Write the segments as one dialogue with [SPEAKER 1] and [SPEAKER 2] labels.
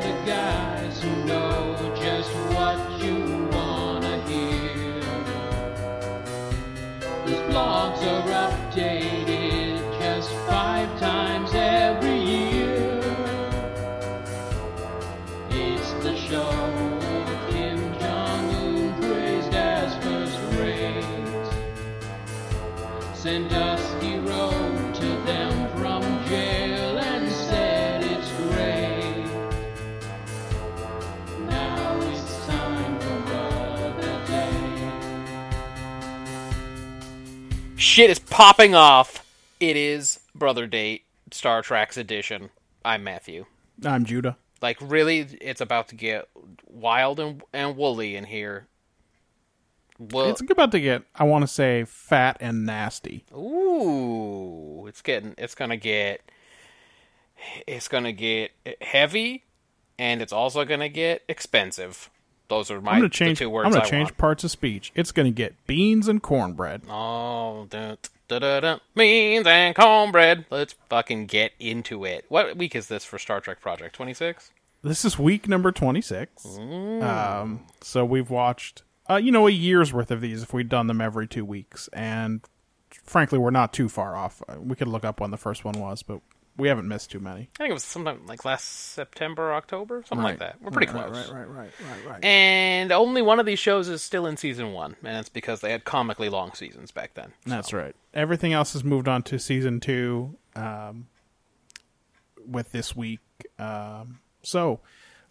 [SPEAKER 1] the guys who know just what you wanna hear. These blogs are updated just five times every year. It's the show of Kim Jong Un praised as first rate. Sandusky wrote to them from jail and said it's great. Now it's time for other day.
[SPEAKER 2] Shit is popping off. It is Brother Date, Star Trek's edition. I'm Matthew.
[SPEAKER 3] I'm Judah.
[SPEAKER 2] Like, really, it's about to get wild and, and woolly in here. Well,
[SPEAKER 3] It's about to get, I want to say, fat and nasty.
[SPEAKER 2] ooh, it's getting, it's gonna get, it's gonna get heavy, and it's also gonna get expensive. Those are my
[SPEAKER 3] I'm gonna
[SPEAKER 2] the
[SPEAKER 3] change.
[SPEAKER 2] two words
[SPEAKER 3] I'm gonna
[SPEAKER 2] I
[SPEAKER 3] change
[SPEAKER 2] want.
[SPEAKER 3] parts of speech. It's gonna get beans and cornbread.
[SPEAKER 2] Oh, dun, dun, dun, dun. beans and cornbread. Let's fucking get into it. What week is this for Star Trek Project? 26?
[SPEAKER 3] This is week number twenty six.
[SPEAKER 2] Mm.
[SPEAKER 3] Um, so we've watched, uh, you know, a year's worth of these if we'd done them every two weeks, and frankly, we're not too far off. Uh, We could look up when the first one was, but we haven't missed too many.
[SPEAKER 2] I think it was sometime like last September, October, something like that. We're pretty close.
[SPEAKER 3] right, right, right, right.
[SPEAKER 2] And only one of these shows is still in season one, and it's because they had comically long seasons back then.
[SPEAKER 3] That's right. Everything else has moved on to season two um, with this week. Um, so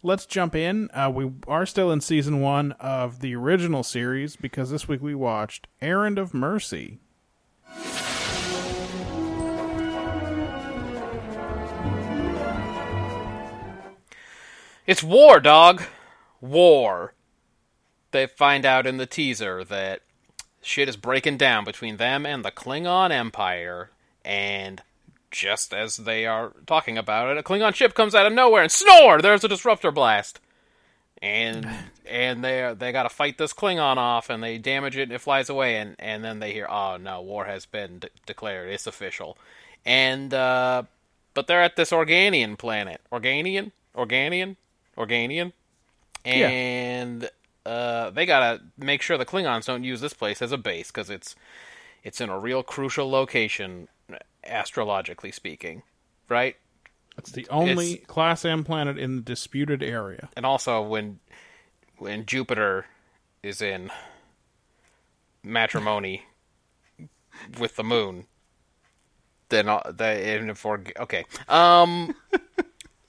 [SPEAKER 3] let's jump in. Uh, we are still in season one of the original series because this week we watched Errand of Mercy.
[SPEAKER 2] It's war, dog. War. They find out in the teaser that shit is breaking down between them and the Klingon Empire, and just as they are talking about it, a Klingon ship comes out of nowhere and snore. There's a disruptor blast, and and they they got to fight this Klingon off, and they damage it. and It flies away, and and then they hear, oh no, war has been de- declared. It's official, and uh, but they're at this Organian planet. Organian, Organian, Organian,
[SPEAKER 3] Yeah.
[SPEAKER 2] and uh, they gotta make sure the Klingons don't use this place as a base because it's it's in a real crucial location, astrologically speaking, right?
[SPEAKER 3] It's the only Class M planet in the disputed area.
[SPEAKER 2] And also when when Jupiter is in matrimony with the moon, then uh, they and if we're, okay, um.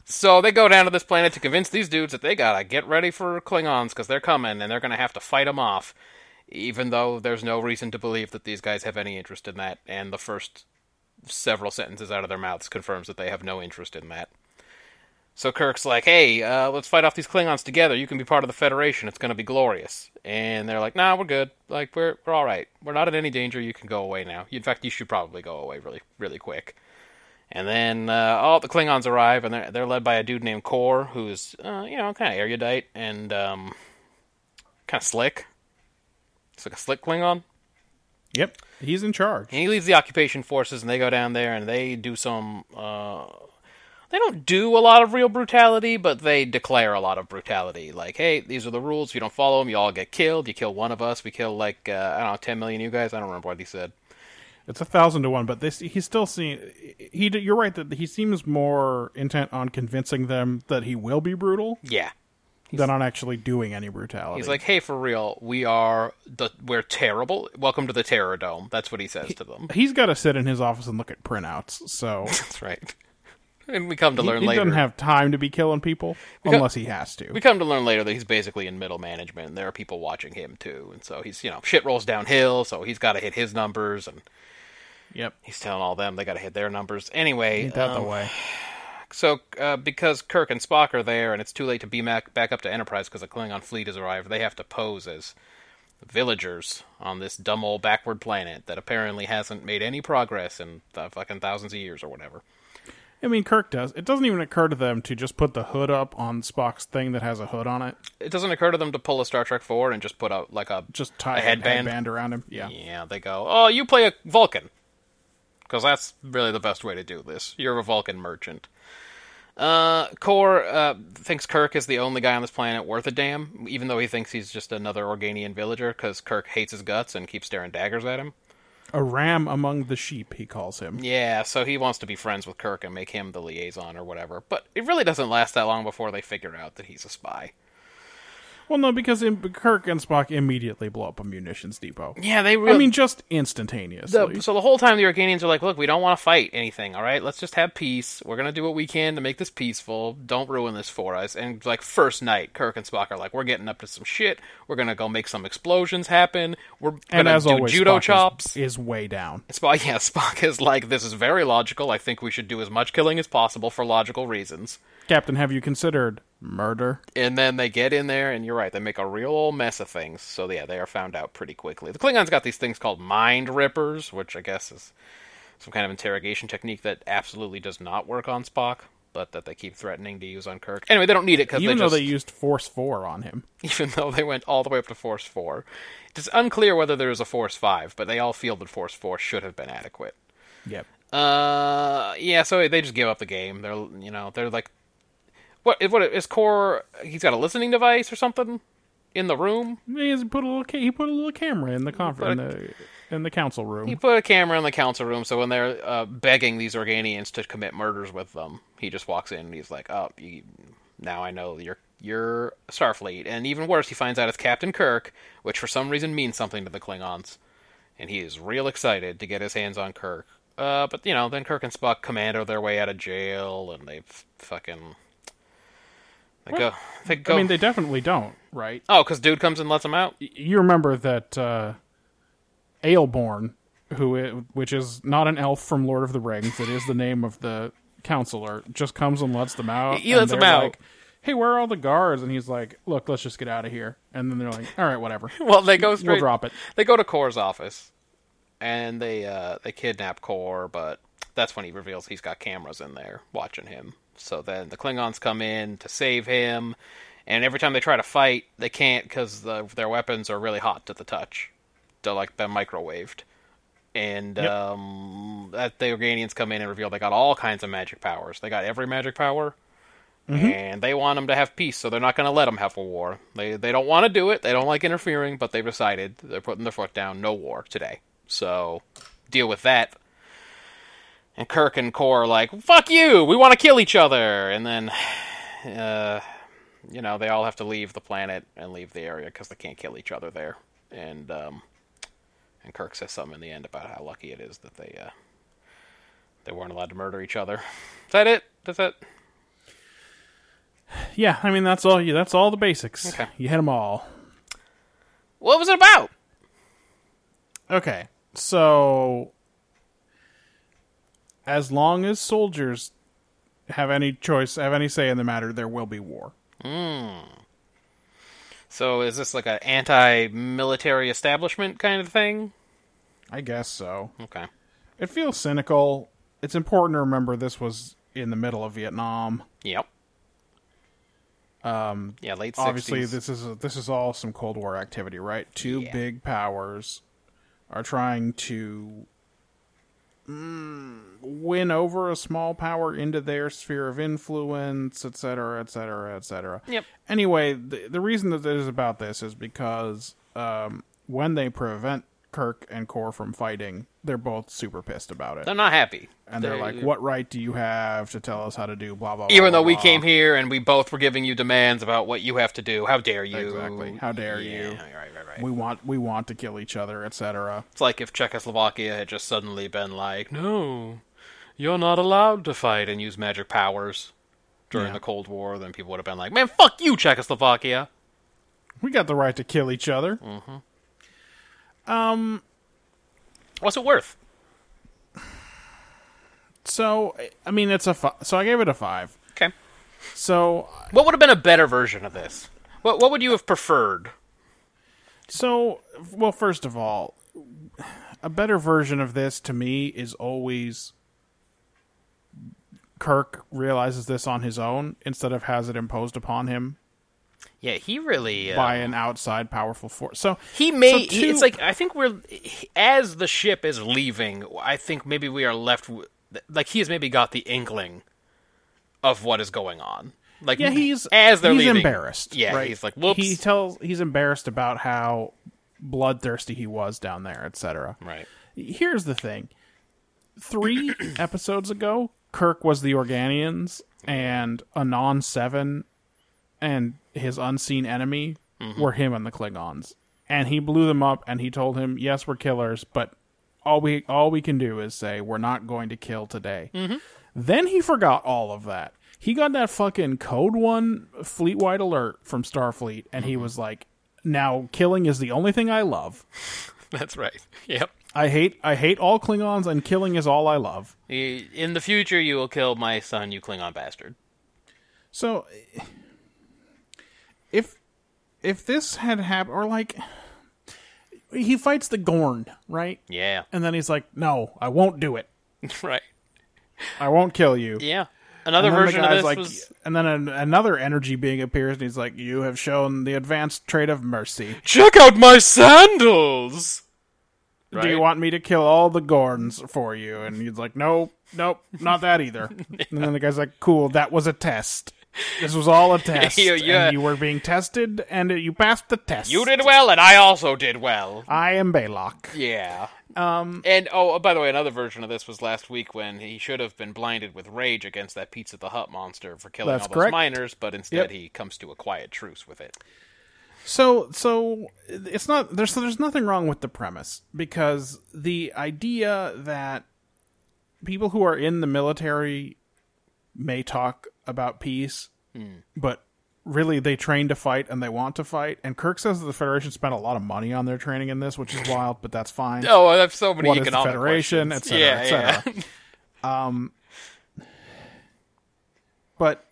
[SPEAKER 2] So they go down to this planet to convince these dudes that they gotta get ready for Klingons because they're coming and they're gonna have to fight them off, even though there's no reason to believe that these guys have any interest in that. And the first several sentences out of their mouths confirms that they have no interest in that. So Kirk's like, "Hey, uh, let's fight off these Klingons together. You can be part of the Federation. It's gonna be glorious." And they're like, "Nah, we're good. Like we're we're all right. We're not in any danger. You can go away now. In fact, you should probably go away really really quick." And then uh, all the Klingons arrive, and they're they're led by a dude named Kor, who's uh, you know kind of erudite and um, kind of slick. It's like a slick Klingon.
[SPEAKER 3] Yep, he's in charge.
[SPEAKER 2] And he leads the occupation forces, and they go down there and they do some. Uh, they don't do a lot of real brutality, but they declare a lot of brutality. Like, hey, these are the rules. If you don't follow them, you all get killed. You kill one of us, we kill like uh, I don't know, ten million you guys. I don't remember what he said.
[SPEAKER 3] It's a thousand to one, but this he's still seeing. He, you're right that he seems more intent on convincing them that he will be brutal
[SPEAKER 2] Yeah,
[SPEAKER 3] than on actually doing any brutality.
[SPEAKER 2] he's like, hey, for real, we are the we're terrible. Welcome to the Terror Dome. That's what he says to them.
[SPEAKER 3] he's got to sit in his office and look at printouts. So
[SPEAKER 2] That's right. And we come to
[SPEAKER 3] he,
[SPEAKER 2] learn
[SPEAKER 3] he
[SPEAKER 2] later.
[SPEAKER 3] doesn't have time to be killing people unless he has to.
[SPEAKER 2] We come to learn later that he's basically in middle management, and there are people watching him too. And so he's, you know, shit rolls downhill, so he's got to hit his numbers, and
[SPEAKER 3] yep,
[SPEAKER 2] he's telling all them they got to hit their numbers. Anyway,
[SPEAKER 3] ain't that the
[SPEAKER 2] um,
[SPEAKER 3] way?
[SPEAKER 2] so uh, because Kirk and Spock are there, and it's too late to be back, back up to Enterprise because the Klingon fleet has arrived, they have to pose as villagers on this dumb old backward planet that apparently hasn't made any progress in the fucking thousands of years or whatever.
[SPEAKER 3] I mean, Kirk does. It doesn't even occur to them to just put the hood up on Spock's thing that has a hood on it.
[SPEAKER 2] It doesn't occur to them to pull a Star Trek four and just put a like a
[SPEAKER 3] Just tie
[SPEAKER 2] a headband.
[SPEAKER 3] headband around him. Yeah.
[SPEAKER 2] Yeah, they go, oh, you play a Vulcan, because that's really the best way to do this. You're a Vulcan merchant. Uh, Kor uh, thinks Kirk is the only guy on this planet worth a damn, even though he thinks he's just another Organian villager. Because Kirk hates his guts and keeps staring daggers at him.
[SPEAKER 3] A ram among the sheep, he calls him.
[SPEAKER 2] Yeah, so he wants to be friends with Kirk and make him the liaison or whatever. But it really doesn't last that long before they figure out that he's a spy.
[SPEAKER 3] Well, no, because im Kirk and Spock immediately blow up a munitions depot.
[SPEAKER 2] Yeah, they
[SPEAKER 3] I
[SPEAKER 2] really.
[SPEAKER 3] mean, just
[SPEAKER 2] The-
[SPEAKER 3] instantaneously.
[SPEAKER 2] so the whole time the Organians are like, "Look, we don't want to fight anything. All right, let's just have peace. We're gonna do what we can to make this peaceful. Don't ruin this for us." And like first night, Kirk and Spock are like, "We're getting up to some shit. We're gonna go make some explosions happen. We're
[SPEAKER 3] and
[SPEAKER 2] gonna
[SPEAKER 3] as
[SPEAKER 2] do
[SPEAKER 3] always,
[SPEAKER 2] judo
[SPEAKER 3] Spock is-
[SPEAKER 2] chops."
[SPEAKER 3] Is, way down.
[SPEAKER 2] Spock, yeah, Spock is like, "This is very logical. I think we should do as much killing as possible for logical reasons."
[SPEAKER 3] Captain, have you considered murder?
[SPEAKER 2] And then they get in there, and you're right, they make a real old mess of things. So yeah, they are found out pretty quickly. The Klingons got these things called mind rippers, which I guess is some kind of interrogation technique that absolutely does not work on Spock, but that they keep threatening to use on Kirk. Anyway, they don't need it because they
[SPEAKER 3] Even though
[SPEAKER 2] just
[SPEAKER 3] they used Force 4 on him.
[SPEAKER 2] even though they went all the way up to Force Four, it's unclear whether there is a Force Five, but they all feel that Force Four should have been adequate.
[SPEAKER 3] Yep.
[SPEAKER 2] Uh, yeah. So they just give up the game. They're you know they're like, what what is Core? He's got a listening device or something in the room.
[SPEAKER 3] He has put a little ca- he put a little camera in the conference in the, in the council room.
[SPEAKER 2] He put a camera in the council room, so when they're uh, begging these Organians to commit murders with them, he just walks in and he's like, "Oh, you, now I know you're you're Starfleet." And even worse, he finds out it's Captain Kirk, which for some reason means something to the Klingons, and he is real excited to get his hands on Kirk. Uh, but you know, then Kirk and Spock commando their way out of jail, and they f- fucking they go. They go.
[SPEAKER 3] I mean, they definitely don't, right?
[SPEAKER 2] oh, because dude comes and lets them out.
[SPEAKER 3] you remember that uh, Aelborn, who i which is not an elf from Lord of the Rings, it is the name of the counselor, just comes and lets them out.
[SPEAKER 2] He
[SPEAKER 3] and
[SPEAKER 2] lets them
[SPEAKER 3] they're
[SPEAKER 2] out.
[SPEAKER 3] Like, hey, where are all the guards? And he's like, look, let's just get out of here. And then they're like, all right, whatever.
[SPEAKER 2] Well, they go straight.
[SPEAKER 3] we'll drop it.
[SPEAKER 2] They go to Core's office, and they uh, they kidnap Core, but that's when he reveals he's got cameras in there watching him. So then the Klingons come in to save him, and every time they try to fight, they can't because the, their weapons are really hot to the touch. They're like they're microwaved, and um, that the Organians come in and reveal they got all kinds of magic powers. They got every magic power and they want them to have peace, so they're not going to let them have a war. They they don't want to do it. They don't like interfering, but they've decided they're putting their foot down. No war today. So deal with that. And Kirk and Kor are like, "Fuck you! We want to kill each other." And then, uh, you know, they all have to leave the planet and leave the area because they can't kill each other there. And um, and Kirk says something in the end about how lucky it is that they uh, they weren't allowed to murder each other. Is that it? That's it.
[SPEAKER 3] Yeah, I mean that's all. You that's all the basics.
[SPEAKER 2] Okay.
[SPEAKER 3] You hit them all.
[SPEAKER 2] What was it about?
[SPEAKER 3] Okay, so as long as soldiers have any choice, have any say in the matter, there will be war.
[SPEAKER 2] So is this like an anti-military establishment kind of thing?
[SPEAKER 3] I guess so.
[SPEAKER 2] Okay.
[SPEAKER 3] It feels cynical. It's important to remember this was in the middle of Vietnam.
[SPEAKER 2] Yep. Um. Yeah. Late 60s.
[SPEAKER 3] Obviously, this is this is all some Cold War activity, right? Two
[SPEAKER 2] Yeah.
[SPEAKER 3] big powers are trying to mm, win over a small power into their sphere of influence, et cetera, et cetera, et cetera.
[SPEAKER 2] Yep.
[SPEAKER 3] Anyway, the, the reason that it is about this is because um, when they prevent Kirk and Kor from fighting, they're both super pissed about it.
[SPEAKER 2] They're not happy.
[SPEAKER 3] and they're, like, "What right do you have to tell us how to do blah blah?" blah,
[SPEAKER 2] Even though
[SPEAKER 3] blah,
[SPEAKER 2] we
[SPEAKER 3] blah."
[SPEAKER 2] came here and we both were giving you demands about what you have to do, how dare you?
[SPEAKER 3] Exactly. How dare you.
[SPEAKER 2] Yeah, Right. Right. Right.
[SPEAKER 3] we want we want to kill each other, etc.
[SPEAKER 2] It's like if Czechoslovakia had just suddenly been like, no, you're not allowed to fight and use magic powers during
[SPEAKER 3] Yeah.
[SPEAKER 2] the Cold War, then people would have been like, man, fuck you, Czechoslovakia.
[SPEAKER 3] We got the right to kill each other.
[SPEAKER 2] Mm. What's it worth?
[SPEAKER 3] So I- I mean, it's a fi- so I gave it a five.
[SPEAKER 2] Okay.
[SPEAKER 3] So
[SPEAKER 2] What would have been a better version of this? What What would you have preferred?
[SPEAKER 3] so well, first of all, a better version of this to me is always Kirk realizes this on his own instead of has it imposed upon him
[SPEAKER 2] Yeah, he really. Uh,
[SPEAKER 3] by an outside powerful force. So
[SPEAKER 2] He may.
[SPEAKER 3] so
[SPEAKER 2] he-
[SPEAKER 3] two-
[SPEAKER 2] it's like I think we're as the ship is leaving. I think maybe we are left. w- Like he has maybe got the inkling of what is going on. Like
[SPEAKER 3] yeah, he's
[SPEAKER 2] as they're
[SPEAKER 3] he's
[SPEAKER 2] leaving,
[SPEAKER 3] embarrassed.
[SPEAKER 2] Yeah,
[SPEAKER 3] right?
[SPEAKER 2] he's like, whoops.
[SPEAKER 3] He tells he's embarrassed about how bloodthirsty he was down there, etc.
[SPEAKER 2] right.
[SPEAKER 3] Here's the thing: three episodes ago, Kirk was the Organians, and Anon Seven, and his unseen enemy were him and the Klingons, and he blew them up. And he told him, "Yes, we're killers, but all we all we can do is say we're not going to kill today." Then he forgot all of that. He got that fucking code one fleet wide alert from Starfleet, and he was like, "Now killing is the only thing I love."
[SPEAKER 2] That's right. Yep.
[SPEAKER 3] I hate I hate all Klingons and killing is all I love.
[SPEAKER 2] He- In the future, you will kill my son, you Klingon bastard.
[SPEAKER 3] So if if this had happened or like he fights the Gorn, right?
[SPEAKER 2] Yeah.
[SPEAKER 3] And then he's like, "No, I won't do it.
[SPEAKER 2] right.
[SPEAKER 3] I won't kill you."
[SPEAKER 2] Yeah. Another
[SPEAKER 3] And then the
[SPEAKER 2] version of
[SPEAKER 3] guy's
[SPEAKER 2] this
[SPEAKER 3] like-
[SPEAKER 2] was
[SPEAKER 3] and then an, another energy being appears, and he's like, "You have shown the advanced trait of mercy.
[SPEAKER 2] check out my sandals.
[SPEAKER 3] Do you
[SPEAKER 2] Right.
[SPEAKER 3] want me to kill all the Gorns for you?" And he's like, "Nope, nope, not that either." And then the guy's like, "Cool, that was a test. This was all a test.
[SPEAKER 2] You- you-
[SPEAKER 3] and you were being tested, and you passed the test.
[SPEAKER 2] You did well, and I also did well.
[SPEAKER 3] I am Baylock.
[SPEAKER 2] Yeah. Um. And oh, by the way, another version of this was last week when he should have been blinded with rage against that Pizza the Hut monster for killing all
[SPEAKER 3] That's
[SPEAKER 2] those
[SPEAKER 3] correct.
[SPEAKER 2] miners, but instead
[SPEAKER 3] Yep.
[SPEAKER 2] he comes to a quiet truce with it.
[SPEAKER 3] So so it's not there's so there's nothing wrong with the premise because the idea that people who are in the military may talk about peace, but really they train to fight and they want to fight. And Kirk says that the Federation spent a lot of money on their training in this, which is wild, but that's fine.
[SPEAKER 2] Oh, I have so many
[SPEAKER 3] What is the
[SPEAKER 2] economic
[SPEAKER 3] Federation,
[SPEAKER 2] questions.
[SPEAKER 3] et cetera, et
[SPEAKER 2] yeah,
[SPEAKER 3] cetera. Um, But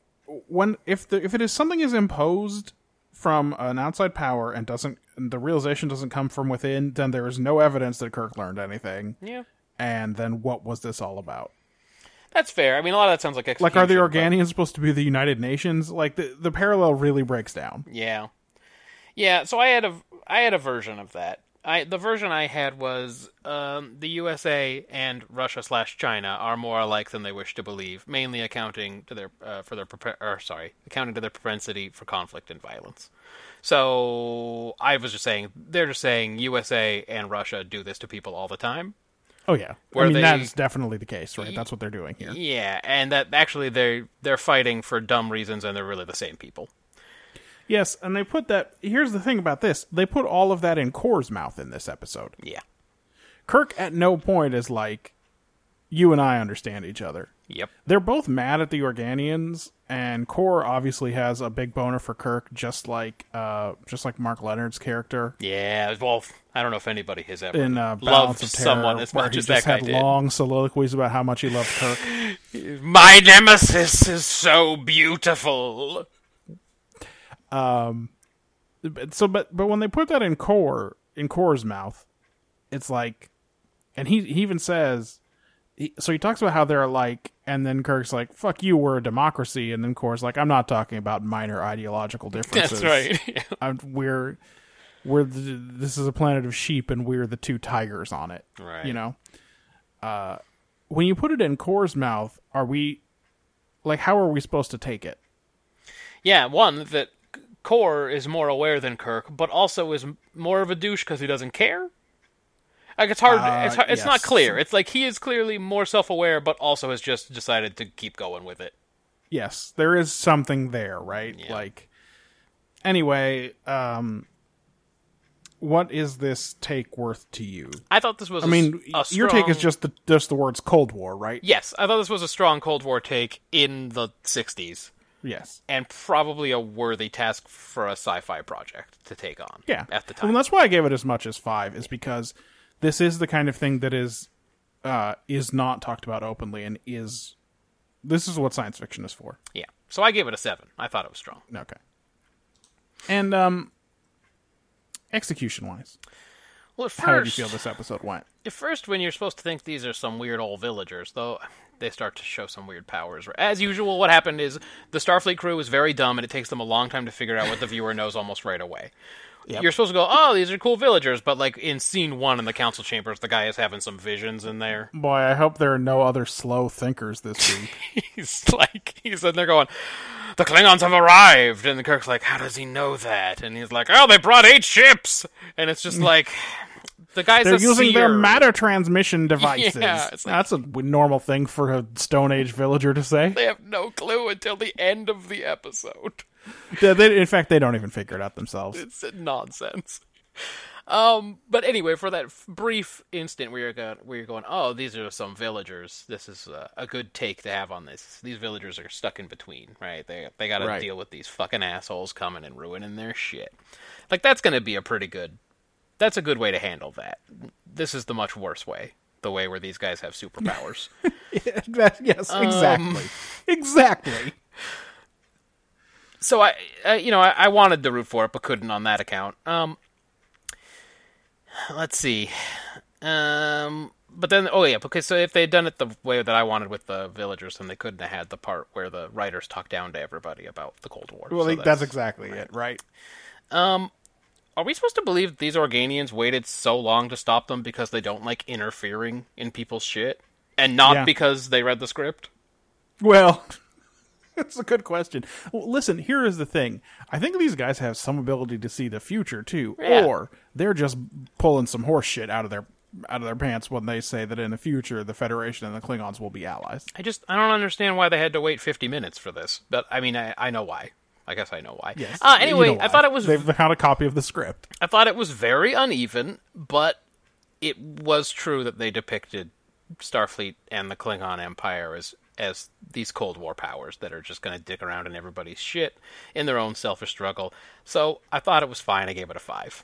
[SPEAKER 3] when if the if it is something is imposed from an outside power and doesn't and the realization doesn't come from within, then there is no evidence that Kirk learned anything.
[SPEAKER 2] Yeah. yeah.
[SPEAKER 3] And then what was this all about?
[SPEAKER 2] That's fair. I mean, a lot of that sounds like
[SPEAKER 3] Like, are the
[SPEAKER 2] execution, but-
[SPEAKER 3] Organians supposed to be the United Nations? Like, the, the parallel really breaks down.
[SPEAKER 2] Yeah, yeah. So I had a I had a version of that. I the version I had was um, the USA and Russia slash China are more alike than they wish to believe, mainly accounting to their uh, for their prepar- or sorry accounting to their propensity for conflict and violence. So I was just saying they're just saying USA and Russia do this to people all the time.
[SPEAKER 3] Oh, yeah.
[SPEAKER 2] Where
[SPEAKER 3] I mean,
[SPEAKER 2] they-
[SPEAKER 3] that is definitely the case, right? That's what they're doing here.
[SPEAKER 2] Yeah, and that actually they are they're fighting for dumb reasons and they're really the same people.
[SPEAKER 3] Yes, and they put that. Here's the thing about this they put all of that in Core's mouth in this episode.
[SPEAKER 2] Yeah.
[SPEAKER 3] Kirk at no point is like, you and I understand each other.
[SPEAKER 2] Yep.
[SPEAKER 3] They're both mad at the Organians, and Core obviously has a big boner for Kirk, just like uh, just like Mark Leonard's character
[SPEAKER 2] Yeah, well, I don't know if anybody has ever
[SPEAKER 3] in uh,
[SPEAKER 2] loved
[SPEAKER 3] Balance of Terror,
[SPEAKER 2] someone as
[SPEAKER 3] where
[SPEAKER 2] much
[SPEAKER 3] he
[SPEAKER 2] as that
[SPEAKER 3] just
[SPEAKER 2] guy
[SPEAKER 3] had
[SPEAKER 2] did.
[SPEAKER 3] long soliloquies about how much he loved Kirk.
[SPEAKER 2] My nemesis is so beautiful.
[SPEAKER 3] But- so but but when they put that in core in core's mouth it's like and he he even says he, so he talks about how they're like and then kirk's like fuck you we're a democracy and then core's like i'm not talking about minor ideological differences
[SPEAKER 2] That's right. Yeah.
[SPEAKER 3] I'm, we're we're the, this is a planet of sheep and we're the two tigers on it
[SPEAKER 2] Right.
[SPEAKER 3] you know uh when you put it in core's mouth are we like how are we supposed to take it
[SPEAKER 2] Yeah, one that Core is more aware than Kirk, but also is m- more of a douche because he doesn't care. Like it's hard.
[SPEAKER 3] Uh,
[SPEAKER 2] it's hard, it's not
[SPEAKER 3] yes.
[SPEAKER 2] clear. It's like he is clearly more self-aware, but also has just decided to keep going with it.
[SPEAKER 3] yes, there is something there, right? Like anyway, um what is this take worth to you?
[SPEAKER 2] I thought this was.
[SPEAKER 3] I mean,
[SPEAKER 2] a s- a
[SPEAKER 3] your take is
[SPEAKER 2] strong-
[SPEAKER 3] just the just the words Cold War, right?
[SPEAKER 2] Yes, I thought this was a strong Cold War take in the '60s,
[SPEAKER 3] Yes.
[SPEAKER 2] and probably a worthy task for a sci-fi project to take on.
[SPEAKER 3] Yeah.
[SPEAKER 2] at the time.
[SPEAKER 3] And that's why I gave it as much as 5 is because this is the kind of thing that is uh is not talked about openly and is this is what science fiction is for.
[SPEAKER 2] Yeah. So I gave it a seven. I thought it was strong.
[SPEAKER 3] Okay. And um execution wise.
[SPEAKER 2] Well, at first,
[SPEAKER 3] How did you feel this episode went?
[SPEAKER 2] at first, when you're supposed to think these are some weird old villagers, though, they start to show some weird powers. As usual, what happened is the Starfleet crew is very dumb, and it takes them a long time to figure out what the viewer knows almost right away. You're supposed to go, oh, these are cool villagers, but like in scene one in the council chambers, the guy is having some visions in there.
[SPEAKER 3] Boy, I hope there are no other slow thinkers this week.
[SPEAKER 2] He's like, he's in there going, the Klingons have arrived, and the Kirk's like, how does he know that? And he's like, oh, they brought eight ships, and it's just like, the guy's
[SPEAKER 3] Mm. They're
[SPEAKER 2] a
[SPEAKER 3] using their
[SPEAKER 2] seer.
[SPEAKER 3] matter transmission devices.
[SPEAKER 2] Yeah, it's like-
[SPEAKER 3] That's a w- normal thing for a Stone Age villager to say.
[SPEAKER 2] They have no clue until the end of the episode.
[SPEAKER 3] They- they- in fact, they don't even figure it out themselves.
[SPEAKER 2] It's nonsense. Um, but anyway, for that f- brief instant where you're going, where you're going, oh, these are some villagers. This is uh, a good take to have on this. These villagers are stuck in between, right? They they got to
[SPEAKER 3] Right.
[SPEAKER 2] deal with these fucking assholes coming and ruining their shit. Like that's going to be a pretty good. That's a good way to handle that. This is the much worse way. The way where these guys have superpowers.
[SPEAKER 3] That- yes, exactly. Exactly.
[SPEAKER 2] so I, I you know I, I wanted to root for it but couldn't on that account um let's see um but then oh yeah because so if they had done it the way that i wanted with the villagers then they couldn't have had the part where the writers talk down to everybody about the cold war
[SPEAKER 3] Well,
[SPEAKER 2] So
[SPEAKER 3] like,
[SPEAKER 2] that's-
[SPEAKER 3] that's exactly it, right?
[SPEAKER 2] are we supposed to believe these Organians waited so long to stop them because they don't like interfering in people's shit and not
[SPEAKER 3] Yeah.
[SPEAKER 2] because they read the script
[SPEAKER 3] Well, that's a good question. Well, listen, here is the thing. I think these guys have some ability to see the future too,
[SPEAKER 2] Yeah.
[SPEAKER 3] or they're just pulling some horse shit out of their out of their pants when they say that in the future the Federation and the Klingons will be allies.
[SPEAKER 2] I just I don't understand why they had to wait 50 minutes for this, but I mean I, I know why. I guess I know why.
[SPEAKER 3] Yes.
[SPEAKER 2] Uh,
[SPEAKER 3] You
[SPEAKER 2] anyway,
[SPEAKER 3] know
[SPEAKER 2] I
[SPEAKER 3] why.
[SPEAKER 2] thought it was
[SPEAKER 3] They've had a copy of the script.
[SPEAKER 2] I thought it was very uneven, but it was true that they depicted Starfleet and the Klingon Empire as as these Cold War powers that are just going to dick around in everybody's shit in their own selfish struggle. So I thought it was fine. I gave it a five.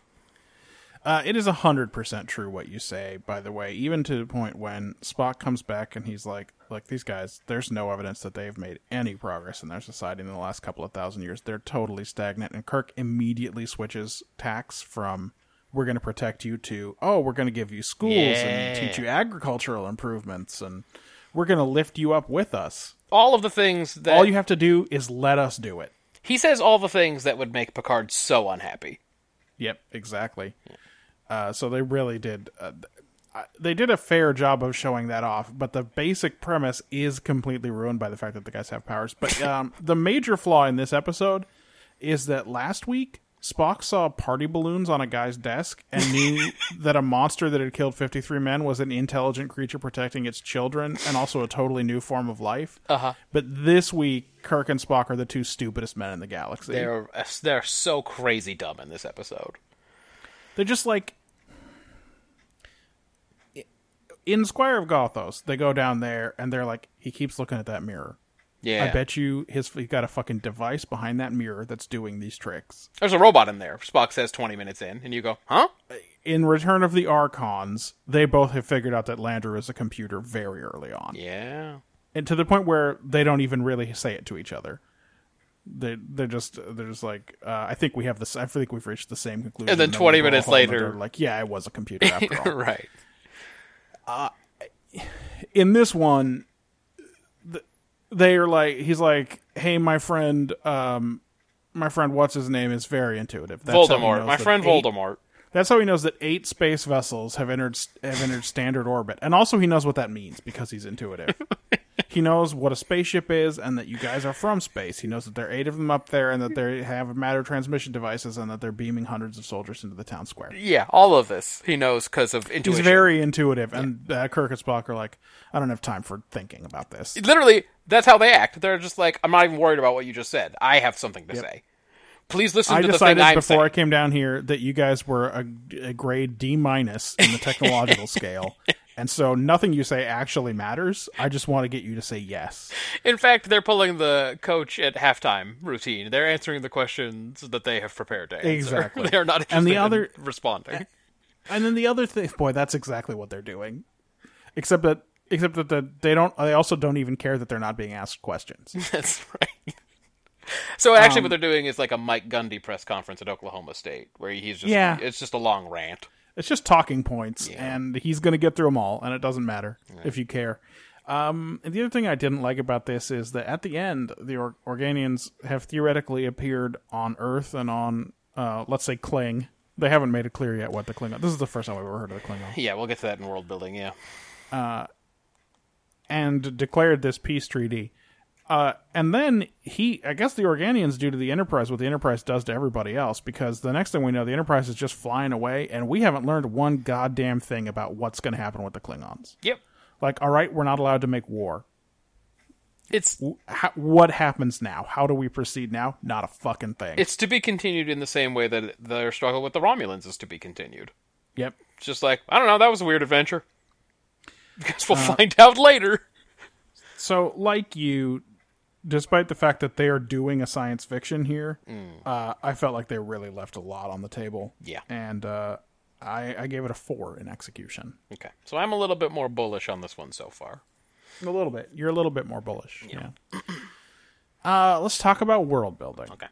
[SPEAKER 3] Uh, it is hundred percent true what you say. By the way, even to the point when Spock comes back and he's like, "Like these guys, there's no evidence that they've made any progress in their society in the last couple of thousand years. They're totally stagnant." And Kirk immediately switches tax from "We're going to protect you" to "Oh, we're going to give you schools and teach you agricultural improvements and we're going to lift you up with us.
[SPEAKER 2] All of the things that
[SPEAKER 3] All you have to do is let us do it."
[SPEAKER 2] he says, all the things that would make Picard so unhappy.
[SPEAKER 3] Yep, exactly. Uh, so they really did. Uh, th- I- they did a fair job of showing that off, but the basic premise is completely ruined by the fact that the guys have powers. But um, the major flaw in this episode is that last week Spock saw party balloons on a guy's desk and knew that a monster that had killed 53 men was an intelligent creature protecting its children and also a totally new form of life. Uh-huh. But this week, Kirk and Spock are the two stupidest men in the galaxy.
[SPEAKER 2] They're they're so crazy dumb in this episode.
[SPEAKER 3] They're just like in Squire of Gothos. They go down there and they're like, he keeps looking at that mirror.
[SPEAKER 2] Yeah,
[SPEAKER 3] I bet you his he got a fucking device behind that mirror that's doing these tricks.
[SPEAKER 2] there's a robot in there. Spock says 20 minutes in, and you go, huh?
[SPEAKER 3] In Return of the Archons, they both have figured out that Lander is a computer very early on,
[SPEAKER 2] Yeah.
[SPEAKER 3] and to the point where they don't even really say it to each other. They they're just they're just like uh, I think we have this I think we've reached the same conclusion.
[SPEAKER 2] then
[SPEAKER 3] we
[SPEAKER 2] 20
[SPEAKER 3] go
[SPEAKER 2] minutes
[SPEAKER 3] home and
[SPEAKER 2] later-
[SPEAKER 3] they're like yeah, it was a computer after all.
[SPEAKER 2] right.
[SPEAKER 3] in this one th- they're like he's like hey my friend um my friend what's his name is very intuitive that's how he
[SPEAKER 2] Voldemort.
[SPEAKER 3] knows
[SPEAKER 2] My
[SPEAKER 3] that
[SPEAKER 2] friend
[SPEAKER 3] eight-
[SPEAKER 2] Voldemort.
[SPEAKER 3] that's how he knows that eight space vessels have entered s- have entered standard orbit and also he knows what that means because he's intuitive he knows what a spaceship is and that you guys are from space he knows that there are eight of them up there and that they have matter transmission devices and that they're beaming hundreds of soldiers into the town square
[SPEAKER 2] Yeah, all of this he knows because of intuition.
[SPEAKER 3] He's very intuitive, and uh, Kirk and Spock are like, "I don't have time for thinking about this."
[SPEAKER 2] literally. That's how they act. They're just like, I'm not even worried about what you just said. I have something to say. Please listen
[SPEAKER 3] I
[SPEAKER 2] to the thing
[SPEAKER 3] decided
[SPEAKER 2] I'm
[SPEAKER 3] before I
[SPEAKER 2] saying.
[SPEAKER 3] came down here that you guys were a, a grade D minus in the technological scale, and so nothing you say actually matters. I just want to get you to say yes.
[SPEAKER 2] In fact, they're pulling the coach at halftime routine. They're answering the questions that they have prepared to answer.
[SPEAKER 3] Exactly.
[SPEAKER 2] they're not interested
[SPEAKER 3] And the
[SPEAKER 2] in
[SPEAKER 3] other-
[SPEAKER 2] responding.
[SPEAKER 3] And then the other thing, boy, that's exactly what they're doing, except that except that the, they don't. They also don't even care that they're not being asked questions.
[SPEAKER 2] That's right. So actually, what they're doing is like a Mike Gundy press conference at Oklahoma State, where he's just
[SPEAKER 3] Yeah.
[SPEAKER 2] it's just a long rant.
[SPEAKER 3] It's just talking points,
[SPEAKER 2] Yeah.
[SPEAKER 3] and he's going to get through them all, and it doesn't matter if you care. Um, and the other thing I didn't like about this is that at the end, the or- Organians have theoretically appeared on Earth and on, uh, let's say, Kling. They haven't made it clear yet what the Klingon. This is the first time I've ever heard of the Klingon.
[SPEAKER 2] Yeah, we'll get to that in world building. Yeah,
[SPEAKER 3] and declared this peace treaty. Uh, and then he, I guess the Organians do to the Enterprise what the Enterprise does to everybody else, because the next thing we know, the Enterprise is just flying away, and we haven't learned one goddamn thing about what's going to happen with the Klingons.
[SPEAKER 2] yep.
[SPEAKER 3] Like, all right, we're not allowed to make war.
[SPEAKER 2] It's
[SPEAKER 3] How, what happens now? How do we proceed now? Not a fucking thing.
[SPEAKER 2] it's to be continued in the same way that their struggle with the Romulans is to be continued.
[SPEAKER 3] yep.
[SPEAKER 2] It's just like I don't know, that was a weird adventure. Guess we'll find out later.
[SPEAKER 3] So, like you, despite the fact that they are doing a science fiction here, uh, I felt like they really left a lot on the table.
[SPEAKER 2] Mm. Yeah.
[SPEAKER 3] and uh, I, I gave it a four in execution.
[SPEAKER 2] Okay, so I'm a little bit more bullish on this one so far.
[SPEAKER 3] A little bit. You're a little bit more bullish. Yeah. uh, let's talk about world building.
[SPEAKER 2] Okay.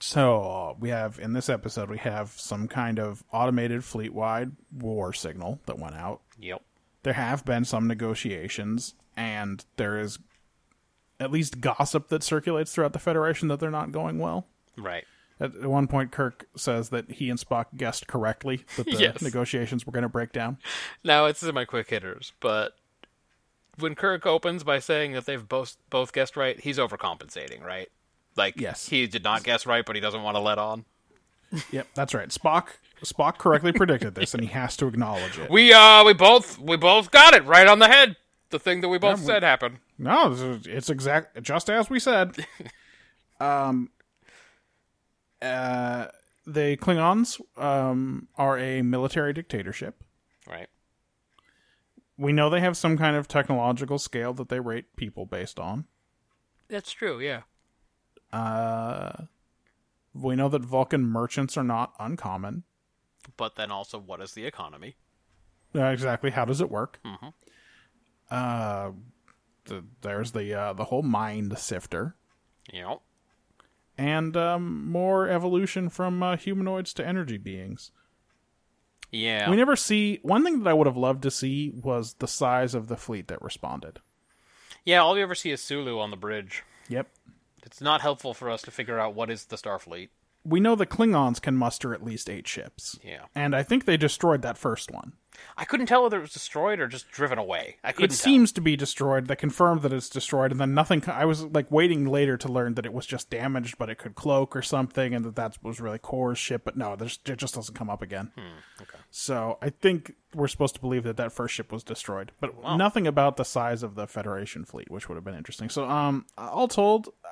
[SPEAKER 3] So we have in this episode we have some kind of automated fleet wide war signal that went out.
[SPEAKER 2] Yep.
[SPEAKER 3] There have been some negotiations, and there is at least gossip that circulates throughout the Federation that they're not going well.
[SPEAKER 2] Right.
[SPEAKER 3] At at one point, Kirk says that he and Spock guessed correctly that the
[SPEAKER 2] Yes.
[SPEAKER 3] negotiations were going to break down.
[SPEAKER 2] Now it's in my quick hitters, but when Kirk opens by saying that they've both both guessed right, he's overcompensating, right? Like
[SPEAKER 3] Yes.
[SPEAKER 2] he did not guess right, but he doesn't want to let on.
[SPEAKER 3] Yep, that's right. Spock Spock correctly predicted this, and he has to acknowledge it.
[SPEAKER 2] We uh we both we both got it right on the head. The thing that we both
[SPEAKER 3] Yeah, we-
[SPEAKER 2] said happened.
[SPEAKER 3] No, this is- it's exact, just as we said. um, uh, the Klingons um are a military dictatorship.
[SPEAKER 2] Right.
[SPEAKER 3] We know they have some kind of technological scale that they rate people based on.
[SPEAKER 2] That's true, yeah.
[SPEAKER 3] Uh, We know that Vulcan merchants are not uncommon.
[SPEAKER 2] But then also what is the economy?
[SPEAKER 3] Uh, exactly. How does it work?
[SPEAKER 2] Mm-hmm.
[SPEAKER 3] Uh, th- there's the uh, the whole mind sifter.
[SPEAKER 2] You know?
[SPEAKER 3] and um, more evolution from uh, humanoids to energy beings.
[SPEAKER 2] Yeah.
[SPEAKER 3] We never see one thing that I would have loved to see was the size of the fleet that responded.
[SPEAKER 2] yeah, all you ever see is Sulu on the bridge.
[SPEAKER 3] Yep.
[SPEAKER 2] It's not helpful for us to figure out what is the Starfleet.
[SPEAKER 3] We know the Klingons can muster at least eight ships.
[SPEAKER 2] Yeah.
[SPEAKER 3] And I think they destroyed that first one.
[SPEAKER 2] I couldn't tell whether it was destroyed or just driven away. I couldn't
[SPEAKER 3] it
[SPEAKER 2] tell.
[SPEAKER 3] seems to be destroyed. They confirmed that it's destroyed, and then nothing. co- I was like waiting later to learn that it was just damaged, but it could cloak or something, and that that was really Core's ship. But no, there's, it just doesn't come up again.
[SPEAKER 2] Hmm,
[SPEAKER 3] So I think we're supposed to believe that that first ship was destroyed, but nothing about the size of the Federation fleet, which would have been interesting. So, um, all told, uh,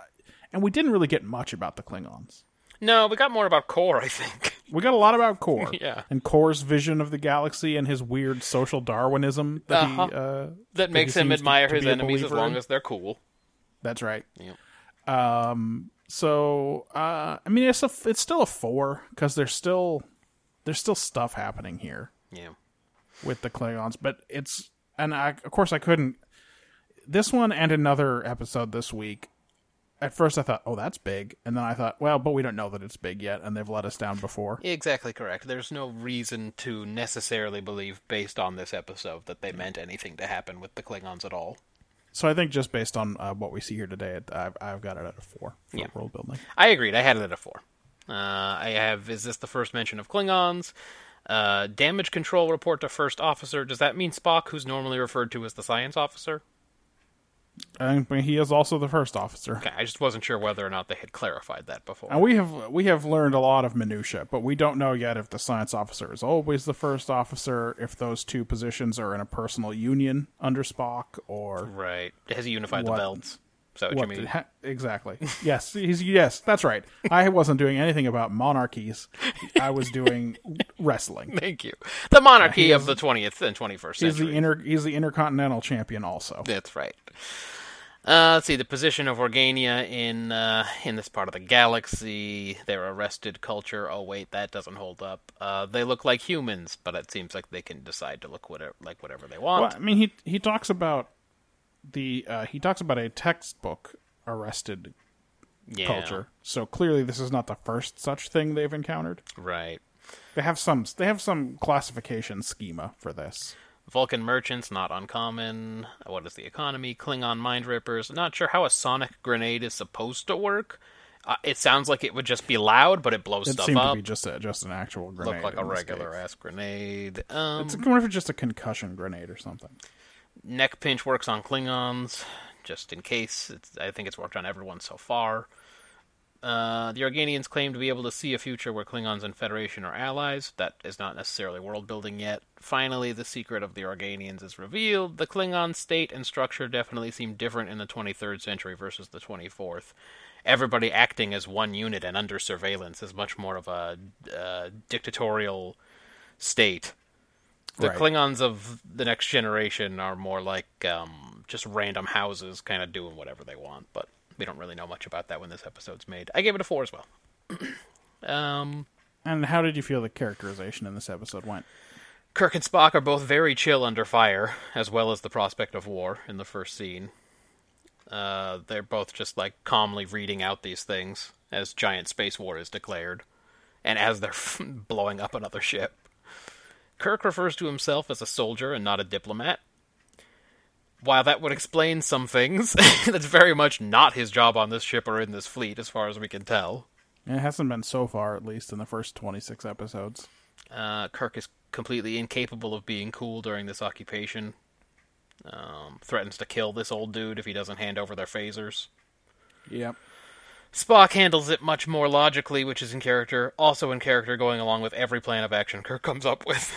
[SPEAKER 3] and we didn't really get much about the Klingons.
[SPEAKER 2] No, we got more about Core, I think.
[SPEAKER 3] We got a lot about Core,
[SPEAKER 2] Yeah.
[SPEAKER 3] and Core's vision of the galaxy and his weird social Darwinism that
[SPEAKER 2] Uh-huh.
[SPEAKER 3] he uh,
[SPEAKER 2] that makes
[SPEAKER 3] he
[SPEAKER 2] him
[SPEAKER 3] seems to-
[SPEAKER 2] admire
[SPEAKER 3] to
[SPEAKER 2] his
[SPEAKER 3] be a
[SPEAKER 2] enemies as
[SPEAKER 3] believer
[SPEAKER 2] long
[SPEAKER 3] in.
[SPEAKER 2] as they're cool.
[SPEAKER 3] That's right.
[SPEAKER 2] Yep.
[SPEAKER 3] Um. So, uh, I mean, it's a, it's still a four because there's still there's still stuff happening here
[SPEAKER 2] Yeah.
[SPEAKER 3] with the Klingons, but it's and I of course I couldn't this one and another episode this week. At first, I thought, oh, that's big, and then I thought, well, but we don't know that it's big yet, and they've let us down before.
[SPEAKER 2] Exactly correct. There's no reason to necessarily believe, based on this episode, that they meant anything to happen with the Klingons at all.
[SPEAKER 3] So I think just based on uh, what we see here today, it- I've, I've got it at a four for
[SPEAKER 2] Yeah.
[SPEAKER 3] world building.
[SPEAKER 2] I agreed. I had it at a four. Uh, I have. Is this the first mention of Klingons? Uh, damage control report to first officer. Does that mean Spock, who's normally referred to as the science officer?
[SPEAKER 3] And he is also the first officer.
[SPEAKER 2] Okay, I just wasn't sure whether or not they had clarified that before.
[SPEAKER 3] And we have we have learned a lot of minutia, but we don't know yet if the science officer is always the first officer, if those two positions are in a personal union under Spock, or
[SPEAKER 2] right. Has he unified
[SPEAKER 3] What-
[SPEAKER 2] the belts? Is that what,
[SPEAKER 3] what
[SPEAKER 2] you
[SPEAKER 3] the
[SPEAKER 2] mean?
[SPEAKER 3] he- exactly. Yes, he's yes, that's right. I wasn't doing anything about monarchies. I was doing wrestling.
[SPEAKER 2] Thank you. The monarchy of the 20th and 21st
[SPEAKER 3] He's
[SPEAKER 2] century.
[SPEAKER 3] the inter he's the intercontinental champion also.
[SPEAKER 2] That's right. Uh, let's see the position of Organia in uh, in this part of the galaxy. Their arrested culture. Oh wait, that doesn't hold up. Uh, they look like humans, but it seems like they can decide to look whatever like whatever they want.
[SPEAKER 3] Well, I mean he he talks about the uh, he talks about a textbook arrested
[SPEAKER 2] yeah,
[SPEAKER 3] culture. So clearly this is not the first such thing they've encountered.
[SPEAKER 2] Right.
[SPEAKER 3] They have some. They have some classification schema for this.
[SPEAKER 2] Vulcan merchants, not uncommon. What is the economy? Klingon mind rippers. Not sure how a sonic grenade is supposed to work. Uh, it sounds like it would just be loud, but it blows
[SPEAKER 3] It
[SPEAKER 2] stuff
[SPEAKER 3] seemed
[SPEAKER 2] up.
[SPEAKER 3] to be just a, just an actual grenade.
[SPEAKER 2] Look like a
[SPEAKER 3] in this
[SPEAKER 2] regular
[SPEAKER 3] case.
[SPEAKER 2] ass grenade. Um,
[SPEAKER 3] It's more of just a concussion grenade or something.
[SPEAKER 2] neck pinch works on Klingons, just in case. It's, I think it's worked on everyone so far. Uh, the Organians claim to be able to see a future where Klingons and Federation are allies. That is not necessarily world building yet. Finally, the secret of the Organians is revealed. The Klingon state and structure definitely seem different in the 23rd century versus the 24th. Everybody acting as one unit and under surveillance is much more of a uh, dictatorial state. The
[SPEAKER 3] Right.
[SPEAKER 2] Klingons of the next generation are more like um, just random houses, kind of doing whatever they want. But we don't really know much about that when this episode's made. I gave it a four as well. um,
[SPEAKER 3] And how did you feel the characterization in this episode went?
[SPEAKER 2] Kirk and Spock are both very chill under fire, as well as the prospect of war in the first scene. Uh, they're both just like calmly reading out these things as giant space war is declared, and as they're blowing up another ship. Kirk refers to himself as a soldier and not a diplomat. While that would explain some things, that's very much not his job on this ship or in this fleet, as far as we can tell.
[SPEAKER 3] It hasn't been so far, at least in the first twenty six episodes.
[SPEAKER 2] Uh, Kirk is completely incapable of being cool during this occupation. Um, threatens to kill this old dude if he doesn't hand over their phasers.
[SPEAKER 3] Yep.
[SPEAKER 2] Spock handles it much more logically, which is in character, also in character going along with every plan of action Kirk comes up with.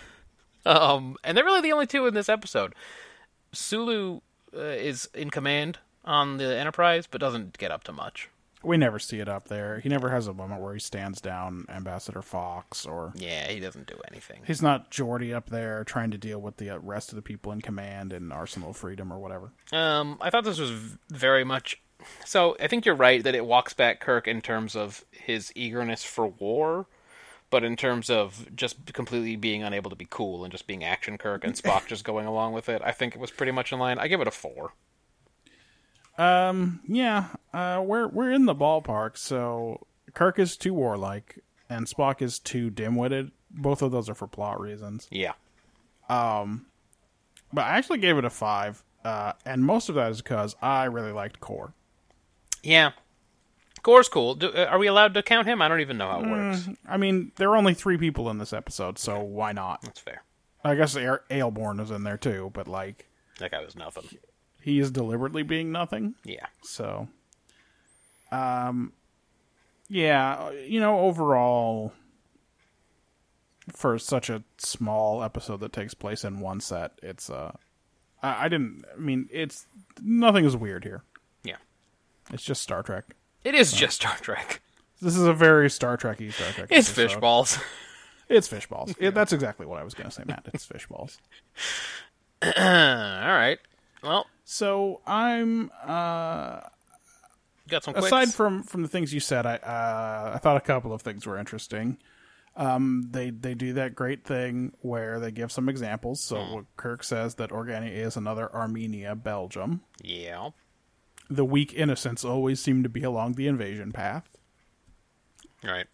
[SPEAKER 2] um, and they're really the only two in this episode. Sulu uh, is in command on the Enterprise, but doesn't get up to much.
[SPEAKER 3] We never see it up there. He never has a moment where he stands down Ambassador Fox or
[SPEAKER 2] Yeah, he doesn't do anything.
[SPEAKER 3] he's not Geordi up there trying to deal with the uh, rest of the people in command in Arsenal of Freedom or whatever.
[SPEAKER 2] Um, I thought this was v- very much. So I think you're right that it walks back Kirk in terms of his eagerness for war, but in terms of just completely being unable to be cool and just being action Kirk and Spock just going along with it. I think it was pretty much in line. I give it a four.
[SPEAKER 3] Yeah, uh, we're we're in the ballpark. So Kirk is too warlike, and Spock is too dim-witted. Both of those are for plot reasons.
[SPEAKER 2] Yeah,
[SPEAKER 3] But I actually gave it a five, uh, and most of that is because I really liked Core.
[SPEAKER 2] yeah. Gore's cool. Do, uh, are we allowed to count him? I don't even know how it works.
[SPEAKER 3] I mean, there are only three people in this episode, so why not?
[SPEAKER 2] That's fair.
[SPEAKER 3] I guess Air- Aelborn is in there too, but like
[SPEAKER 2] That guy was nothing.
[SPEAKER 3] he is deliberately being nothing.
[SPEAKER 2] Yeah.
[SPEAKER 3] So, um, yeah, you know, overall, for such a small episode that takes place in one set, it's uh, I, I didn't. I mean, it's nothing is weird here.
[SPEAKER 2] Yeah.
[SPEAKER 3] It's just Star Trek.
[SPEAKER 2] It is just Star Trek.
[SPEAKER 3] This is a very Star Trekky Star Trek.
[SPEAKER 2] It's
[SPEAKER 3] episode.
[SPEAKER 2] fish balls.
[SPEAKER 3] It's fish balls. It- that's exactly what I was going to say, Matt. It's fish balls.
[SPEAKER 2] All right. Well,
[SPEAKER 3] So I'm
[SPEAKER 2] got some quicks.
[SPEAKER 3] aside from from the things you said, I uh, I thought a couple of things were interesting. Um, they they do that great thing where they give some examples. So
[SPEAKER 2] Hmm.
[SPEAKER 3] what Kirk says that Organia is another Armenia, Belgium.
[SPEAKER 2] yeah.
[SPEAKER 3] The weak innocents always seem to be along the invasion path.
[SPEAKER 2] All right.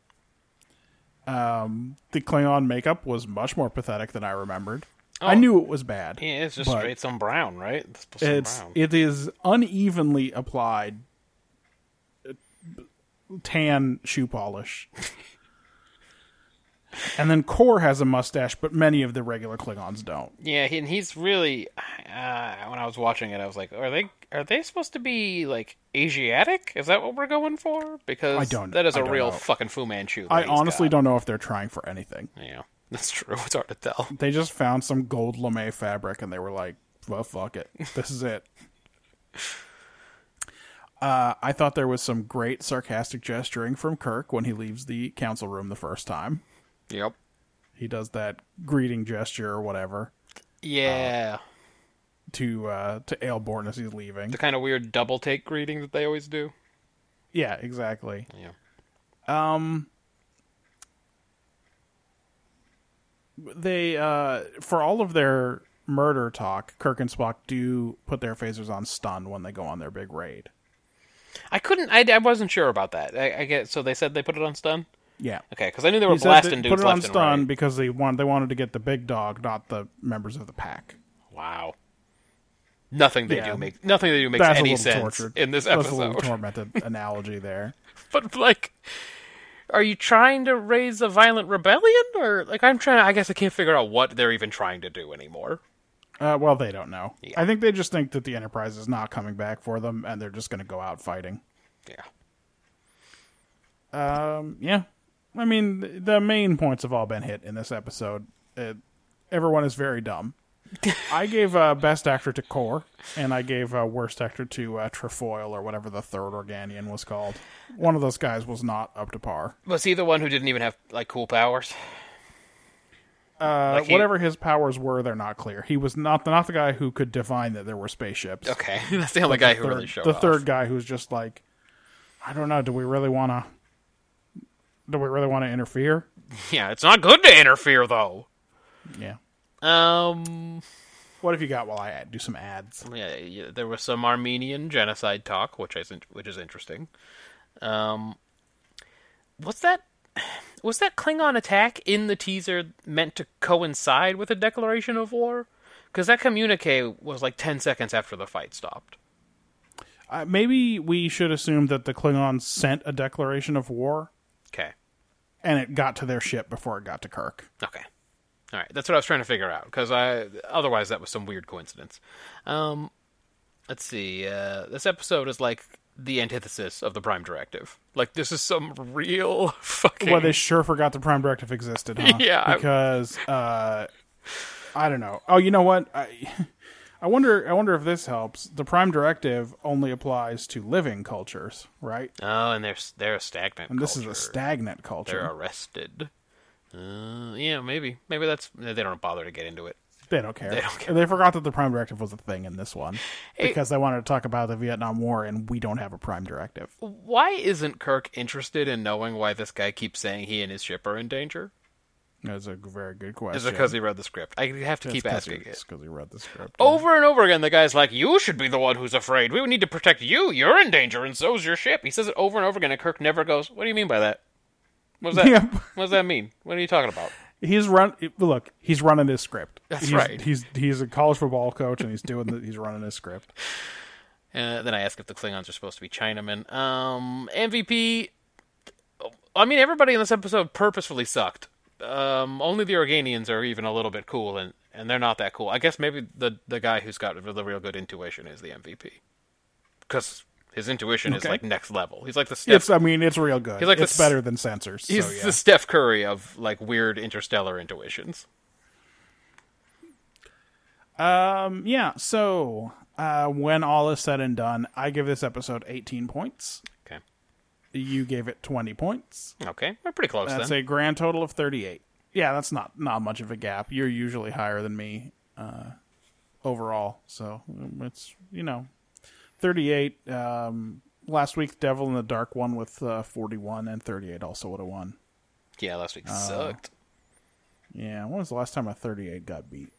[SPEAKER 3] The Klingon makeup was much more pathetic than I remembered.
[SPEAKER 2] Oh.
[SPEAKER 3] I knew it was bad.
[SPEAKER 2] Yeah, it's just
[SPEAKER 3] but
[SPEAKER 2] it's on brown, right? It's, supposed to be
[SPEAKER 3] It's
[SPEAKER 2] brown.
[SPEAKER 3] it is unevenly applied uh, tan shoe polish. and then Core has a mustache, but many of the regular Klingons don't.
[SPEAKER 2] yeah, he- and he's really. Uh, when I was watching it, I was like, "Are they are they supposed to be like Asiatic? Is that what we're going for?" Because
[SPEAKER 3] I don't-
[SPEAKER 2] That is
[SPEAKER 3] I
[SPEAKER 2] a
[SPEAKER 3] don't
[SPEAKER 2] real
[SPEAKER 3] know.
[SPEAKER 2] fucking Fu Manchu.
[SPEAKER 3] I honestly don't know if they're trying for anything.
[SPEAKER 2] don't. Yeah, that's true. It's hard to tell.
[SPEAKER 3] They just found some gold lame fabric and they were like, well, fuck it. This is it. Uh, I thought there was some great sarcastic gesturing from Kirk when he leaves the council room the first time.
[SPEAKER 2] Yep.
[SPEAKER 3] He does that greeting gesture or whatever. Uh,
[SPEAKER 2] Yeah,
[SPEAKER 3] to uh to Aelborn as he's leaving.
[SPEAKER 2] the kind of weird double take greeting that they always do.
[SPEAKER 3] Yeah, exactly.
[SPEAKER 2] Yeah.
[SPEAKER 3] They uh for all of their murder talk, Kirk and Spock do put their phasers on stun when they go on their big raid.
[SPEAKER 2] I couldn't. I, I wasn't sure about that. I, I get. So they said they put it on stun.
[SPEAKER 3] Yeah.
[SPEAKER 2] Okay, because I knew they were
[SPEAKER 3] He said
[SPEAKER 2] blasting
[SPEAKER 3] they
[SPEAKER 2] dudes
[SPEAKER 3] put it
[SPEAKER 2] left
[SPEAKER 3] on
[SPEAKER 2] and
[SPEAKER 3] stun
[SPEAKER 2] right.
[SPEAKER 3] because they want they wanted to get the big dog, not the members of the pack.
[SPEAKER 2] Wow. Nothing they
[SPEAKER 3] Yeah.
[SPEAKER 2] do make nothing they do makes
[SPEAKER 3] That's a
[SPEAKER 2] any
[SPEAKER 3] little
[SPEAKER 2] sense
[SPEAKER 3] tortured
[SPEAKER 2] in this
[SPEAKER 3] That's a little
[SPEAKER 2] episode.
[SPEAKER 3] tormented analogy there.
[SPEAKER 2] but like are you trying to raise a violent rebellion or like i'm trying i guess i can't figure out what they're even trying to do anymore
[SPEAKER 3] Uh, well, they don't know. I think they just think that the Enterprise is not coming back for them, and they're just going to go out fighting.
[SPEAKER 2] yeah
[SPEAKER 3] Yeah, I mean th- the main points have all been hit in this episode. Uh everyone is very dumb. I gave uh, best actor to Core, and I gave uh, worst actor to uh, Trefoil or whatever the third Organian was called. One of those guys was not up to par.
[SPEAKER 2] was he the one who didn't even have like cool powers
[SPEAKER 3] Uh,
[SPEAKER 2] Like he-
[SPEAKER 3] whatever his powers were, they're not clear. He was not the, not the guy who could divine that there were spaceships.
[SPEAKER 2] okay that's the only guy who
[SPEAKER 3] third-
[SPEAKER 2] really showed
[SPEAKER 3] the
[SPEAKER 2] off.
[SPEAKER 3] third guy who's just like, I don't know. Do we really want to? Do we really want to interfere?
[SPEAKER 2] yeah it's not good to interfere though
[SPEAKER 3] Yeah.
[SPEAKER 2] um
[SPEAKER 3] What have you got while I ad- do some ads?
[SPEAKER 2] yeah, yeah, there was some armenian genocide talk which is in- which is interesting um what's that was that Klingon attack in the teaser meant to coincide with a declaration of war? Because that communique was like 10 seconds after the fight stopped.
[SPEAKER 3] Uh, maybe we should assume that the Klingons sent a declaration of war
[SPEAKER 2] Okay.
[SPEAKER 3] and it got to their ship before it got to Kirk.
[SPEAKER 2] Okay. All right. That's what I was trying to figure out. Because I otherwise that was some weird coincidence. Um, let's see. Uh, this episode is like the antithesis of the Prime Directive. Like this is some real fucking.
[SPEAKER 3] Well, they sure forgot the Prime Directive existed, huh?
[SPEAKER 2] Yeah, I-
[SPEAKER 3] because uh, I don't know. Oh, you know what? I, I wonder. I wonder if this helps. The Prime Directive only applies to living cultures, right?
[SPEAKER 2] Oh, and they're s- they're a stagnant.
[SPEAKER 3] And this is a
[SPEAKER 2] culture.
[SPEAKER 3] stagnant culture.
[SPEAKER 2] They're arrested. Uh, yeah, maybe maybe that's they don't bother to get into it.
[SPEAKER 3] They don't care. They,
[SPEAKER 2] don't care.
[SPEAKER 3] forgot that the Prime Directive was a thing in this one because they wanted to talk about the Vietnam War, and we don't have a Prime Directive.
[SPEAKER 2] Why isn't Kirk interested in knowing why this guy keeps saying he and his ship are in danger?
[SPEAKER 3] That's a very good question.
[SPEAKER 2] Is it because he read the script? I have to keep asking it. Oh.
[SPEAKER 3] because he read the script.
[SPEAKER 2] Over and over again, the guy's like, "You should be the one who's afraid. We need to protect you. You're in danger, and so's your ship." He says it over and over again, and Kirk never goes, "What do you mean by that? What does that?
[SPEAKER 3] Yep.
[SPEAKER 2] What does that mean? What are you talking about?"
[SPEAKER 3] he's run. Look, he's running his script.
[SPEAKER 2] That's
[SPEAKER 3] he's,
[SPEAKER 2] right.
[SPEAKER 3] He's he's a college football coach, and he's doing the, he's running his script.
[SPEAKER 2] Uh, then I ask if the Klingons are supposed to be Chinamen. Um, MVP. I mean, everybody in this episode purposefully sucked. Um, only the Organians are even a little bit cool, and, and they're not that cool. I guess maybe the the guy who's got the real good intuition is the MVP, because his intuition is
[SPEAKER 3] Okay.
[SPEAKER 2] like next level. He's like the Steph.
[SPEAKER 3] It's I mean it's real good.
[SPEAKER 2] He's like
[SPEAKER 3] it's
[SPEAKER 2] this-
[SPEAKER 3] better than censors.
[SPEAKER 2] he's
[SPEAKER 3] so, yeah.
[SPEAKER 2] the Steph Curry of like weird interstellar intuitions.
[SPEAKER 3] Um, yeah. So uh, when all is said and done, I give this episode eighteen points.
[SPEAKER 2] Okay.
[SPEAKER 3] You gave it twenty points.
[SPEAKER 2] Okay, we're pretty close
[SPEAKER 3] That's
[SPEAKER 2] then.
[SPEAKER 3] a grand total of 38. Yeah, that's not not much of a gap. You're usually higher than me uh, overall, so um, it's you know 38. Um, last week's Devil in the Dark one with uh, 41 and 38 also would have won.
[SPEAKER 2] Yeah, last
[SPEAKER 3] Uh.
[SPEAKER 2] week sucked.
[SPEAKER 3] Yeah, when was the last time a 38 got beat?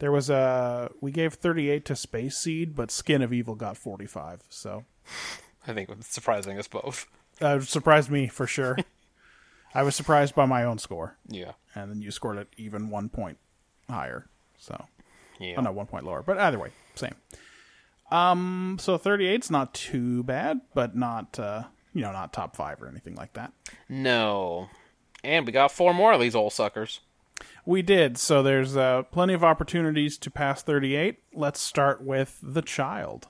[SPEAKER 3] There was a we gave 38 to Space Seed, but Skin of Evil got 45. So
[SPEAKER 2] I think it's surprising us both.
[SPEAKER 3] uh, it surprised me for sure. I was surprised by my own score.
[SPEAKER 2] Yeah.
[SPEAKER 3] and then you scored it even one point higher. So,
[SPEAKER 2] Yeah.
[SPEAKER 3] oh no, one point lower. But either way, same. Um, so 38's not too bad, but not uh, you know, not top five or anything like that.
[SPEAKER 2] No. And we got four more of these old suckers.
[SPEAKER 3] We did. So there's uh, plenty of opportunities to pass 38. Let's start with the child.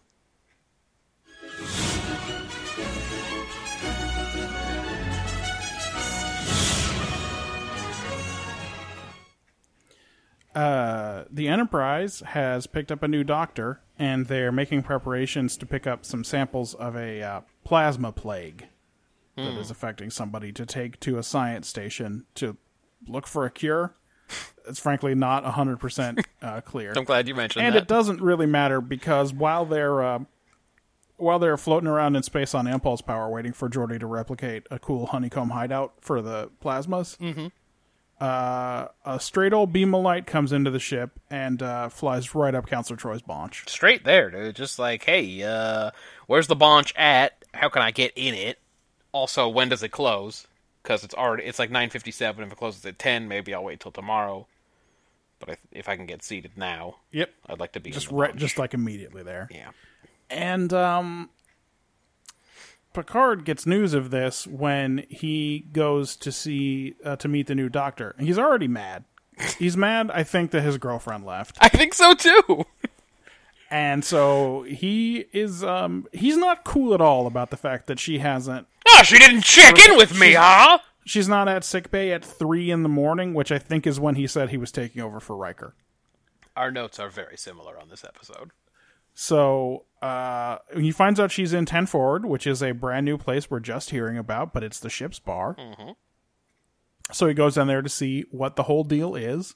[SPEAKER 3] Uh, the Enterprise has picked up a new doctor, and they're making preparations to pick up some samples of a uh, plasma plague that is affecting somebody to take to a science station to look for a cure. It's frankly not 100% uh, clear.
[SPEAKER 2] I'm glad you mentioned
[SPEAKER 3] and
[SPEAKER 2] that.
[SPEAKER 3] it doesn't really matter because while they're uh, while they're floating around in space on impulse power waiting for Geordi to replicate a cool honeycomb hideout for the plasmas, uh, a straight old beam of light comes into the ship and uh, flies right up Counselor Troy's bonch.
[SPEAKER 2] Straight there, dude. Just like, hey, uh, where's the bonch at? How can I get in it? Also, when does it close? because it's already it's like 9:57. If it closes at 10, maybe I'll wait till tomorrow. But I, if I can get seated now,
[SPEAKER 3] Yep.
[SPEAKER 2] I'd like to be in
[SPEAKER 3] Just
[SPEAKER 2] the
[SPEAKER 3] right,
[SPEAKER 2] bunch.
[SPEAKER 3] just like immediately there.
[SPEAKER 2] yeah.
[SPEAKER 3] And um, Picard gets news of this when he goes to see uh, to meet the new doctor. He's already mad. He's mad. I think that his girlfriend left,
[SPEAKER 2] I think so too.
[SPEAKER 3] and so he is um he's not cool at all about the fact that she hasn't.
[SPEAKER 2] Ah, she didn't check in with me, huh?
[SPEAKER 3] She's not at sick bay at three in the morning, which I think is when he said he was taking over for Riker.
[SPEAKER 2] Our notes are very similar on this episode.
[SPEAKER 3] So uh, he finds out she's in Ten Forward, which is a brand new place we're just hearing about, but it's the ship's bar. So he goes down there to see what the whole deal is,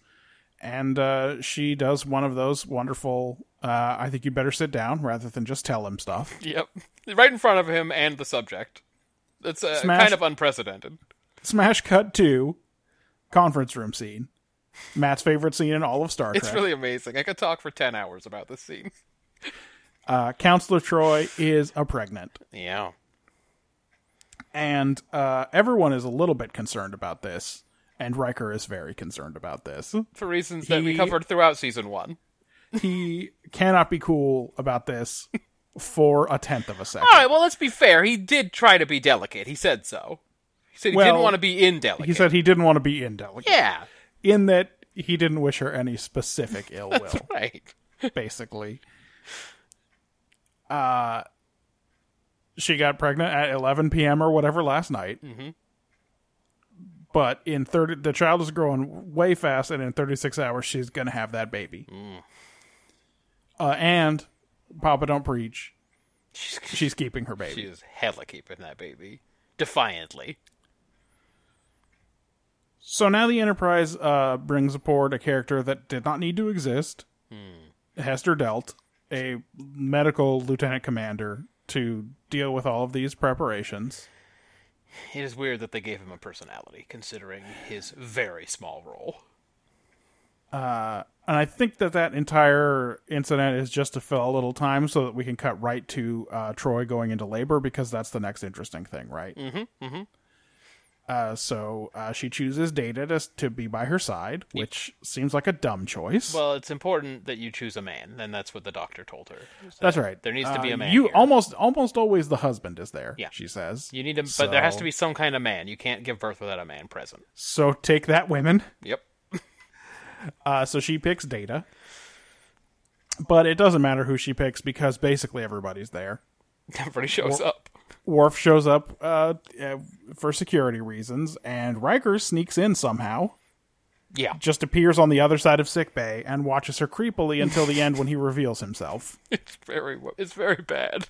[SPEAKER 3] and uh, she does one of those wonderful. Uh, I think you better sit down rather than just tell him stuff.
[SPEAKER 2] Yep, right in front of him and the subject. That's uh,
[SPEAKER 3] Smash-
[SPEAKER 2] kind of unprecedented.
[SPEAKER 3] Smash cut to conference room scene. Matt's favorite scene in all of Star Trek.
[SPEAKER 2] It's really amazing. I could talk for ten hours about this scene.
[SPEAKER 3] uh, Counselor Troy is a pregnant.
[SPEAKER 2] Yeah.
[SPEAKER 3] and uh, everyone is a little bit concerned about this, and Riker is very concerned about this.
[SPEAKER 2] for reasons that we
[SPEAKER 3] He-
[SPEAKER 2] covered throughout season one.
[SPEAKER 3] He cannot be cool about this for a tenth
[SPEAKER 2] Oh,
[SPEAKER 3] of a second.
[SPEAKER 2] All right, well, let's be fair. He did try to be delicate. He said so. He said he
[SPEAKER 3] Well,
[SPEAKER 2] didn't want to be indelicate.
[SPEAKER 3] He said he didn't want to be indelicate,
[SPEAKER 2] yeah,
[SPEAKER 3] in that he didn't wish her any specific ill will,
[SPEAKER 2] right.
[SPEAKER 3] basically. Uh, she got pregnant at 11 p.m. or whatever last night. Mm-hmm. But in 30, the child is growing way fast, and in 36 hours, she's going to have that baby. Uh, and Papa Don't Preach,
[SPEAKER 2] She's,
[SPEAKER 3] she's keeping her baby.
[SPEAKER 2] she's hella keeping that baby. Defiantly.
[SPEAKER 3] So now the Enterprise uh, brings aboard a character that did not need to exist, Hmm. Hester Delt, a medical lieutenant commander, to deal with all of these preparations.
[SPEAKER 2] It is weird that they gave him a personality, considering his very small role.
[SPEAKER 3] And I think that that entire incident is just to fill a little time so that we can cut right to uh, Troy going into labor because that's the next interesting thing, right? Mm-hmm. mm-hmm. Uh, so uh, she chooses Data to, to be by her side, which seems like a dumb choice.
[SPEAKER 2] Well, it's important that you choose a man, and that's what the doctor told her. So
[SPEAKER 3] That's right.
[SPEAKER 2] There needs to be
[SPEAKER 3] Uh,
[SPEAKER 2] a man.
[SPEAKER 3] You
[SPEAKER 2] here.
[SPEAKER 3] almost almost always the husband is there.
[SPEAKER 2] Yeah.
[SPEAKER 3] she says.
[SPEAKER 2] You need to, but there has
[SPEAKER 3] So-
[SPEAKER 2] to be some kind of man. You can't give birth without a man present.
[SPEAKER 3] So take that, women.
[SPEAKER 2] Yep.
[SPEAKER 3] Uh, so she picks Data, but it doesn't matter who she picks because basically everybody's there.
[SPEAKER 2] Everybody shows up.
[SPEAKER 3] Worf shows up uh, uh, for security reasons, and Riker sneaks in somehow.
[SPEAKER 2] Yeah.
[SPEAKER 3] Just appears on the other side of sick bay and watches her creepily until the end when he reveals himself.
[SPEAKER 2] It's very wo- it's very bad.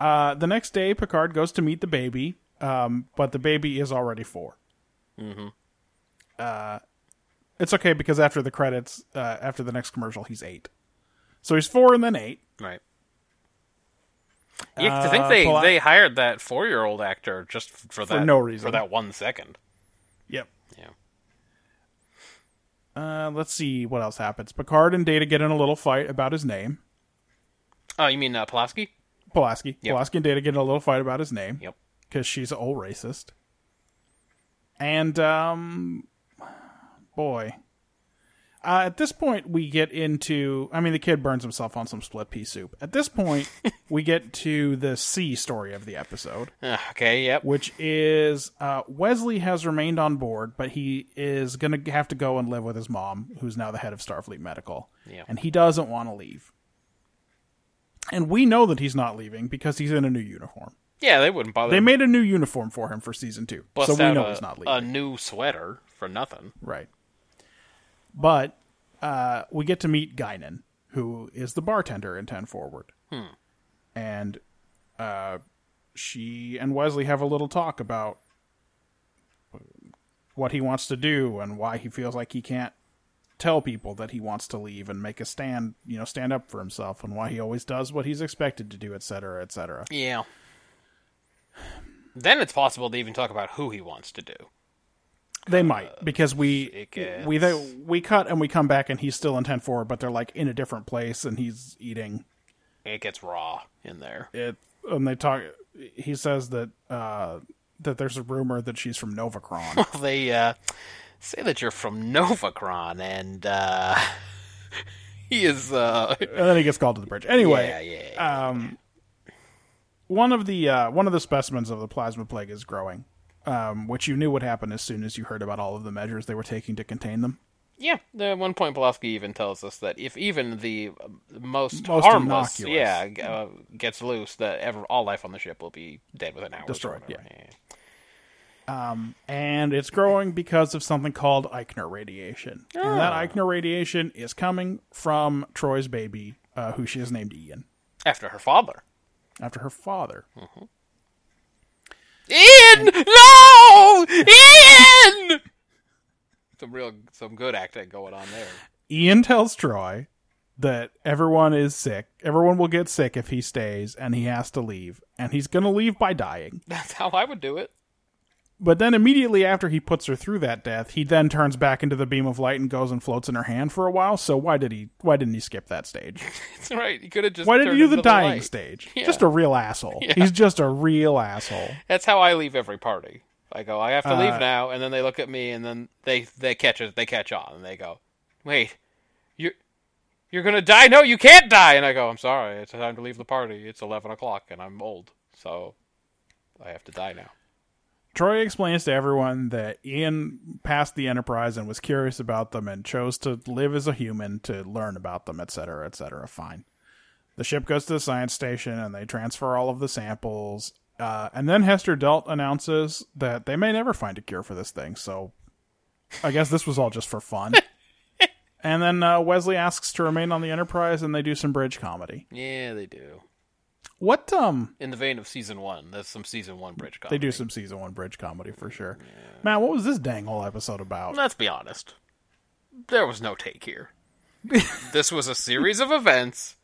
[SPEAKER 3] Uh, the next day, Picard goes to meet the baby, um, but the baby is already 4 Mm-hmm. Uh, it's okay because after the credits, uh, after the next commercial, he's eight. So he's four and then eight.
[SPEAKER 2] Right. Yeah, to think they,
[SPEAKER 3] Pla-
[SPEAKER 2] they hired that four year old actor just f- for that
[SPEAKER 3] no reason.
[SPEAKER 2] for that one second.
[SPEAKER 3] Yep.
[SPEAKER 2] Yeah.
[SPEAKER 3] Uh, let's see what else happens. Picard and Data get in a little fight about his name.
[SPEAKER 2] Oh, you mean uh, Pulaski?
[SPEAKER 3] Pulaski.
[SPEAKER 2] Yep.
[SPEAKER 3] Pulaski and Data get in a little fight about his name.
[SPEAKER 2] Yep.
[SPEAKER 3] because she's an old racist. And um, boy, uh, at this point we get into. I mean, the kid burns himself on some split pea soup. At this point, we get to the C story of the episode,
[SPEAKER 2] Uh, okay. Yep.
[SPEAKER 3] which is uh, Wesley has remained on board, but he is going to have to go and live with his mom, who's now the head of Starfleet Medical,
[SPEAKER 2] Yeah.
[SPEAKER 3] and he doesn't want to leave. And we know that he's not leaving because he's in a new uniform.
[SPEAKER 2] Yeah, they wouldn't bother.
[SPEAKER 3] They
[SPEAKER 2] to
[SPEAKER 3] made a new uniform for him for season two,
[SPEAKER 2] bust
[SPEAKER 3] so we
[SPEAKER 2] out
[SPEAKER 3] know
[SPEAKER 2] a,
[SPEAKER 3] he's not leaving.
[SPEAKER 2] a new sweater for nothing.
[SPEAKER 3] right. But uh, we get to meet Guinan, who is the bartender in Ten Forward,
[SPEAKER 2] Hmm.
[SPEAKER 3] and uh, she and Wesley have a little talk about what he wants to do and why he feels like he can't tell people that he wants to leave and make a stand, you know, stand up for himself, and why he always does what he's expected to do, et cetera, et cetera.
[SPEAKER 2] Yeah. Then it's possible to even talk about who he wants to do.
[SPEAKER 3] They
[SPEAKER 2] Uh,
[SPEAKER 3] might because we
[SPEAKER 2] it gets-
[SPEAKER 3] we they, we cut and we come back and he's still in ten four, but they're like in a different place and he's eating
[SPEAKER 2] It gets raw in there.
[SPEAKER 3] it. And they talk. He says that uh, that there's a rumor that she's from Novacron.
[SPEAKER 2] they uh, say that you're from Novacron, and uh, he is. Uh,
[SPEAKER 3] and then he gets called to the bridge. Anyway,
[SPEAKER 2] yeah, yeah.
[SPEAKER 3] Uh, one of the uh, one of the specimens of the plasma plague is growing, um, which you knew would happen as soon as you heard about all of the measures they were taking to contain them.
[SPEAKER 2] Yeah, at one point Pulaski even tells us that if even the uh, most,
[SPEAKER 3] Most
[SPEAKER 2] harmless,
[SPEAKER 3] innocuous.
[SPEAKER 2] yeah, g- uh, gets loose, that ever all life on the ship will be dead within hours. or
[SPEAKER 3] Destroyed,
[SPEAKER 2] whatever.
[SPEAKER 3] and it's growing because of something called Eichner radiation. And that Eichner radiation is coming from Troy's baby, uh, who she has named Ian,
[SPEAKER 2] After her father,
[SPEAKER 3] after her father.
[SPEAKER 2] Ian, no, Ian. some real, some good acting going on there.
[SPEAKER 3] Ian tells Troy that everyone is sick. Everyone will get sick if he stays, and he has to leave. And he's going to leave by dying.
[SPEAKER 2] That's how I would do it.
[SPEAKER 3] But then immediately after he puts her through that death, he then turns back into the beam of light and goes and floats in her hand for a while. So why did he? Why didn't he skip that stage?
[SPEAKER 2] That's right. You could have just.
[SPEAKER 3] Why did he
[SPEAKER 2] turned
[SPEAKER 3] do the
[SPEAKER 2] into
[SPEAKER 3] dying
[SPEAKER 2] light.
[SPEAKER 3] stage?
[SPEAKER 2] Yeah.
[SPEAKER 3] Just a real asshole. He's just a real asshole.
[SPEAKER 2] That's how I leave every party. I go, I have to leave now, and then they look at me, and then they they catch it, they catch on, and they go, wait, you're you're gonna die? No, you can't die. And I go, I'm sorry, it's time to leave the party. It's eleven o'clock, and I'm old, so I have to die now.
[SPEAKER 3] Troy explains to everyone that Ian passed the Enterprise and was curious about them and chose to live as a human to learn about them, etc., etc. Fine. The ship goes to the science station and they transfer all of the samples. Uh, and then Hester Delt announces that they may never find a cure for this thing, so I guess this was all just for fun. and then uh, Wesley asks to remain on the Enterprise and they do some bridge comedy.
[SPEAKER 2] Yeah, they do.
[SPEAKER 3] What, um,
[SPEAKER 2] In the vein of season one, there's some season one bridge
[SPEAKER 3] they
[SPEAKER 2] comedy.
[SPEAKER 3] do some season one bridge comedy for sure. Matt, what was this dang whole episode about?
[SPEAKER 2] Let's be honest, there was no take here. this was a series of events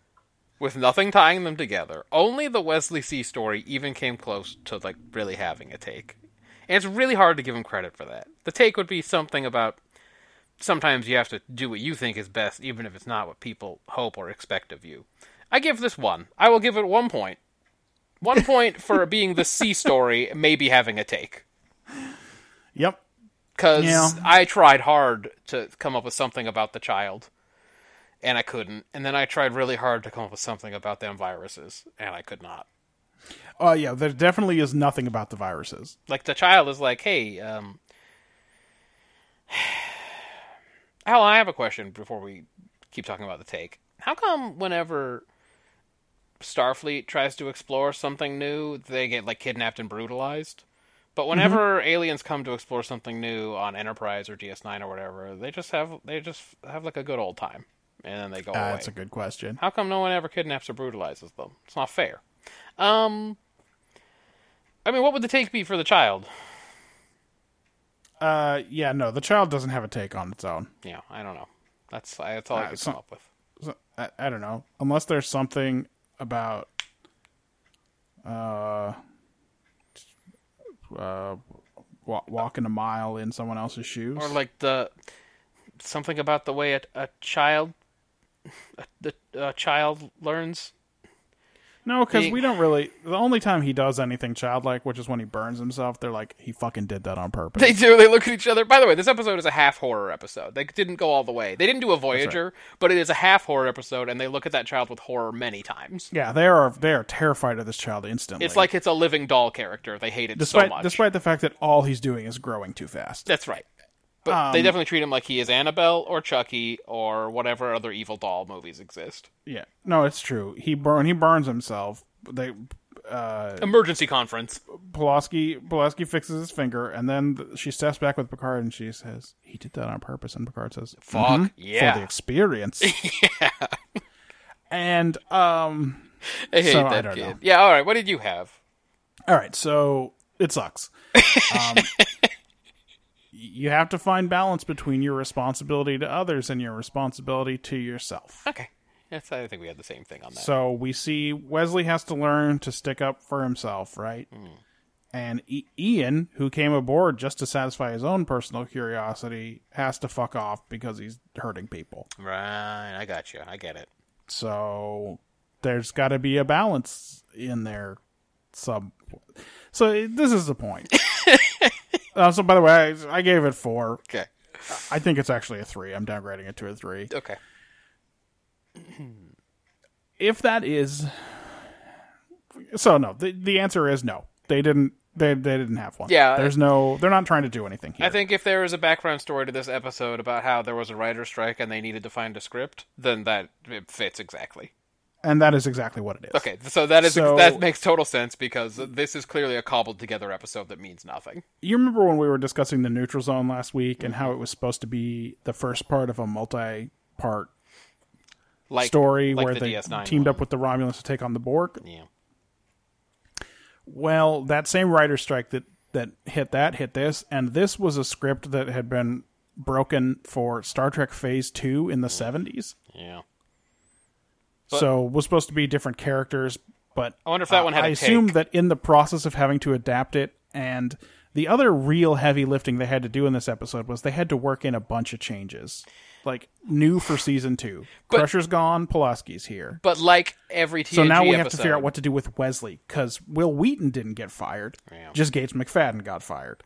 [SPEAKER 2] with nothing tying them together. Only the Wesley C story even came close to like really having a take. And it's really hard to give him credit for that. The take would be something about sometimes you have to do what you think is best even if it's not what people hope or expect of you. I give this one. I will give it 1 point. 1 point for being the C story maybe having a take
[SPEAKER 3] Yep.
[SPEAKER 2] because
[SPEAKER 3] Yeah.
[SPEAKER 2] I tried hard to come up with something about the child, and I couldn't. And then I tried really hard to come up with something about them viruses, and I could not.
[SPEAKER 3] Oh yeah, there definitely is nothing about the viruses.
[SPEAKER 2] Like the child is like, "Hey, um, Al, I have a question before we keep talking about the take. How come whenever Starfleet tries to explore something new, they get like kidnapped and brutalized? But
[SPEAKER 3] Mm-hmm.
[SPEAKER 2] whenever aliens come to explore something new on Enterprise or DS9 or whatever, they just have they just have like a good old time, and then they go
[SPEAKER 3] Uh,
[SPEAKER 2] away.
[SPEAKER 3] that's a good question.
[SPEAKER 2] Oh, How come no one ever kidnaps or brutalizes them? It's not fair. Um, I mean, what would the take be for the child?
[SPEAKER 3] Uh, yeah, no, the child doesn't have a take on its own.
[SPEAKER 2] Yeah, I don't know. That's I- that's all I could
[SPEAKER 3] some-
[SPEAKER 2] come up with.
[SPEAKER 3] So, I, I don't know, unless there's something about uh, uh, wa- walking a mile in someone else's shoes.
[SPEAKER 2] Or like the something about the way a, a child a, the a child learns.
[SPEAKER 3] no, because
[SPEAKER 2] being-
[SPEAKER 3] we don't really. The only time he does anything childlike, which is when he burns himself, they're like, he fucking did that on purpose.
[SPEAKER 2] They do. They look at each other. By the way, this episode is a half horror episode. They didn't go all the way. They didn't do a Voyager, but it is a half horror episode, and they look at that child with horror many times.
[SPEAKER 3] yeah, they are they are terrified of this child instantly.
[SPEAKER 2] It's like it's a living doll character. They hate it
[SPEAKER 3] despite
[SPEAKER 2] so much.
[SPEAKER 3] despite the fact that all he's doing is growing too fast.
[SPEAKER 2] That's right. But
[SPEAKER 3] Um,
[SPEAKER 2] they definitely treat him like he is Annabelle or Chucky or whatever other evil doll movies exist.
[SPEAKER 3] Yeah, no, it's true. He burn he burns himself. They uh,
[SPEAKER 2] Emergency conference.
[SPEAKER 3] Pulaski Pulaski fixes his finger, and then th- she steps back with Picard, and she says, "He did that on purpose." And Picard says,
[SPEAKER 2] Fuck
[SPEAKER 3] "Mhm,
[SPEAKER 2] yeah."
[SPEAKER 3] for the experience." yeah, and um,
[SPEAKER 2] I hate
[SPEAKER 3] So,
[SPEAKER 2] that
[SPEAKER 3] I don't
[SPEAKER 2] kid.
[SPEAKER 3] know.
[SPEAKER 2] Yeah. All right. What did you have?
[SPEAKER 3] all right, so it sucks. Um, y- you have to find balance between your responsibility to others and your responsibility to yourself.
[SPEAKER 2] Okay. Yes, I think we had the same thing on that.
[SPEAKER 3] So we see Wesley has to learn to stick up for himself, right? And I- Ian, who came aboard just to satisfy his own personal curiosity, has to fuck off because he's hurting people.
[SPEAKER 2] right. I got you. I get it.
[SPEAKER 3] So there's got to be a balance in there. Some. So it- this is the point. Uh, so by the way, I, I gave it four.
[SPEAKER 2] Okay.
[SPEAKER 3] I think it's actually a three. I'm downgrading it to a three.
[SPEAKER 2] Okay.
[SPEAKER 3] If that is, so no. The the answer is no. They didn't. They they didn't have one.
[SPEAKER 2] Yeah.
[SPEAKER 3] There's no. They're not trying to do anything here.
[SPEAKER 2] I think if there is a background story to this episode about how there was a writer's strike and they needed to find a script, then that it fits exactly.
[SPEAKER 3] and that is exactly what it is.
[SPEAKER 2] Okay, so that is
[SPEAKER 3] So-
[SPEAKER 2] that makes total sense because this is clearly a cobbled together episode that means nothing.
[SPEAKER 3] You remember when we were discussing the neutral zone last week and how it was supposed to be the first part of a multi-part
[SPEAKER 2] Like
[SPEAKER 3] story
[SPEAKER 2] like
[SPEAKER 3] where
[SPEAKER 2] the
[SPEAKER 3] they
[SPEAKER 2] DS9
[SPEAKER 3] teamed
[SPEAKER 2] one.
[SPEAKER 3] up with the Romulans to take on the Borg.
[SPEAKER 2] Yeah.
[SPEAKER 3] Well, that same writer's strike that that hit that hit this, and this was a script that had been broken for Star Trek Phase Two in the seventies.
[SPEAKER 2] Yeah.
[SPEAKER 3] So was supposed to be different characters, but
[SPEAKER 2] I wonder if that one had
[SPEAKER 3] I
[SPEAKER 2] a
[SPEAKER 3] assume
[SPEAKER 2] take.
[SPEAKER 3] that in the process of having to adapt it, and the other real heavy lifting they had to do in this episode was they had to work in a bunch of changes, like new for season two.
[SPEAKER 2] But-
[SPEAKER 3] Crusher's gone, Pulaski's here.
[SPEAKER 2] But like every TNG
[SPEAKER 3] So now we
[SPEAKER 2] E episode,
[SPEAKER 3] have to figure out what to do with Wesley because Will Wheaton didn't get fired,
[SPEAKER 2] Yeah.
[SPEAKER 3] just Gates McFadden got fired.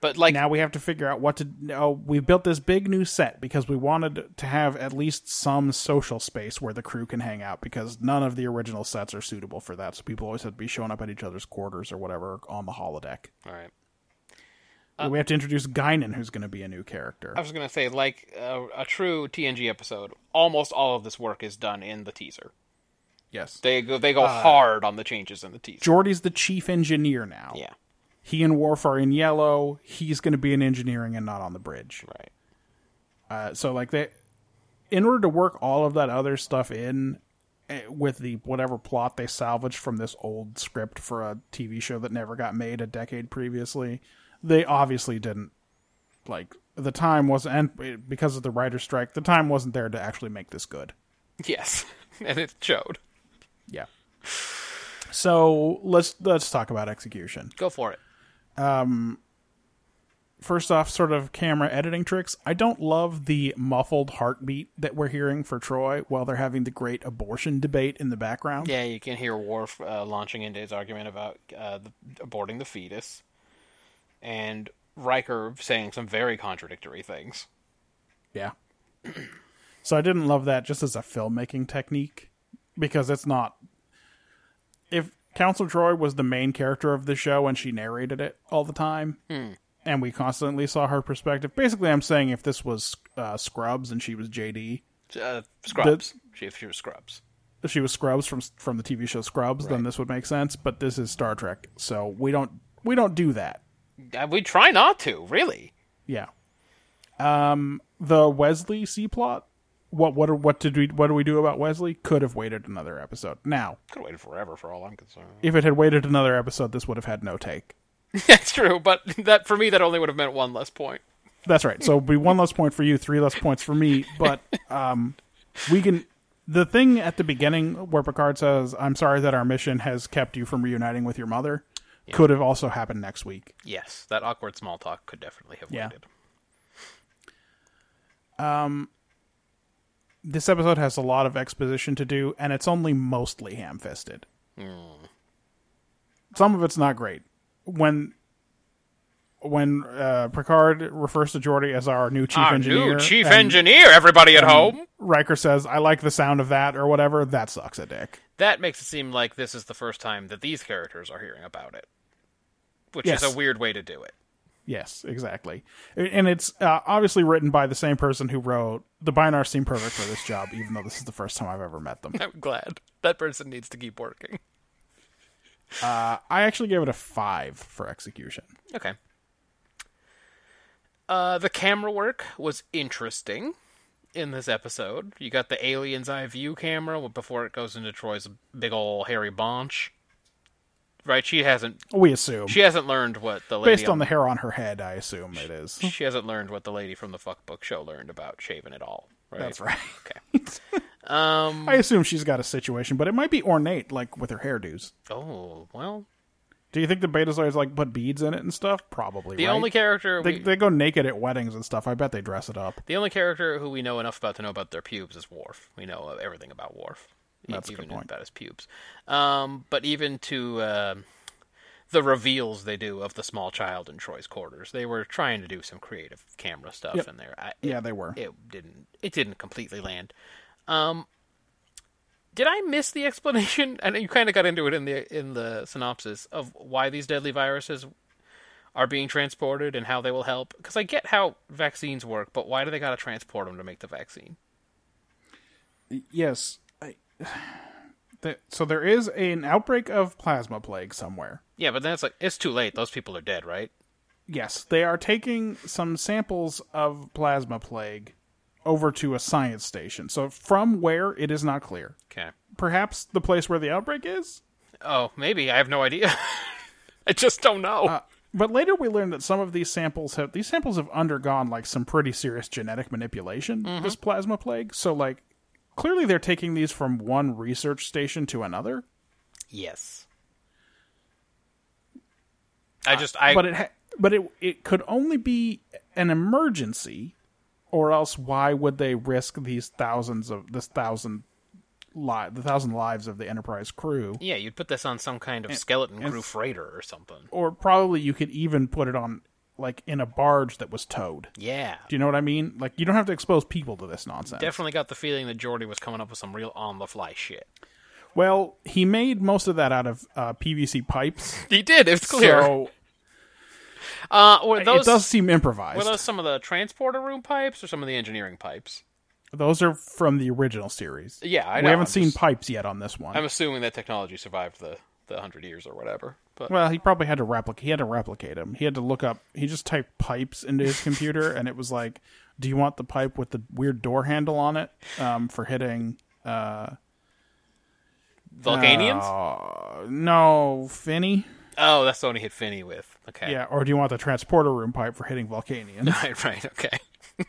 [SPEAKER 2] But like
[SPEAKER 3] Now we have to figure out what to. Oh, we built this big new set because we wanted to have at least some social space where the crew can hang out because none of the original sets are suitable for that. So people always have to be showing up at each other's quarters or whatever on the holodeck.
[SPEAKER 2] all right. Uh,
[SPEAKER 3] we have to introduce Guinan, who's going to be a new character.
[SPEAKER 2] I was gonna say, like uh, a true TNG episode, almost all of this work is done in the teaser.
[SPEAKER 3] yes,
[SPEAKER 2] They go, they go hard on the changes in the teaser.
[SPEAKER 3] Geordi's the chief engineer now.
[SPEAKER 2] yeah,
[SPEAKER 3] he and Worf are in yellow. He's going to be in engineering and not on the bridge.
[SPEAKER 2] right.
[SPEAKER 3] Uh, so like they, in order to work all of that other stuff in eh, with the whatever plot they salvaged from this old script for a TV show that never got made a decade previously, they obviously didn't like the time wasn't and eh, because of the writer's strike, the time wasn't there to actually make this good.
[SPEAKER 2] Yes, and it showed.
[SPEAKER 3] Yeah. So let's let's talk about execution.
[SPEAKER 2] Go for it.
[SPEAKER 3] first off, sort of camera editing tricks. I don't love the muffled heartbeat that we're hearing for Troy while they're having the great abortion debate in the background.
[SPEAKER 2] Yeah, you can hear Worf uh, launching into his argument about uh, the, aborting the fetus, and Riker saying some very contradictory things.
[SPEAKER 3] Yeah. so I didn't love that just as a filmmaking technique because it's not. If Council Troy was the main character of the show and she narrated it all the time. And we constantly saw her perspective. Basically, I'm saying if this was uh, Scrubs and she was JD,
[SPEAKER 2] Uh, scrubs. She, if she was Scrubs.
[SPEAKER 3] if she was Scrubs from from the TV show Scrubs, then this would make sense. But this is Star Trek, so we don't we don't do that.
[SPEAKER 2] Uh, we try not to, really.
[SPEAKER 3] Yeah. Um, the Wesley C plot. What what are- what did we what do we do about Wesley? Could have waited another episode. Now,
[SPEAKER 2] Could have waited forever, for all I'm concerned.
[SPEAKER 3] if it had waited another episode, this would have had no take.
[SPEAKER 2] That's true, but that for me, that only would have meant one less point.
[SPEAKER 3] That's right. So it'd be one less point for you, three less points for me. But um, we can. The thing at the beginning where Picard says, "I'm sorry that our mission has kept you from reuniting with your mother," could have also happened next week.
[SPEAKER 2] Yes, that awkward small talk could definitely have
[SPEAKER 3] Yeah.
[SPEAKER 2] waited.
[SPEAKER 3] this episode has a lot of exposition to do, and it's only mostly ham fisted. Some of it's not great. When when uh, Picard refers to Geordi as our new chief
[SPEAKER 2] Our
[SPEAKER 3] engineer,
[SPEAKER 2] new chief
[SPEAKER 3] and
[SPEAKER 2] engineer, everybody at home.
[SPEAKER 3] Riker says, "I like the sound of that" or whatever. That sucks a dick.
[SPEAKER 2] That makes it seem like this is the first time that these characters are hearing about it, which
[SPEAKER 3] Yes.
[SPEAKER 2] is a weird way to do it.
[SPEAKER 3] Yes, exactly. And it's uh, obviously written by the same person who wrote the Binars seem perfect for this job, even though this is the first time I've ever met them.
[SPEAKER 2] I'm glad that person needs to keep working.
[SPEAKER 3] I actually gave it a five for execution.
[SPEAKER 2] Okay. Uh, the camera work was interesting in this episode. You got the alien's eye view camera before it goes into Troy's big ol' hairy bonch. Right? She hasn't.
[SPEAKER 3] We assume,
[SPEAKER 2] She hasn't learned what the lady
[SPEAKER 3] based on the hair on her head, I assume it is.
[SPEAKER 2] she hasn't learned what the lady from the fuck book show learned about shaving at all. Right?
[SPEAKER 3] That's right.
[SPEAKER 2] Okay. um.
[SPEAKER 3] I assume she's got a situation, but it might be ornate, like with her hairdos.
[SPEAKER 2] Oh well.
[SPEAKER 3] Do you think the Betazoids like put beads in it and stuff? Probably.
[SPEAKER 2] The
[SPEAKER 3] right?
[SPEAKER 2] only character
[SPEAKER 3] they,
[SPEAKER 2] we,
[SPEAKER 3] they go naked at weddings and stuff. I bet they dress it up.
[SPEAKER 2] the only character who we know enough about to know about their pubes is Worf. We know everything about Worf. e-
[SPEAKER 3] That's a good
[SPEAKER 2] even
[SPEAKER 3] point.
[SPEAKER 2] about his pubes. Um. But even to um the reveals they do of the small child in Troy's quarters. They were trying to do some creative camera stuff
[SPEAKER 3] Yep.
[SPEAKER 2] in there. I,
[SPEAKER 3] Yeah, they were.
[SPEAKER 2] it didn't it didn't completely land. Um, did I miss the explanation? I know you kind of got into it in the in the synopsis of why these deadly viruses are being transported and how they will help. Because I get how vaccines work, but why do they got to transport them to make the vaccine?
[SPEAKER 3] Yes. I, the, so there is an outbreak of plasma plague somewhere.
[SPEAKER 2] Yeah, but then it's like it's too late. Those people are dead, right?
[SPEAKER 3] Yes, they are taking some samples of plasma plague over to a science station. So from where it is not clear.
[SPEAKER 2] Okay.
[SPEAKER 3] Perhaps the place where the outbreak is?
[SPEAKER 2] Oh, maybe I have no idea. I just don't know.
[SPEAKER 3] Uh, But later we learned that some of these samples have these samples have undergone like some pretty serious genetic manipulation. This plasma plague. So like clearly they're taking these from one research station to another.
[SPEAKER 2] yes. I just I
[SPEAKER 3] but it ha- but it it could only be an emergency, or else why would they risk these thousands of this thousand li- the thousand lives of the Enterprise crew?
[SPEAKER 2] Yeah, you'd put this on some kind of skeleton crew
[SPEAKER 3] it's-
[SPEAKER 2] freighter or something.
[SPEAKER 3] Or probably you could even put it on like in a barge that was towed.
[SPEAKER 2] Yeah.
[SPEAKER 3] Do you know what I mean? Like you don't have to expose people to this nonsense.
[SPEAKER 2] Definitely got the feeling that Jordy was coming up with some real on the fly shit.
[SPEAKER 3] Well, he made most of that out of uh, PVC pipes.
[SPEAKER 2] He did, it's clear.
[SPEAKER 3] So
[SPEAKER 2] uh, were those
[SPEAKER 3] it does seem improvised.
[SPEAKER 2] were those some of the transporter room pipes or some of the engineering pipes?
[SPEAKER 3] Those are from the original series.
[SPEAKER 2] Yeah, I
[SPEAKER 3] we
[SPEAKER 2] know,
[SPEAKER 3] haven't
[SPEAKER 2] I'm
[SPEAKER 3] seen
[SPEAKER 2] just-
[SPEAKER 3] pipes yet on this one.
[SPEAKER 2] I'm assuming that technology survived the the hundred years or whatever. But
[SPEAKER 3] Well, he probably had to replicate. He had to replicate him. He had to look up. He just typed pipes into his computer, and it was like, "Do you want the pipe with the weird door handle on it um, for hitting?"
[SPEAKER 2] Vulcanians?
[SPEAKER 3] Uh, no, Finny.
[SPEAKER 2] oh, that's the one he hit Finney with. Okay.
[SPEAKER 3] Yeah, or do you want the transporter room pipe for hitting Vulcanian?
[SPEAKER 2] Right, right, okay.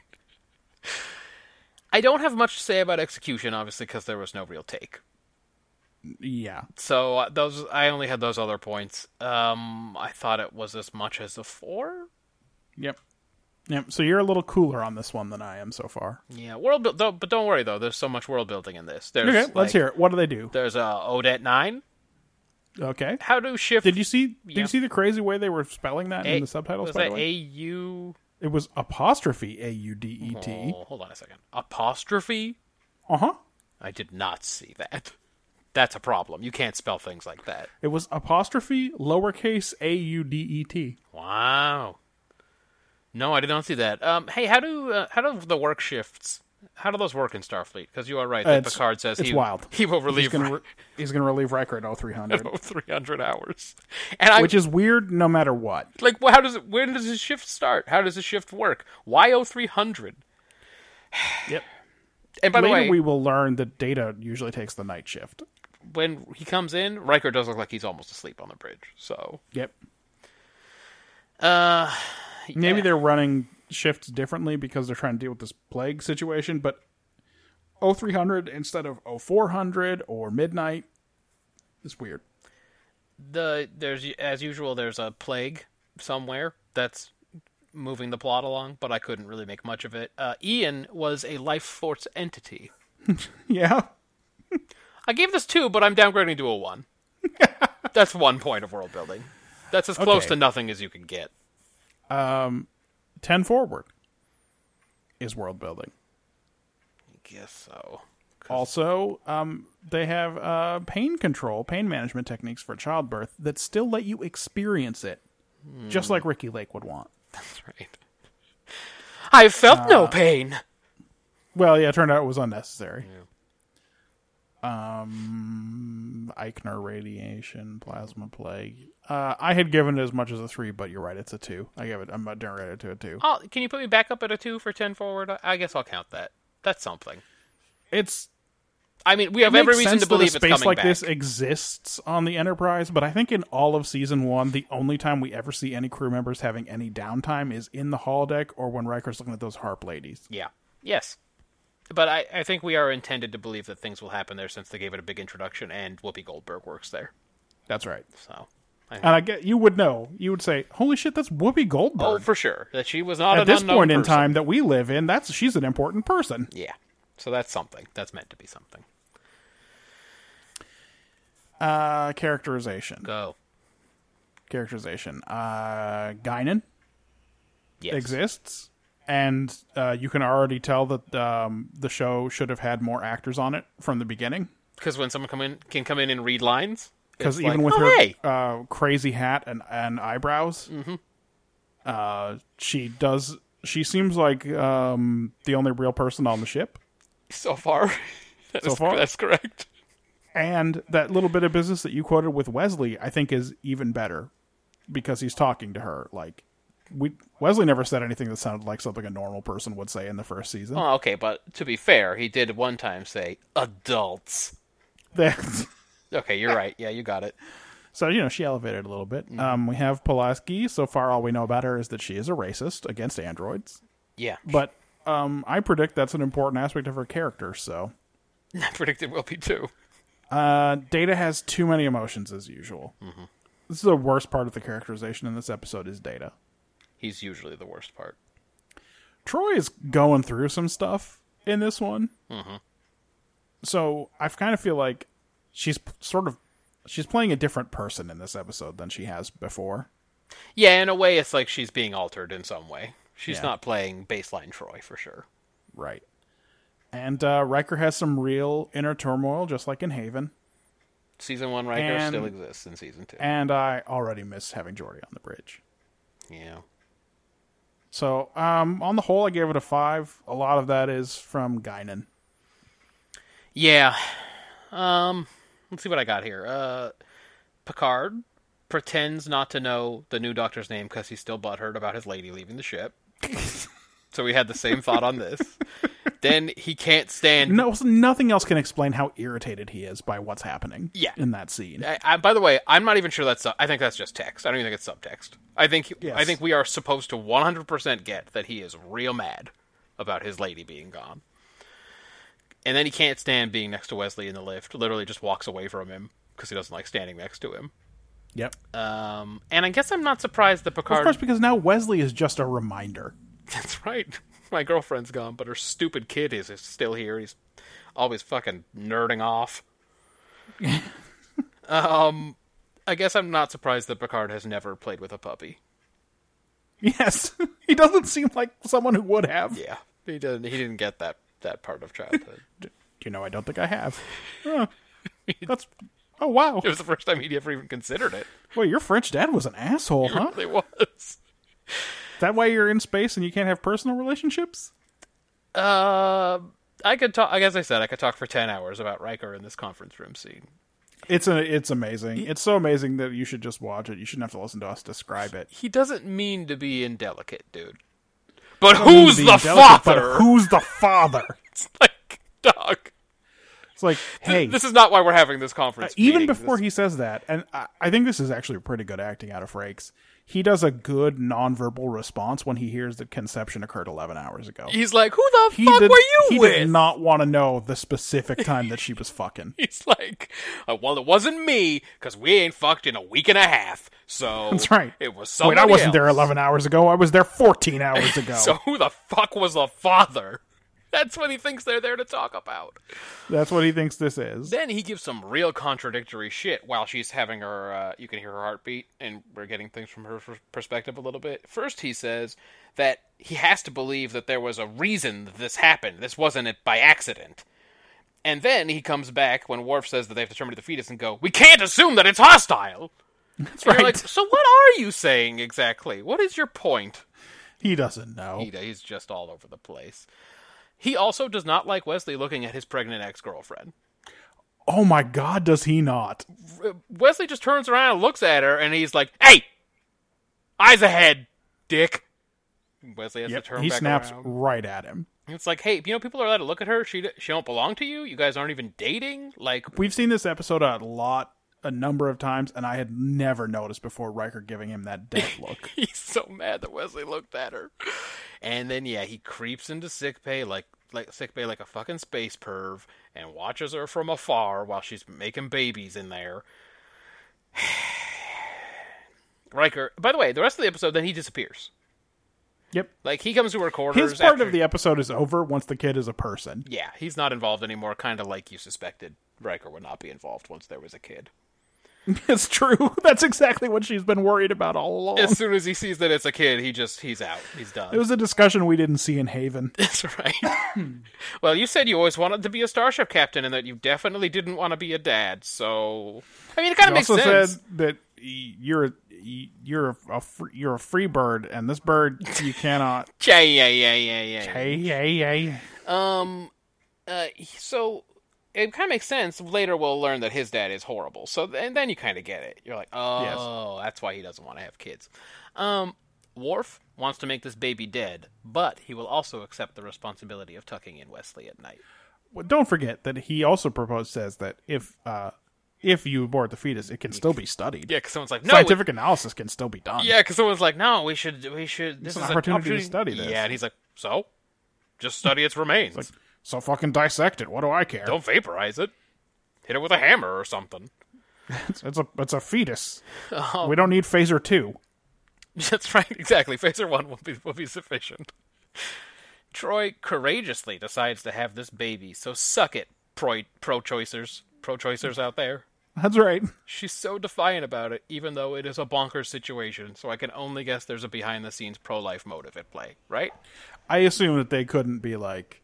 [SPEAKER 2] I don't have much to say about execution, obviously, because there was no real take.
[SPEAKER 3] yeah,
[SPEAKER 2] So uh, those I only had those other points. Um, I thought it was as much as a four.
[SPEAKER 3] yep, yep. So you're a little cooler on this one than I am so far.
[SPEAKER 2] Yeah, world build, though, but don't worry though. There's so much world building in this. There's,
[SPEAKER 3] Okay,
[SPEAKER 2] like,
[SPEAKER 3] let's hear it. What do they do?
[SPEAKER 2] There's uh, Odette nine.
[SPEAKER 3] Okay.
[SPEAKER 2] How do shift?
[SPEAKER 3] Did you see? Did
[SPEAKER 2] Yeah.
[SPEAKER 3] you see the crazy way they were spelling that in the subtitles?
[SPEAKER 2] Was
[SPEAKER 3] By
[SPEAKER 2] that
[SPEAKER 3] the way,
[SPEAKER 2] A U?
[SPEAKER 3] it was apostrophe a u d e t.
[SPEAKER 2] Oh, hold on a second. Apostrophe.
[SPEAKER 3] Uh huh.
[SPEAKER 2] I did not see that. That's a problem. You can't spell things like that.
[SPEAKER 3] It was apostrophe lowercase a u d e t.
[SPEAKER 2] Wow. No, I did not see that. Um, hey, how do uh, how do the work shifts? How do those work in Starfleet? Because you are right. that
[SPEAKER 3] Uh, it's-
[SPEAKER 2] Picard says
[SPEAKER 3] it's
[SPEAKER 2] he
[SPEAKER 3] wild.
[SPEAKER 2] he will
[SPEAKER 3] He's
[SPEAKER 2] relieve
[SPEAKER 3] gonna re- he's gonna relieve Riker at 0300,
[SPEAKER 2] Oh, 300 hours. And I
[SPEAKER 3] which is weird no matter what.
[SPEAKER 2] like well, how does it when does his shift start? How does his shift work? Why oh 300?
[SPEAKER 3] Yep.
[SPEAKER 2] And by
[SPEAKER 3] Later
[SPEAKER 2] the way,
[SPEAKER 3] we will learn that Data usually takes the night shift.
[SPEAKER 2] when he comes in, Riker does look like he's almost asleep on the bridge. So,
[SPEAKER 3] Yep.
[SPEAKER 2] uh
[SPEAKER 3] Maybe
[SPEAKER 2] yeah.
[SPEAKER 3] they're running shifts differently because they're trying to deal with this plague situation, but 0300 instead of 0400 or midnight is weird.
[SPEAKER 2] the there's as usual there's a plague somewhere that's moving the plot along, but I couldn't really make much of it. Uh Ian was a life force entity.
[SPEAKER 3] Yeah.
[SPEAKER 2] I gave this 2, but I'm downgrading to a 1. that's one point of world building. That's as close
[SPEAKER 3] Okay.
[SPEAKER 2] to nothing as you can get.
[SPEAKER 3] 10 forward is world building.
[SPEAKER 2] guess so.
[SPEAKER 3] Also, um, they have uh, pain control, pain management techniques for childbirth that still let you experience it, just
[SPEAKER 2] Hmm.
[SPEAKER 3] like Ricky Lake would want.
[SPEAKER 2] That's right. I felt no pain.
[SPEAKER 3] Well, yeah, it turned out it was unnecessary. Um, Eichner radiation, plasma plague. Uh, I had given it as much as a three, but you're right, it's a two. I gave it. I'm about to it to a two.
[SPEAKER 2] Oh, can you put me back up at a two for ten forward? I- I guess I'll count that. That's something.
[SPEAKER 3] It's
[SPEAKER 2] I mean, we have
[SPEAKER 3] It
[SPEAKER 2] every
[SPEAKER 3] makes
[SPEAKER 2] reason
[SPEAKER 3] sense
[SPEAKER 2] to believe
[SPEAKER 3] that a
[SPEAKER 2] it's
[SPEAKER 3] space
[SPEAKER 2] coming
[SPEAKER 3] like
[SPEAKER 2] back.
[SPEAKER 3] this exists on the Enterprise, but I think in all of season one, the only time we ever see any crew members having any downtime is in the holodeck or when Riker's looking at those harp ladies.
[SPEAKER 2] Yeah. Yes. But I, I think we are intended to believe that things will happen there since they gave it a big introduction and Whoopi Goldberg works there.
[SPEAKER 3] That's right.
[SPEAKER 2] So. I
[SPEAKER 3] And I get you would know. You would say, "Holy shit, that's Whoopi Goldberg."
[SPEAKER 2] oh, for sure. That she was not
[SPEAKER 3] at
[SPEAKER 2] an
[SPEAKER 3] this
[SPEAKER 2] unknown
[SPEAKER 3] point in
[SPEAKER 2] person.
[SPEAKER 3] time that we live in, that's she's an important person.
[SPEAKER 2] Yeah. So that's something. That's meant to be something.
[SPEAKER 3] Uh, characterization.
[SPEAKER 2] Go.
[SPEAKER 3] characterization. Uh, Guinan
[SPEAKER 2] Yes.
[SPEAKER 3] exists, and uh, you can already tell that um, the show should have had more actors on it from the beginning.
[SPEAKER 2] Because when someone come in can come in and read lines,
[SPEAKER 3] Because
[SPEAKER 2] it's
[SPEAKER 3] even
[SPEAKER 2] like,
[SPEAKER 3] with
[SPEAKER 2] "Oh,
[SPEAKER 3] her
[SPEAKER 2] hey!" Mm-hmm.
[SPEAKER 3] uh, crazy hat and, and eyebrows, uh, she does. She seems like um, the only real person on the ship.
[SPEAKER 2] so far, That
[SPEAKER 3] So
[SPEAKER 2] is-
[SPEAKER 3] far?
[SPEAKER 2] that's correct.
[SPEAKER 3] And that little bit of business that you quoted with Wesley, I think, is even better because he's talking to her. Like, we Wesley never said anything that sounded like something a normal person would say in the first season.
[SPEAKER 2] Oh, okay, but to be fair, he did one time say adults.
[SPEAKER 3] That's-
[SPEAKER 2] Okay, you're right. Yeah, you got it.
[SPEAKER 3] so you know she elevated a little bit. Um, we have Pulaski. So far, all we know about her is that she is a racist against androids.
[SPEAKER 2] Yeah,
[SPEAKER 3] But um, I predict that's an important aspect of her character. So
[SPEAKER 2] I predict it will be too.
[SPEAKER 3] uh, Data has too many emotions as usual. This is the worst part of the characterization in this episode is Data.
[SPEAKER 2] He's usually the worst part.
[SPEAKER 3] Troy is going through some stuff in this one. So I kind of feel like she's p- sort of she's playing a different person in this episode than she has before.
[SPEAKER 2] Yeah, in a way, it's like she's being altered in some way. She's
[SPEAKER 3] Yeah.
[SPEAKER 2] not playing baseline Troy for sure.
[SPEAKER 3] Right. And uh, Riker has some real inner turmoil, just like in Haven.
[SPEAKER 2] Season one Riker
[SPEAKER 3] And-
[SPEAKER 2] still exists in season two.
[SPEAKER 3] And I already miss having Jordy on the bridge.
[SPEAKER 2] yeah.
[SPEAKER 3] So um, on the whole, I gave it a five. A lot of that is from Guinan.
[SPEAKER 2] Yeah. Um, let's see what I got here. Uh, Picard pretends not to know the new Doctor's name because he's still butthurt about his lady leaving the ship. so we had the same thought on this. then he can't stand.
[SPEAKER 3] No, nothing else can explain how irritated he is by what's happening.
[SPEAKER 2] Yeah. Uh,
[SPEAKER 3] in that scene.
[SPEAKER 2] I, I, by the way, I'm not even sure that's. Su- I think that's just text. I don't even think it's subtext. I think I
[SPEAKER 3] Yes.
[SPEAKER 2] think we are supposed to 100% get that he is real mad about his lady being gone. And then he can't stand being next to Wesley in the lift. Literally, just walks away from him because he doesn't like standing next to him.
[SPEAKER 3] Yep.
[SPEAKER 2] Um, and I guess I'm not surprised that
[SPEAKER 3] Of
[SPEAKER 2] Picard.
[SPEAKER 3] course, because now Wesley is just a reminder.
[SPEAKER 2] That's right. My girlfriend's gone, but her stupid kid is, is still here. He's always fucking nerding off. um, I guess I'm not surprised that Picard has never played with a puppy.
[SPEAKER 3] Yes, he doesn't seem like someone who would have.
[SPEAKER 2] Yeah, he didn't. He didn't get that that part of childhood.
[SPEAKER 3] You know, I don't think I have. Huh. That's oh wow.
[SPEAKER 2] it was the first time he'd ever even considered it.
[SPEAKER 3] Well, your French dad was an asshole, huh?
[SPEAKER 2] It was.
[SPEAKER 3] Is that why you're in space and you can't have personal relationships?
[SPEAKER 2] Uh, I could talk. I guess I said I could talk for ten hours about Riker in this conference room scene.
[SPEAKER 3] It's a, it's amazing. It's so amazing that you should just watch it. You shouldn't have to listen to us describe it.
[SPEAKER 2] He doesn't mean to be indelicate, dude. But who's
[SPEAKER 3] Being
[SPEAKER 2] the
[SPEAKER 3] delicate, but
[SPEAKER 2] father?
[SPEAKER 3] Who's the father?
[SPEAKER 2] It's like, dog.
[SPEAKER 3] It's like, hey, Uh,
[SPEAKER 2] This is not why we're having this conference.
[SPEAKER 3] even
[SPEAKER 2] meeting.
[SPEAKER 3] before
[SPEAKER 2] This-
[SPEAKER 3] he says that, and I, I think this is actually pretty good acting out of Frakes. He does a good nonverbal response when he hears that conception occurred 11 hours ago.
[SPEAKER 2] he's like, "Who the
[SPEAKER 3] He
[SPEAKER 2] fuck
[SPEAKER 3] did,
[SPEAKER 2] were you
[SPEAKER 3] he
[SPEAKER 2] with?"
[SPEAKER 3] did not want to know the specific time that she was fucking.
[SPEAKER 2] He's like, uh, "Well, it wasn't me because we ain't fucked in a week and a half." So
[SPEAKER 3] That's right.
[SPEAKER 2] It was
[SPEAKER 3] Wait,
[SPEAKER 2] somebody
[SPEAKER 3] I wasn't there
[SPEAKER 2] else.
[SPEAKER 3] 11 hours ago. I was there 14 hours ago.
[SPEAKER 2] So who the fuck was the father? That's what he thinks they're there to talk about.
[SPEAKER 3] That's what he thinks this is.
[SPEAKER 2] Then he gives some real contradictory shit while she's having her. Uh, you can hear her heartbeat, and we're getting things from her pers- perspective a little bit. First, he says that he has to believe that there was a reason that this happened. This wasn't it by accident. And then he comes back when Worf says that they have to terminate the fetus and go, "We can't assume that it's hostile." That's
[SPEAKER 3] right.
[SPEAKER 2] like, so what are you saying exactly? What is your point?
[SPEAKER 3] He doesn't know.
[SPEAKER 2] He- he's just all over the place. He also does not like Wesley looking at his pregnant ex girlfriend.
[SPEAKER 3] oh my god, does he not?
[SPEAKER 2] Wesley just turns around and looks at her, and he's like, "Hey, eyes ahead, dick." Wesley has
[SPEAKER 3] Yep,
[SPEAKER 2] to turn
[SPEAKER 3] he
[SPEAKER 2] back
[SPEAKER 3] snaps
[SPEAKER 2] around.
[SPEAKER 3] right at him.
[SPEAKER 2] It's like, "Hey, you know, people are allowed to look at her. She d- she don't belong to you. You guys aren't even dating. Like,
[SPEAKER 3] We've seen this episode a lot, a number of times, and I had never noticed before Riker giving him that death look.
[SPEAKER 2] he's so mad that Wesley looked at her." And then yeah, he creeps into sick bay like like sick bay like a fucking space perv, and watches her from afar while she's making babies in there. Riker. By the way, the rest of the episode, then he disappears.
[SPEAKER 3] yep.
[SPEAKER 2] Like he comes to her quarters.
[SPEAKER 3] His part
[SPEAKER 2] after-
[SPEAKER 3] of the episode is over once the kid is a person.
[SPEAKER 2] yeah, he's not involved anymore. Kind of like you suspected, Riker would not be involved once there was a kid.
[SPEAKER 3] It's true. That's exactly what she's been worried about all along.
[SPEAKER 2] As soon as he sees that it's a kid, he just he's out. He's done.
[SPEAKER 3] It was a discussion we didn't see in Haven.
[SPEAKER 2] That's right. well, you said you always wanted to be a starship captain, and that you definitely didn't want to be a dad. So, I mean, it kind of
[SPEAKER 3] He
[SPEAKER 2] makes
[SPEAKER 3] also
[SPEAKER 2] sense.
[SPEAKER 3] said that y- you're y- you're a free, you're a free bird, and this bird you cannot.
[SPEAKER 2] yeah, yeah, yeah, yeah, yeah.
[SPEAKER 3] hey, hey, hey.
[SPEAKER 2] Um, uh, so it kind of makes sense. Later, we'll learn that his dad is horrible. So, th- and then you kind of get it. You're like, oh, that's why he doesn't want to have kids. Um, Worf wants to make this baby dead, but he will also accept the responsibility of tucking in Wesley at night.
[SPEAKER 3] Well, don't forget that he also proposed says that if uh, if you abort the fetus, it can still be studied.
[SPEAKER 2] Yeah, because someone's like, no,
[SPEAKER 3] Scientific analysis can still be done.
[SPEAKER 2] Yeah, because someone's like, no, we should, we should. This
[SPEAKER 3] an
[SPEAKER 2] is
[SPEAKER 3] opportunity to
[SPEAKER 2] an opportunity
[SPEAKER 3] study this.
[SPEAKER 2] Yeah, and he's like, so, just study its remains.
[SPEAKER 3] So fucking dissect it. What do I care?
[SPEAKER 2] Don't vaporize it. Hit it with a hammer or something.
[SPEAKER 3] It's, it's a it's a fetus.
[SPEAKER 2] Oh.
[SPEAKER 3] We don't need phaser two.
[SPEAKER 2] That's right, exactly. Phaser one will be will be sufficient. Troy courageously decides to have this baby, so suck it, pro pro choicers, pro choicers out there.
[SPEAKER 3] That's right.
[SPEAKER 2] She's so defiant about it, even though it is a bonkers situation. So I can only guess there's a behind the scenes pro life motive at play, right?
[SPEAKER 3] I assume that they couldn't be like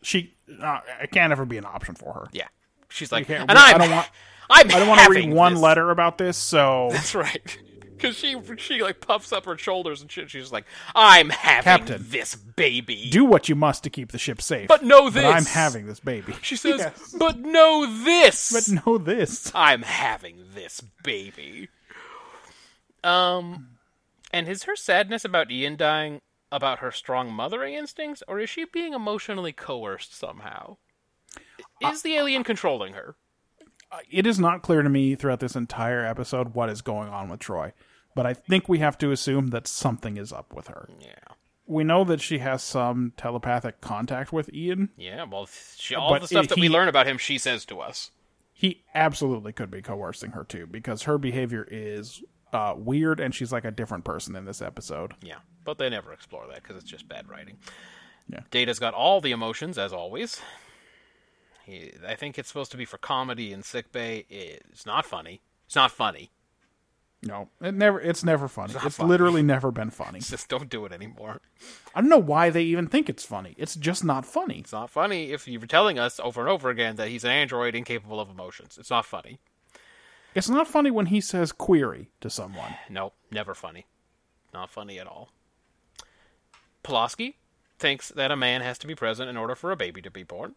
[SPEAKER 3] she. Uh, it can't ever be an option for her.
[SPEAKER 2] Yeah, she's like,
[SPEAKER 3] can't
[SPEAKER 2] and
[SPEAKER 3] re- I
[SPEAKER 2] I'm,
[SPEAKER 3] don't want-
[SPEAKER 2] I'm
[SPEAKER 3] I don't want to read
[SPEAKER 2] having
[SPEAKER 3] one
[SPEAKER 2] this."
[SPEAKER 3] letter about this, so
[SPEAKER 2] That's right. Because she she like puffs up her shoulders and shit. She's like, I'm having
[SPEAKER 3] Captain.
[SPEAKER 2] this baby.
[SPEAKER 3] do what you must to keep the ship safe.
[SPEAKER 2] But know this.
[SPEAKER 3] I'm having this baby.
[SPEAKER 2] She says,
[SPEAKER 3] Yes.
[SPEAKER 2] but know this.
[SPEAKER 3] But know this.
[SPEAKER 2] I'm having this baby. Um, and is her sadness about Ian dying about her strong mothering instincts, or is she being emotionally coerced somehow? Is the alien controlling her?
[SPEAKER 3] It is not clear to me throughout this entire episode what is going on with Troy, but I think we have to assume that something is up with her.
[SPEAKER 2] Yeah.
[SPEAKER 3] We know that she has some telepathic contact with Ian.
[SPEAKER 2] Yeah, well, she, all
[SPEAKER 3] But
[SPEAKER 2] the stuff
[SPEAKER 3] it-
[SPEAKER 2] that we
[SPEAKER 3] he-
[SPEAKER 2] learn about him, she says to us.
[SPEAKER 3] He absolutely could be coercing her too, because her behavior is uh, weird, and she's like a different person in this episode.
[SPEAKER 2] Yeah, but they never explore that because it's just bad writing.
[SPEAKER 3] Yeah.
[SPEAKER 2] Data's got all the emotions as always. He, I think it's supposed to be for comedy in sick bay. It's not funny. It's not funny.
[SPEAKER 3] No, it never. It's never funny. It's,
[SPEAKER 2] funny.
[SPEAKER 3] literally never been funny.
[SPEAKER 2] Just don't do it anymore.
[SPEAKER 3] I don't know why they even think it's funny. It's just not funny.
[SPEAKER 2] It's not funny if you were telling us over and over again that he's an android incapable of emotions. It's not funny.
[SPEAKER 3] It's not funny when he says query to someone.
[SPEAKER 2] Nope, never funny. Not funny at all. Pulaski thinks that a man has to be present in order for a baby to be born.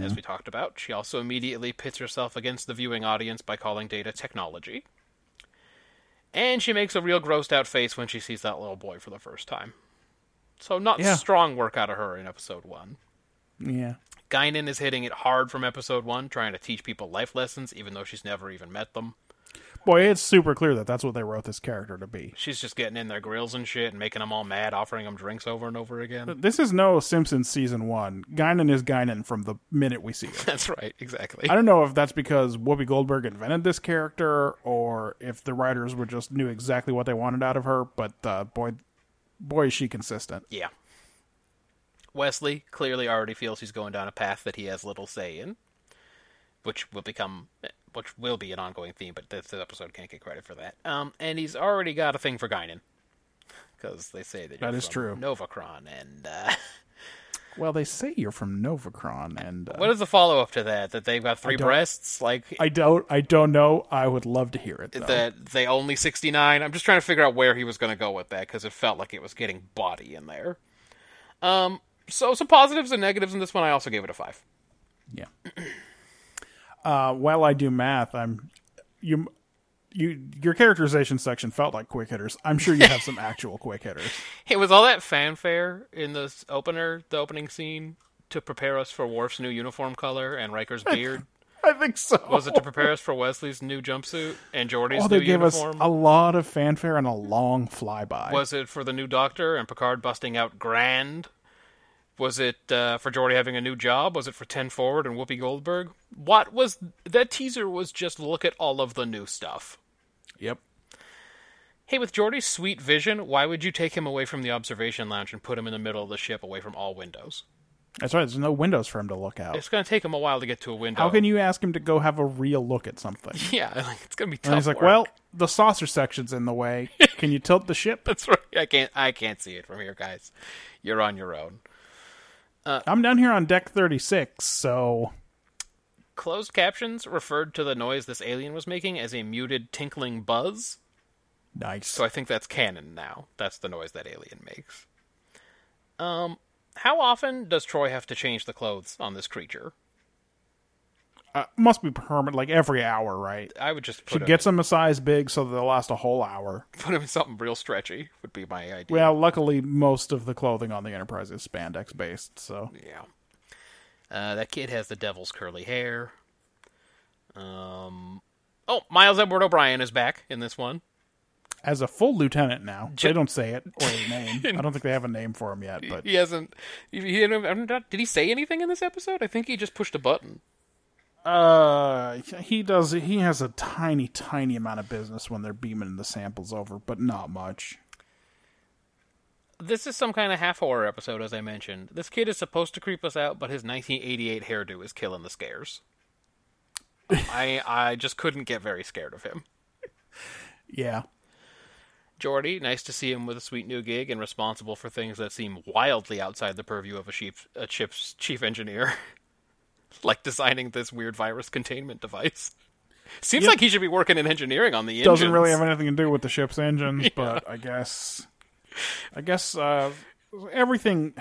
[SPEAKER 2] As we talked about, she also immediately pits herself against the viewing audience by calling data technology. And she makes a real grossed out face when she sees that little boy for the first time. So, not
[SPEAKER 3] Yeah.
[SPEAKER 2] strong work out of her in episode one.
[SPEAKER 3] Yeah.
[SPEAKER 2] Guinan is hitting it hard from episode one, trying to teach people life lessons, even though she's never even met them.
[SPEAKER 3] Boy, it's super clear that that's what they wrote this character to be.
[SPEAKER 2] She's just getting in their grills and shit and making them all mad, offering them drinks over and over again.
[SPEAKER 3] This is no Simpsons season one. Guinan is Guinan from the minute we see her.
[SPEAKER 2] That's right, exactly.
[SPEAKER 3] I don't know if that's because Whoopi Goldberg invented this character or if the writers were just knew exactly what they wanted out of her, but uh, boy, boy, is she consistent.
[SPEAKER 2] Yeah. Wesley clearly already feels he's going down a path that he has little say in, which will become, which will be an ongoing theme, but this episode can't get credit for that. Um, and he's already got a thing for Guinan. Because they say that you're
[SPEAKER 3] That is
[SPEAKER 2] from
[SPEAKER 3] true.
[SPEAKER 2] Novacron, and uh,
[SPEAKER 3] Well, they say you're from Novacron, and uh,
[SPEAKER 2] what is the follow up to that? That they've got three
[SPEAKER 3] don't-
[SPEAKER 2] breasts, like
[SPEAKER 3] I don't, I don't know. I would love to hear it. Though.
[SPEAKER 2] that they only 69. I'm just trying to figure out where he was going to go with that because it felt like it was getting body in there. Um, so some positives and negatives in this one. I also gave it a five.
[SPEAKER 3] Yeah. Uh, while I do math, I'm you. You your characterization section felt like quick hitters. I'm sure you have some actual quick hitters.
[SPEAKER 2] It was all that fanfare in the s- opener, the opening scene, to prepare us for Worf's new uniform color and Riker's beard.
[SPEAKER 3] I think so.
[SPEAKER 2] was it to prepare us for Wesley's new jumpsuit and Geordi's
[SPEAKER 3] oh,
[SPEAKER 2] new
[SPEAKER 3] they gave
[SPEAKER 2] uniform?
[SPEAKER 3] us a lot of fanfare and a long flyby.
[SPEAKER 2] Was it for the new Doctor and Picard busting out Grand? Was it uh, for Geordi having a new job? Was it for Ten Forward and Whoopi Goldberg? What was that teaser? Was just look at all of the new stuff.
[SPEAKER 3] yep.
[SPEAKER 2] Hey, with Geordi's sweet vision, why would you take him away from the observation lounge and put him in the middle of the ship, away from all windows?
[SPEAKER 3] That's right. There's no windows for him to look out.
[SPEAKER 2] It's going to take him a while to get to a window.
[SPEAKER 3] How can you ask him to go have a real look at something?
[SPEAKER 2] Yeah, like, it's going to be tough.
[SPEAKER 3] And he's like,
[SPEAKER 2] work.
[SPEAKER 3] "Well, the saucer section's in the way. Can you tilt the ship?
[SPEAKER 2] that's right. I can't. I can't see it from here, guys. You're on your own." Uh.
[SPEAKER 3] I'm down here on deck 36, so
[SPEAKER 2] Closed captions referred to the noise this alien was making as a muted tinkling buzz.
[SPEAKER 3] nice.
[SPEAKER 2] So I think that's canon now. That's the noise that alien makes. Um, how often does Troy have to change the clothes on this creature?
[SPEAKER 3] Uh, Must be permanent, like every hour, right?
[SPEAKER 2] I would just
[SPEAKER 3] She
[SPEAKER 2] put him,
[SPEAKER 3] gets them a size big so they'll last a whole hour.
[SPEAKER 2] put him in something real stretchy. Would be my idea.
[SPEAKER 3] Well, luckily, most of the clothing on the Enterprise is spandex based, so
[SPEAKER 2] Yeah. Uh, that kid has the devil's curly hair. Um. Oh, Miles Edward O'Brien is back in this one.
[SPEAKER 3] as a full lieutenant now, they don't say it or his name. I don't think they have a name for him yet, but
[SPEAKER 2] He hasn't. He, he didn't, I'm not- did he say anything in this episode? I think he just pushed a button.
[SPEAKER 3] uh, he does. He has a tiny, tiny amount of business when they're beaming the samples over, but not much.
[SPEAKER 2] This is some kind of half horror episode, as I mentioned. This kid is supposed to creep us out, but his 1988 hairdo is killing the scares. I I just couldn't get very scared of him.
[SPEAKER 3] Yeah,
[SPEAKER 2] Jordy, nice to see him with a sweet new gig and responsible for things that seem wildly outside the purview of a chief a chip's chief engineer, like designing this weird virus containment device. Seems like he should be working in engineering on the
[SPEAKER 3] doesn't
[SPEAKER 2] engines.
[SPEAKER 3] really have anything to do with the ship's engines, but I guess, I guess uh, everything,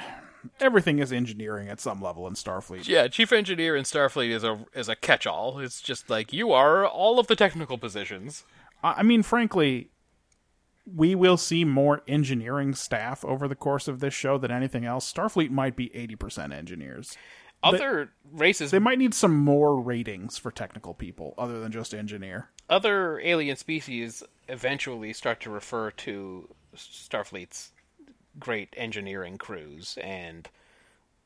[SPEAKER 3] everything is engineering at some level in Starfleet.
[SPEAKER 2] Yeah, chief engineer in Starfleet is a is a catch-all. It's just like you are all of the technical positions.
[SPEAKER 3] I I mean, frankly, we will see more engineering staff over the course of this show than anything else. Starfleet might be 80% engineers.
[SPEAKER 2] Other races,
[SPEAKER 3] They might need some more ratings for technical people other than just engineer.
[SPEAKER 2] other alien species eventually start to refer to Starfleet's great engineering crews and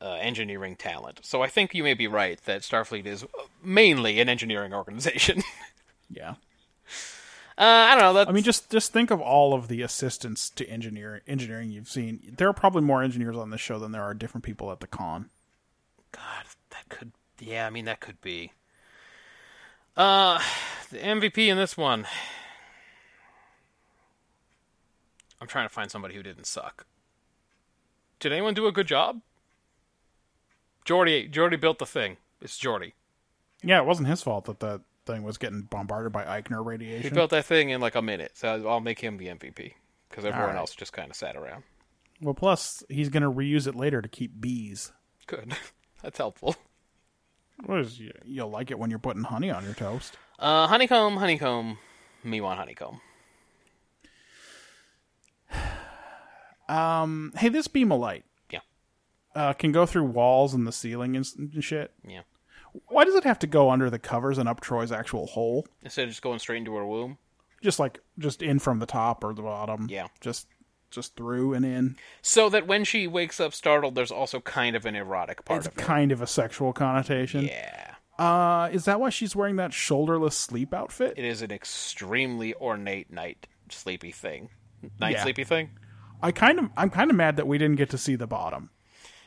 [SPEAKER 2] uh, engineering talent. So I think you may be right that Starfleet is mainly an engineering organization.
[SPEAKER 3] Yeah.
[SPEAKER 2] uh, I don't know. That's,
[SPEAKER 3] I mean, just just think of all of the assistants to engineer engineering you've seen. There are probably more engineers on this show than there are different people at the con.
[SPEAKER 2] God, Ah, that could. Yeah, I mean that could be. Uh, the MVP in this one. I'm trying to find somebody who didn't suck. Did anyone do a good job? Jordy, Jordy built the thing. It's Jordy.
[SPEAKER 3] Yeah, it wasn't his fault that that thing was getting bombarded by Eichner
[SPEAKER 2] He
[SPEAKER 3] radiation.
[SPEAKER 2] built that thing in like a minute, so I'll make him the MVP because everyone
[SPEAKER 3] right.
[SPEAKER 2] else just kind of sat around.
[SPEAKER 3] well, plus he's going to reuse it later to keep bees.
[SPEAKER 2] Good, that's helpful.
[SPEAKER 3] What is, you'll like it when you're putting honey on your toast.
[SPEAKER 2] Uh, honeycomb, honeycomb, me want honeycomb.
[SPEAKER 3] Hey, this beam of light
[SPEAKER 2] Yeah,
[SPEAKER 3] uh, can go through walls and the ceiling and, s- and shit.
[SPEAKER 2] yeah.
[SPEAKER 3] Why does it have to go under the covers and up Troy's actual hole?
[SPEAKER 2] Instead of just going straight into her womb,
[SPEAKER 3] Just like just in from the top or the bottom.
[SPEAKER 2] Yeah.
[SPEAKER 3] just just through and in.
[SPEAKER 2] so that when she wakes up startled, there's also kind of an erotic part
[SPEAKER 3] It's
[SPEAKER 2] of it.
[SPEAKER 3] kind of a sexual connotation.
[SPEAKER 2] Yeah,
[SPEAKER 3] Uh, is that why she's wearing that shoulderless sleep outfit?
[SPEAKER 2] it is an extremely ornate night sleepy thing. Night
[SPEAKER 3] Yeah.
[SPEAKER 2] sleepy thing.
[SPEAKER 3] I kind of I'm kind of mad that we didn't get to see the bottom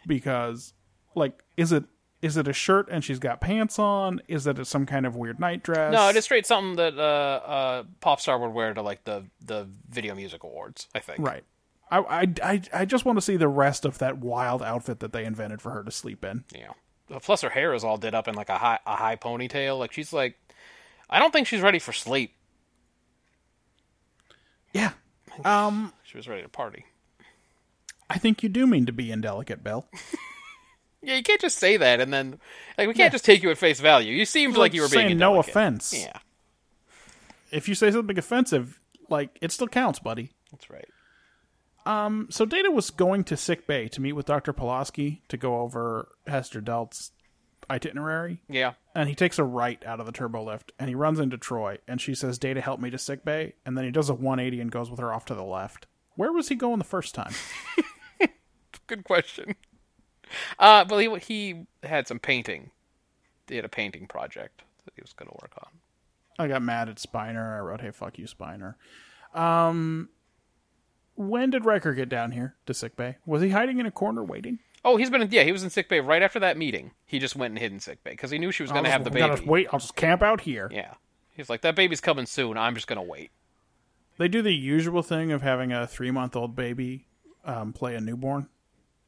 [SPEAKER 3] because like is it is it a shirt and she's got pants on? Is it some kind of weird nightdress?
[SPEAKER 2] No, it is straight something that uh, uh, pop star would wear to like the the video music awards. I think.
[SPEAKER 3] Right. I, I, I, I just want to see the rest of that wild outfit that they invented for her to sleep in.
[SPEAKER 2] Yeah. Uh, Plus, her hair is all did up in like a high a high ponytail. Like she's like, I don't think she's ready for sleep.
[SPEAKER 3] Yeah. Um,
[SPEAKER 2] She was ready to party.
[SPEAKER 3] I think you do mean to be indelicate, Bill.
[SPEAKER 2] Yeah, you can't just say that and then like we can't just take you at face value. You seemed like you were being
[SPEAKER 3] saying no
[SPEAKER 2] indelicate.
[SPEAKER 3] offense.
[SPEAKER 2] Yeah,
[SPEAKER 3] If you say something offensive, like it still counts, buddy.
[SPEAKER 2] that's right.
[SPEAKER 3] So Data was going to sick bay to meet with Dr. Pulaski to go over Hester Delt's itinerary,
[SPEAKER 2] Yeah.
[SPEAKER 3] and he takes a right out of the turbo lift and he runs into Troy, and she says, "Data, help me to sick bay," and then he does a 180 and goes with her off to the left. Where was he going the first time?
[SPEAKER 2] good question. Uh, well, he he had some painting. He had a painting project that he was going to work on.
[SPEAKER 3] I got mad at Spiner. I wrote, "Hey, fuck you, Spiner." Um, when did Wrecker get down here to sick bay? Was he hiding in a corner waiting?
[SPEAKER 2] Oh, he's been in, yeah, he was in sick bay right after that meeting. He just went and hid in sick bay because he knew she was going to
[SPEAKER 3] Oh,
[SPEAKER 4] I'll
[SPEAKER 2] have the
[SPEAKER 4] just-
[SPEAKER 2] baby.
[SPEAKER 4] Gotta wait. I'll just camp out here.
[SPEAKER 2] Yeah, he's like that baby's coming soon. I'm just going to wait.
[SPEAKER 3] They do the usual thing of having a three month old baby um, play a newborn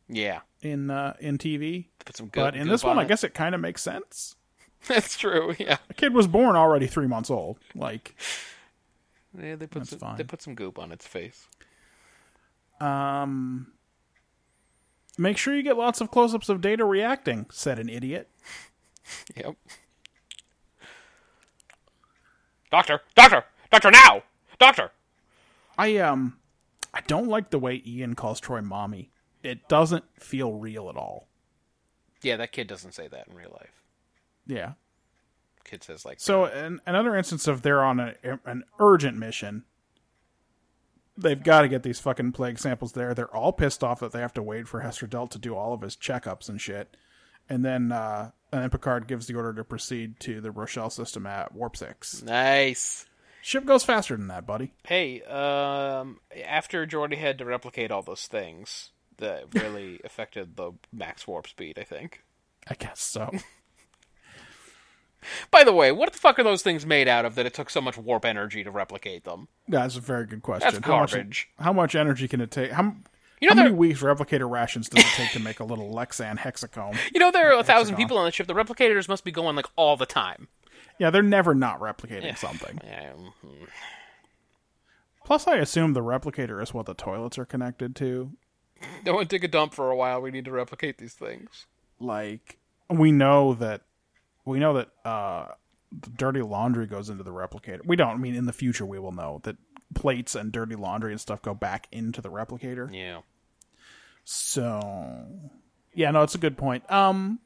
[SPEAKER 2] Yeah,
[SPEAKER 3] in uh, in TV.
[SPEAKER 2] put some good.
[SPEAKER 3] But in this one, I
[SPEAKER 2] it.
[SPEAKER 3] guess it kind of makes sense.
[SPEAKER 2] that's true. Yeah,
[SPEAKER 3] The kid was born already three months old. Like,
[SPEAKER 2] yeah they put some,
[SPEAKER 3] fine.
[SPEAKER 2] they put some goop on its face.
[SPEAKER 3] make sure you get lots of close ups of data reacting, said an idiot.
[SPEAKER 2] Yep. Doctor, doctor, doctor, now, doctor.
[SPEAKER 3] I um I don't like the way Ian calls Troy mommy. It doesn't feel real at all.
[SPEAKER 2] Yeah, that kid doesn't say that in real life.
[SPEAKER 3] Yeah.
[SPEAKER 2] Kid says like,
[SPEAKER 3] So an, another instance of they're on a, an urgent mission. They've got to get these fucking plague samples there. They're all pissed off that they have to wait for Hester Delt to do all of his checkups and shit. And then uh and then Picard gives the order to proceed to the Rochelle system at warp 6.
[SPEAKER 2] nice.
[SPEAKER 3] Ship goes faster than that, buddy.
[SPEAKER 2] Hey, um, after Jordy had to replicate all those things, that really affected the max warp speed. I think.
[SPEAKER 3] I guess so.
[SPEAKER 2] By the way, what the fuck are those things made out of that it took so much warp energy to replicate them?
[SPEAKER 3] That's a very good question.
[SPEAKER 2] garbage.
[SPEAKER 3] How much, how much energy can it take? How, m-
[SPEAKER 2] You know
[SPEAKER 3] how many
[SPEAKER 2] there-
[SPEAKER 3] weeks replicator rations does it take to make a little Lexan hexacomb?
[SPEAKER 2] You know, there are a thousand
[SPEAKER 3] gone.
[SPEAKER 2] people on the ship. The replicators must be going like all the time.
[SPEAKER 3] Yeah, they're never not replicating something.
[SPEAKER 2] Um,
[SPEAKER 3] Plus, I assume the replicator is what the toilets are connected to.
[SPEAKER 2] no one take a dump for a while. We need to replicate these things.
[SPEAKER 3] Like we know that we know that uh, the dirty laundry goes into the replicator. We don't. I mean, in the future, we will know that plates and dirty laundry and stuff go back into the replicator.
[SPEAKER 2] Yeah.
[SPEAKER 3] So, yeah, no, it's a good point. Um,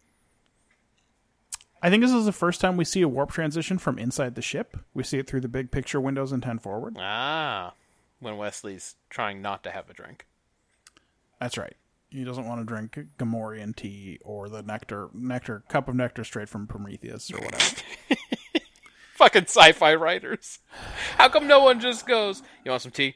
[SPEAKER 3] I think this is the first time we see a warp transition from inside the ship. We see it through the big picture windows and ten forward.
[SPEAKER 2] Ah, when Wesley's trying not to have a drink.
[SPEAKER 3] That's right. He doesn't want to drink Gamorrean tea or the nectar, nectar cup of nectar straight from Prometheus or whatever.
[SPEAKER 2] Fucking sci-fi writers. How come no one just goes, "You want some tea?"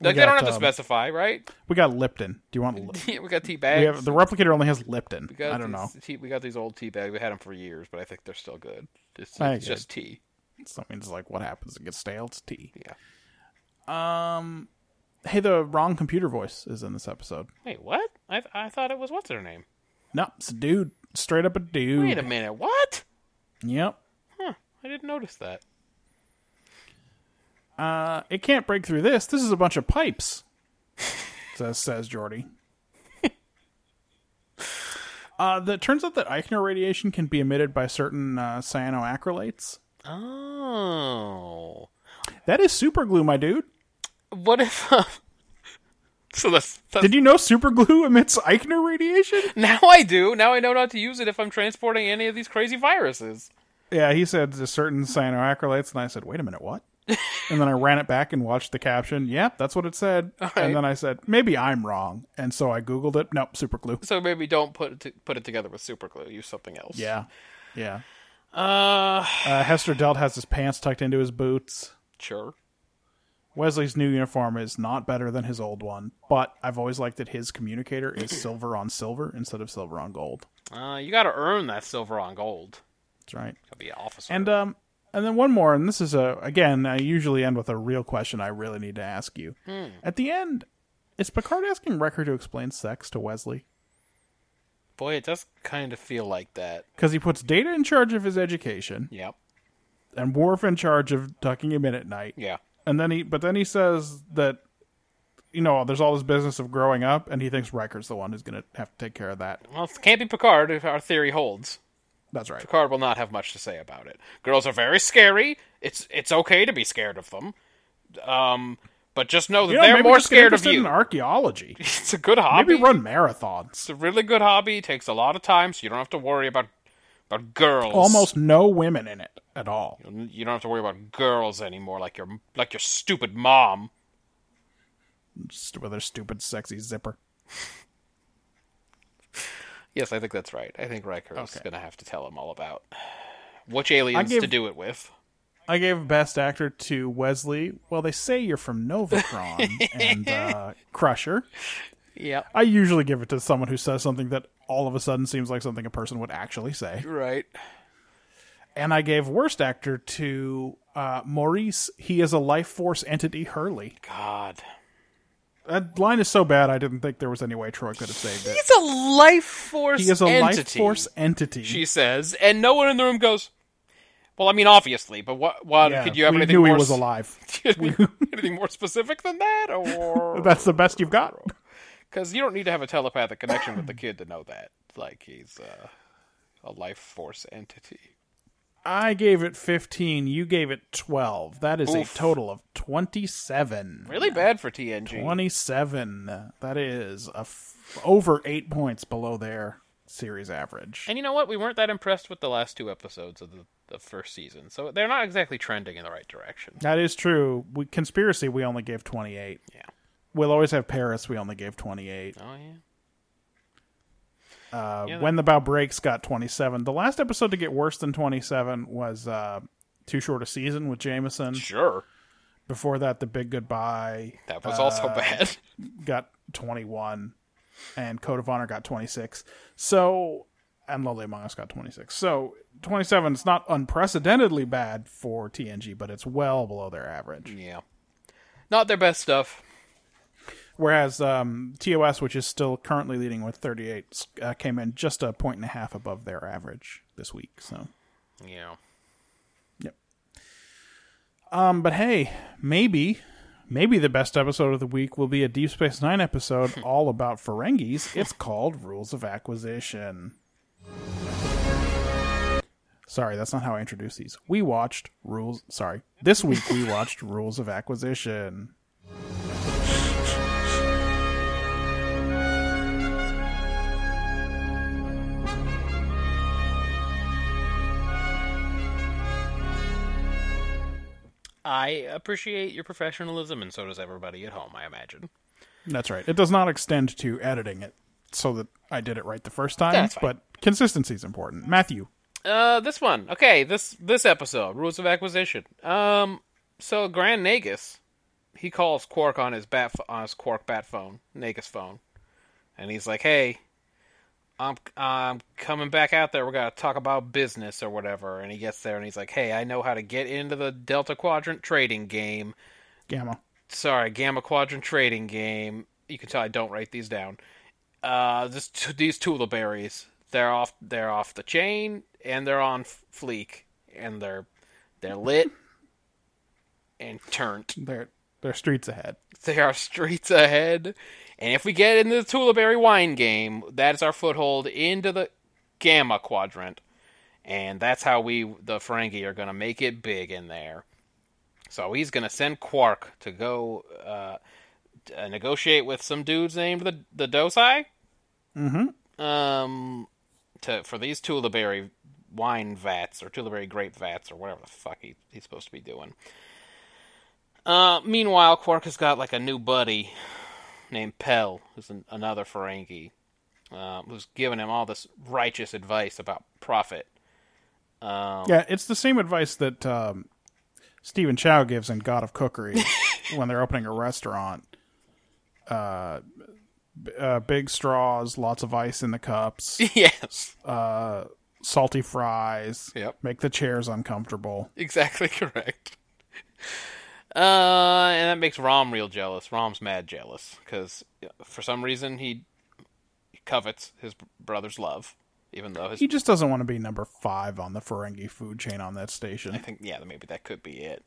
[SPEAKER 2] Like they
[SPEAKER 3] got,
[SPEAKER 2] don't have to
[SPEAKER 3] um,
[SPEAKER 2] specify, right?
[SPEAKER 3] we got Lipton. Do you want? Li-
[SPEAKER 2] we got tea
[SPEAKER 3] we
[SPEAKER 2] bags.
[SPEAKER 3] have, the replicator only has Lipton.
[SPEAKER 2] We got
[SPEAKER 3] I don't know.
[SPEAKER 2] these Tea, we got these old tea bags. We had them for years, but I think they're still good. It's,
[SPEAKER 3] I
[SPEAKER 2] it's
[SPEAKER 3] agree.
[SPEAKER 2] just tea.
[SPEAKER 3] So that means like, what happens? It gets stale. It's tea. Um,
[SPEAKER 2] Yeah.
[SPEAKER 3] Hey, the wrong computer voice is in this episode.
[SPEAKER 2] Wait, what? I I thought it was what's her name.
[SPEAKER 3] No, it's a dude. Straight up a dude.
[SPEAKER 2] Wait a minute, what?
[SPEAKER 3] Yep.
[SPEAKER 2] Huh? I didn't notice that.
[SPEAKER 3] It can't break through this. This is a bunch of pipes. says says Jordy. uh, that turns out that Eichner radiation can be emitted by certain uh, cyanoacrylates.
[SPEAKER 2] Oh.
[SPEAKER 3] That is super glue, my dude.
[SPEAKER 2] What if? Uh, so that's, that's
[SPEAKER 3] Did you know super glue emits Eichner radiation?
[SPEAKER 2] now I do. Now I know not to use it if I'm transporting any of these crazy viruses.
[SPEAKER 3] yeah, he said to certain cyanoacrylates, and I said, wait a minute, what? and then I ran it back and watched the caption. Yep, that's what it said.
[SPEAKER 2] right.
[SPEAKER 3] And then I said, maybe I'm wrong. And so I Googled it. Nope, super glue.
[SPEAKER 2] So maybe don't put it to, put it together with super glue. Use something else.
[SPEAKER 3] Yeah. Yeah.
[SPEAKER 2] Uh.
[SPEAKER 3] Uh, Hester Delt has his pants tucked into his boots.
[SPEAKER 2] Sure.
[SPEAKER 3] Wesley's new uniform is not better than his old one, but I've always liked that his communicator is silver on silver instead of silver on gold.
[SPEAKER 2] Uh, you got to earn that silver on gold.
[SPEAKER 3] That's right.
[SPEAKER 2] Gotta be an officer.
[SPEAKER 3] And um, and then one more, and this is a again. I usually end with a real question I really need to ask you. At the end, is Picard asking Wrecker to explain sex to Wesley
[SPEAKER 2] boy, it does kind of feel like that.
[SPEAKER 3] because he puts Data in charge of his education
[SPEAKER 2] Yep.
[SPEAKER 3] and Worf in charge of tucking him in at night?
[SPEAKER 2] Yeah.
[SPEAKER 3] And then he, but then he says that, you know, there's all this business of growing up, and he thinks Riker's the one who's going to have to take care of that.
[SPEAKER 2] Well, it can't be Picard if our theory holds.
[SPEAKER 3] That's right.
[SPEAKER 2] Picard will not have much to say about it. Girls are very scary. It's it's okay to be scared of them. Um, but just know that
[SPEAKER 3] You know,
[SPEAKER 2] they're
[SPEAKER 3] maybe
[SPEAKER 2] more
[SPEAKER 3] just get
[SPEAKER 2] scared of
[SPEAKER 3] interested
[SPEAKER 2] you.
[SPEAKER 3] In archaeology.
[SPEAKER 2] it's a good hobby.
[SPEAKER 3] Maybe run marathons.
[SPEAKER 2] It's a really good hobby. It takes a lot of time, so you don't have to worry about about girls.
[SPEAKER 3] Almost no women in it at all.
[SPEAKER 2] You don't have to worry about girls anymore, like your like your stupid mom.
[SPEAKER 3] Just with their stupid, sexy zipper.
[SPEAKER 2] Yes, I think that's right. I think Riker is
[SPEAKER 3] Okay.
[SPEAKER 2] going to have to tell him all about which aliens
[SPEAKER 3] give-
[SPEAKER 2] to do it with.
[SPEAKER 3] I gave Best Actor to Wesley. Well, they say you're from Novacron and uh, Crusher,
[SPEAKER 2] Yep.
[SPEAKER 3] I usually give it to someone who says something that all of a sudden seems like something a person would actually say.
[SPEAKER 2] Right.
[SPEAKER 3] And I gave worst actor to uh, Maurice. He is a life force entity. Hurley.
[SPEAKER 2] God.
[SPEAKER 3] That line is so bad. I didn't think there was any way Troy could have saved it.
[SPEAKER 2] He's a life force.
[SPEAKER 3] He is a life
[SPEAKER 2] entity,
[SPEAKER 3] force entity.
[SPEAKER 2] She says, and no one in the room goes. Well, I mean, obviously, but what? What
[SPEAKER 3] Yeah,
[SPEAKER 2] could you have
[SPEAKER 3] we
[SPEAKER 2] anything
[SPEAKER 3] knew
[SPEAKER 2] more?
[SPEAKER 3] he was
[SPEAKER 2] s-
[SPEAKER 3] alive.
[SPEAKER 2] anything more specific than that, or
[SPEAKER 3] That's the best you've got.
[SPEAKER 2] because you don't need to have a telepathic connection with the kid to know that. Like he's uh, a life force entity.
[SPEAKER 3] I gave it 15. You gave it 12. That is
[SPEAKER 2] Oof.
[SPEAKER 3] a total of 27.
[SPEAKER 2] Really bad for TNG.
[SPEAKER 3] 27. That is a f- over eight points below their series average.
[SPEAKER 2] And you know what? We weren't that impressed with the last two episodes of the, the first season, so they're not exactly trending in the right direction.
[SPEAKER 3] that is true. We, conspiracy, we only gave 28.
[SPEAKER 2] Yeah.
[SPEAKER 3] We'll always have Paris. We only gave 28.
[SPEAKER 2] Oh yeah.
[SPEAKER 3] Uh,
[SPEAKER 2] Yeah,
[SPEAKER 3] when the bow breaks got 27. The last episode to get worse than 27 was uh, too short a season with Jameson.
[SPEAKER 2] Sure.
[SPEAKER 3] Before that, the big goodbye. uh,
[SPEAKER 2] That was also bad.
[SPEAKER 3] got 21 and code of honor got 26 so and lovely among us got 26 so 27 is not unprecedentedly bad for tng but it's well below their average
[SPEAKER 2] Yeah. Not their best stuff.
[SPEAKER 3] whereas um, tos which is still currently leading with 38 uh, came in just a point and a half above their average this week so
[SPEAKER 2] Yeah.
[SPEAKER 3] yep um but hey maybe maybe the best episode of the week will be a deep space nine episode all about ferengis it's called rules of acquisition Sorry, that's not how I introduce these. We watched rules. Sorry, this week we watched Rules of Acquisition.
[SPEAKER 2] I appreciate your professionalism, and so does everybody at home, I imagine.
[SPEAKER 3] That's right. It does not extend to editing it so that I did it right the first time,
[SPEAKER 2] That's fine.
[SPEAKER 3] but consistency is important. Matthew,
[SPEAKER 2] Uh, this one. Okay, this this episode, rules of acquisition. Um, so Grand Nagus, he calls Quark on his bat ph- on his Quark bat phone, Nagus phone, and he's like, "Hey, I'm I'm coming back out there. We're gonna talk about business or whatever." And he gets there and he's like, "Hey, I know how to get into the Delta Quadrant trading game.
[SPEAKER 3] Gamma.
[SPEAKER 2] sorry, Gamma Quadrant trading game. You can tell I don't write these down. Uh, this, t- these Tula berries. They're off. They're off the chain, and they're on f- fleek, and they're they're lit and turned.
[SPEAKER 3] They're they're streets ahead.
[SPEAKER 2] There are streets ahead, and if we get into the Tula berry wine game, that's our foothold into the Gamma Quadrant, and that's how we the Ferengi are gonna make it big in there. So he's gonna send Quark to go uh, uh, negotiate with some dudes named the the Dosai. Mm-hmm. Um, to for these Tuliberry wine vats or Tuliberry grape vats or whatever the fuck he, he's supposed to be doing. Uh, meanwhile, Quark has got like a new buddy named Pell, who's an, another Ferengi, uh, who's giving him all this righteous advice about profit. Oh.
[SPEAKER 3] Yeah, it's the same advice that um, Stephen Chow gives in God of Cookery when they're opening a restaurant. Uh, b- uh, big straws, lots of ice in the cups,
[SPEAKER 2] yes,
[SPEAKER 3] salty fries.
[SPEAKER 2] Yep.
[SPEAKER 3] Make the chairs uncomfortable.
[SPEAKER 2] exactly correct. Uh, and that makes Rom real jealous. Rom's mad jealous because for some reason he, he covets his brother's love, even though his
[SPEAKER 3] He just doesn't want to be number five on the Ferengi food chain on that station.
[SPEAKER 2] I think yeah, maybe that could be it.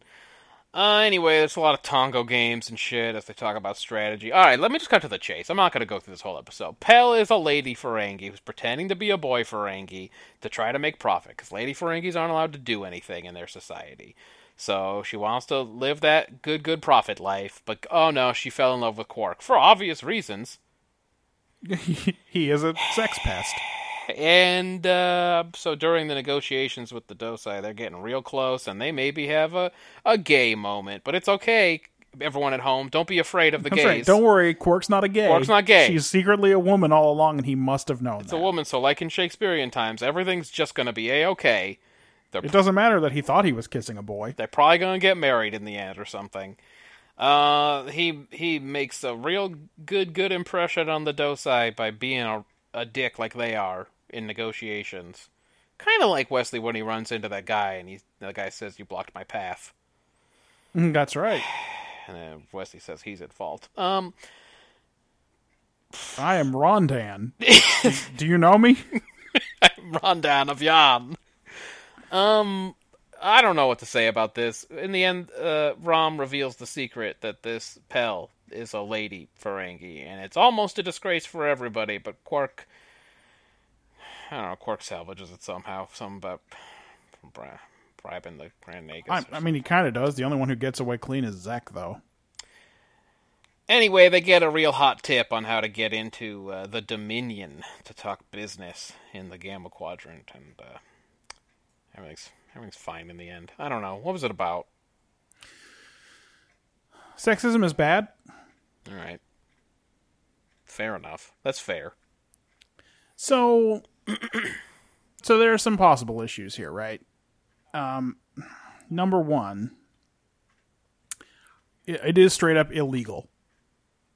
[SPEAKER 2] Uh, anyway, there's a lot of Tongo games and shit as they talk about strategy. All right, let me just cut to the chase. I'm not going to go through this whole episode. Pell is a lady Ferengi who's pretending to be a boy Ferengi to try to make profit because lady Ferengis aren't allowed to do anything in their society. So she wants to live that good, good profit life, but oh no, she fell in love with Quark for obvious reasons.
[SPEAKER 3] he is a sex pest.
[SPEAKER 2] And uh, so during the negotiations with the Dosai, they're getting real close, and they maybe have a, a gay moment. But it's okay, everyone at home. Don't be afraid of the
[SPEAKER 3] That's
[SPEAKER 2] gays.
[SPEAKER 3] right. Don't worry, Quark's not a gay.
[SPEAKER 2] Quark's not gay.
[SPEAKER 3] She's secretly a woman all along, and he must have known
[SPEAKER 2] It's
[SPEAKER 3] that.
[SPEAKER 2] a woman, so like in Shakespearean times, everything's just going to be a okay. They're
[SPEAKER 3] It doesn't matter that he thought he was kissing a boy.
[SPEAKER 2] they're probably going to get married in the end or something. Uh, he he makes a real good good impression on the Dosai by being a, a dick like they are in negotiations. Kind of like Wesley when he runs into that guy and he the guy says you blocked my path,
[SPEAKER 3] Mm, That's right.
[SPEAKER 2] and then Wesley says he's at fault. Um,
[SPEAKER 3] I am Rondan. Do- Do you know me?
[SPEAKER 2] rundown of Jan. Um, I don't know what to say about this. In the end, uh, Rom reveals the secret that this Pell is a lady Ferengi, and it's almost a disgrace for everybody. But Quark, I don't know, Quark salvages it somehow. Something about bri- bribing the Grand Nagus. or
[SPEAKER 3] I, I mean, he kind of does. The only one who gets away clean is Zek, though.
[SPEAKER 2] Anyway, they get a real hot tip on how to get into uh, the Dominion to talk business in the Gamma Quadrant, and uh, everything's everything's fine in the end. I don't know what was it about.
[SPEAKER 3] Sexism is bad.
[SPEAKER 2] All right, fair enough. That's fair.
[SPEAKER 3] So, so there are some possible issues here, right? Um, number one, i- it is straight up illegal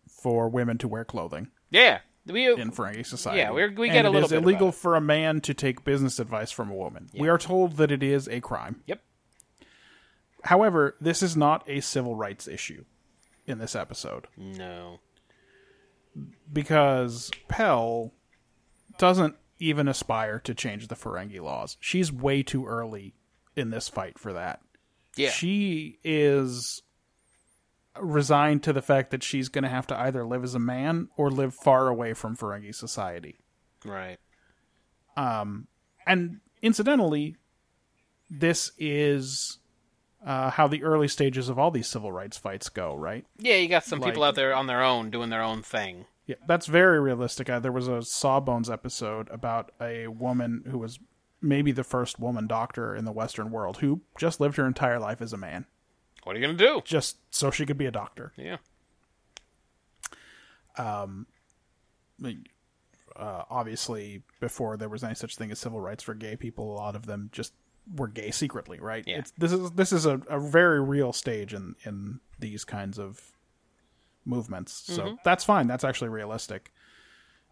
[SPEAKER 3] for women to wear clothing
[SPEAKER 2] Yeah, we uh,
[SPEAKER 3] in Ferengi society.
[SPEAKER 2] Yeah, we're- we
[SPEAKER 3] And
[SPEAKER 2] get a
[SPEAKER 3] it
[SPEAKER 2] little
[SPEAKER 3] is
[SPEAKER 2] bit about
[SPEAKER 3] illegal
[SPEAKER 2] it.
[SPEAKER 3] for a man to take business advice from a woman. We are told that it is a crime.
[SPEAKER 2] yep.
[SPEAKER 3] However, this is not a civil rights issue in this episode
[SPEAKER 2] No,
[SPEAKER 3] because Pell doesn't even aspire to change the Ferengi laws. She's way too early in this fight for that.
[SPEAKER 2] yeah,
[SPEAKER 3] She is resigned to the fact that she's going to have to either live as a man or live far away from Ferengi society.
[SPEAKER 2] right.
[SPEAKER 3] And incidentally, this is uh, how the early stages of all these civil rights fights go, right?
[SPEAKER 2] Yeah, you got some people
[SPEAKER 3] Like-
[SPEAKER 2] out there on their own doing their own thing.
[SPEAKER 3] Yeah, that's very realistic. Uh, there was a Sawbones episode about a woman who was maybe the first woman doctor in the Western world who just lived her entire life as a man,
[SPEAKER 2] What are you gonna do?
[SPEAKER 3] just so she could be a doctor.
[SPEAKER 2] Yeah,
[SPEAKER 3] Like, Uh, obviously, before there was any such thing as civil rights for gay people, a lot of them just were gay secretly, right?
[SPEAKER 2] Yeah.
[SPEAKER 3] It's, this is this is a, a very real stage in in these kinds of movements. So that's fine. That's actually realistic.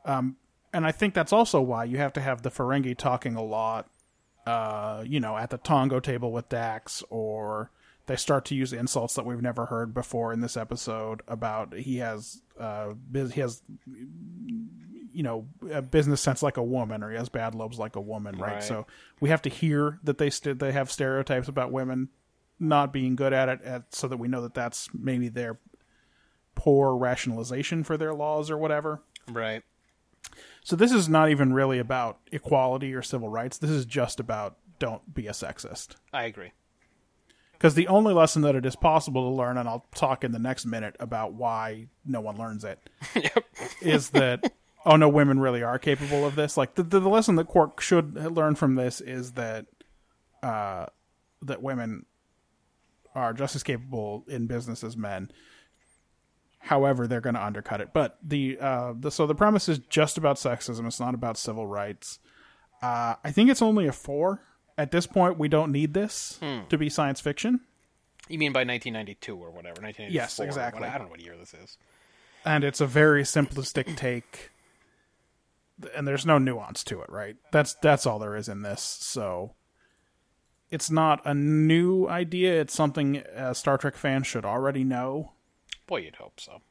[SPEAKER 3] Um, and I think that's also why you have to have the Ferengi talking a lot uh, you know, at the Tongo table with Dax, or they start to use insults that we've never heard before in this episode about he has uh, bus- he has you know a business sense like a woman, or he has bad lobes like a woman, right?
[SPEAKER 2] Right.
[SPEAKER 3] So we have to hear that they st- they have stereotypes about women not being good at it, at, so that we know that that's maybe their poor rationalization for their laws or whatever.
[SPEAKER 2] right.
[SPEAKER 3] So this is not even really about equality or civil rights. This is just about don't be a sexist.
[SPEAKER 2] I agree.
[SPEAKER 3] Because the only lesson that it is possible to learn, and I'll talk in the next minute about why no one learns it, is that oh no, women really are capable of this. Like the the, the lesson that Quark should learn from this is that uh, that women are just as capable in business as men. However, they're going to undercut it. But the uh, the so the premise is just about sexism. It's not about civil rights. Uh, I think it's only a four at this point. We don't need this to be science fiction.
[SPEAKER 2] You mean by 1992 or whatever? 1994.
[SPEAKER 3] Yes,
[SPEAKER 2] or
[SPEAKER 3] exactly.
[SPEAKER 2] what- I don't know what year this is.
[SPEAKER 3] and it's a very simplistic take and there's no nuance to it right that's that's all there is in this so it's not a new idea it's something uh, star trek fans should already know
[SPEAKER 2] Boy, you'd hope so.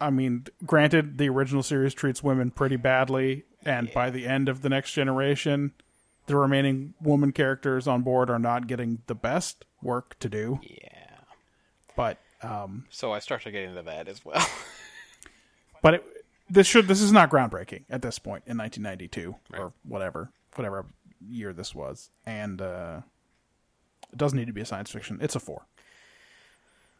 [SPEAKER 3] i mean granted the original series treats women pretty badly and by the end of the next generation the remaining woman characters on board are not getting the best work to do
[SPEAKER 2] Yeah.
[SPEAKER 3] but um
[SPEAKER 2] So I start to get into that as well.
[SPEAKER 3] but it, this should this is not groundbreaking at this point in 1992 or whatever whatever year this was and uh it doesn't need to be a science fiction it's a four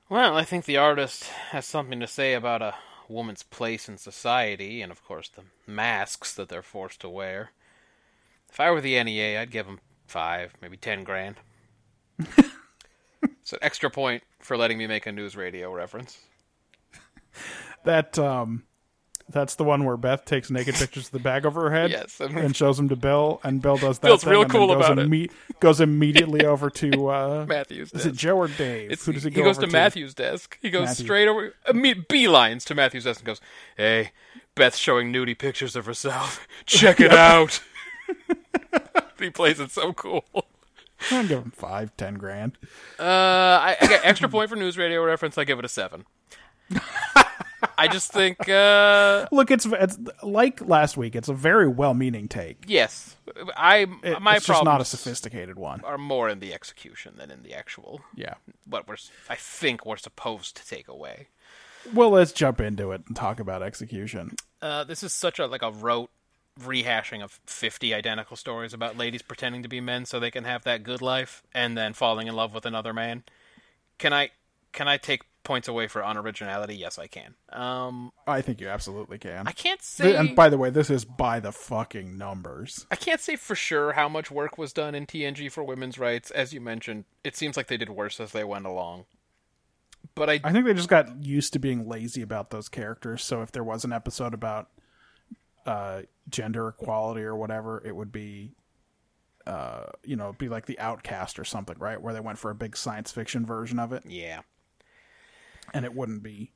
[SPEAKER 2] Well, I think the artist has something to say about a woman's place in society, and of course the masks that they're forced to wear. If I were the NEA, I'd give them five, maybe ten grand. it's an extra point for letting me make a news radio reference.
[SPEAKER 3] that um That's the one where Beth takes naked pictures of the bag over her head
[SPEAKER 2] Yes, and-
[SPEAKER 3] and, shows them to Bill, and Bill does that.
[SPEAKER 2] Bill's
[SPEAKER 3] thing
[SPEAKER 2] real
[SPEAKER 3] and then
[SPEAKER 2] cool
[SPEAKER 3] goes
[SPEAKER 2] about it.
[SPEAKER 3] imme- Goes immediately over to uh,
[SPEAKER 2] Matthews.
[SPEAKER 3] Is
[SPEAKER 2] desk.
[SPEAKER 3] it Joe or Dave?
[SPEAKER 2] It's-
[SPEAKER 3] Who does he, go
[SPEAKER 2] goes
[SPEAKER 3] over
[SPEAKER 2] to Matthew's desk. He goes
[SPEAKER 3] Matthew.
[SPEAKER 2] straight over, imme- beelines to Matthew's desk and goes, "Hey, Beth's showing nudie pictures of herself. Check it out." he plays it so cool.
[SPEAKER 3] I'm giving five, ten grand.
[SPEAKER 2] Uh, I, I got extra point for news radio reference. I give it a seven. I just think, uh,
[SPEAKER 3] Look, it's, it's like last week. It's a very well-meaning take.
[SPEAKER 2] yes, I
[SPEAKER 3] It-
[SPEAKER 2] my
[SPEAKER 3] it's just not a
[SPEAKER 2] problems
[SPEAKER 3] sophisticated one.
[SPEAKER 2] are more in the execution than in the actual
[SPEAKER 3] Yeah.
[SPEAKER 2] what we're s- I think we're supposed to take away.
[SPEAKER 3] Well, let's jump into it and talk about execution.
[SPEAKER 2] Uh, this is such a like a rote rehashing of 50 identical stories about ladies pretending to be men so they can have that good life and then falling in love with another man. Can I can I take points away for unoriginality? Yes, I can. Um,
[SPEAKER 3] I think you absolutely can.
[SPEAKER 2] I can't say
[SPEAKER 3] and by the way, this is by the fucking numbers.
[SPEAKER 2] I can't say for sure how much work was done in TNG for women's rights. As you mentioned, it seems like they did worse as they went along. But I
[SPEAKER 3] I think they just got used to being lazy about those characters. So if there was an episode about uh, gender equality or whatever, it would be, uh, you know, it'd be like the Outcast or something, right? Where they went for a big science fiction version of it,
[SPEAKER 2] yeah.
[SPEAKER 3] and it wouldn't be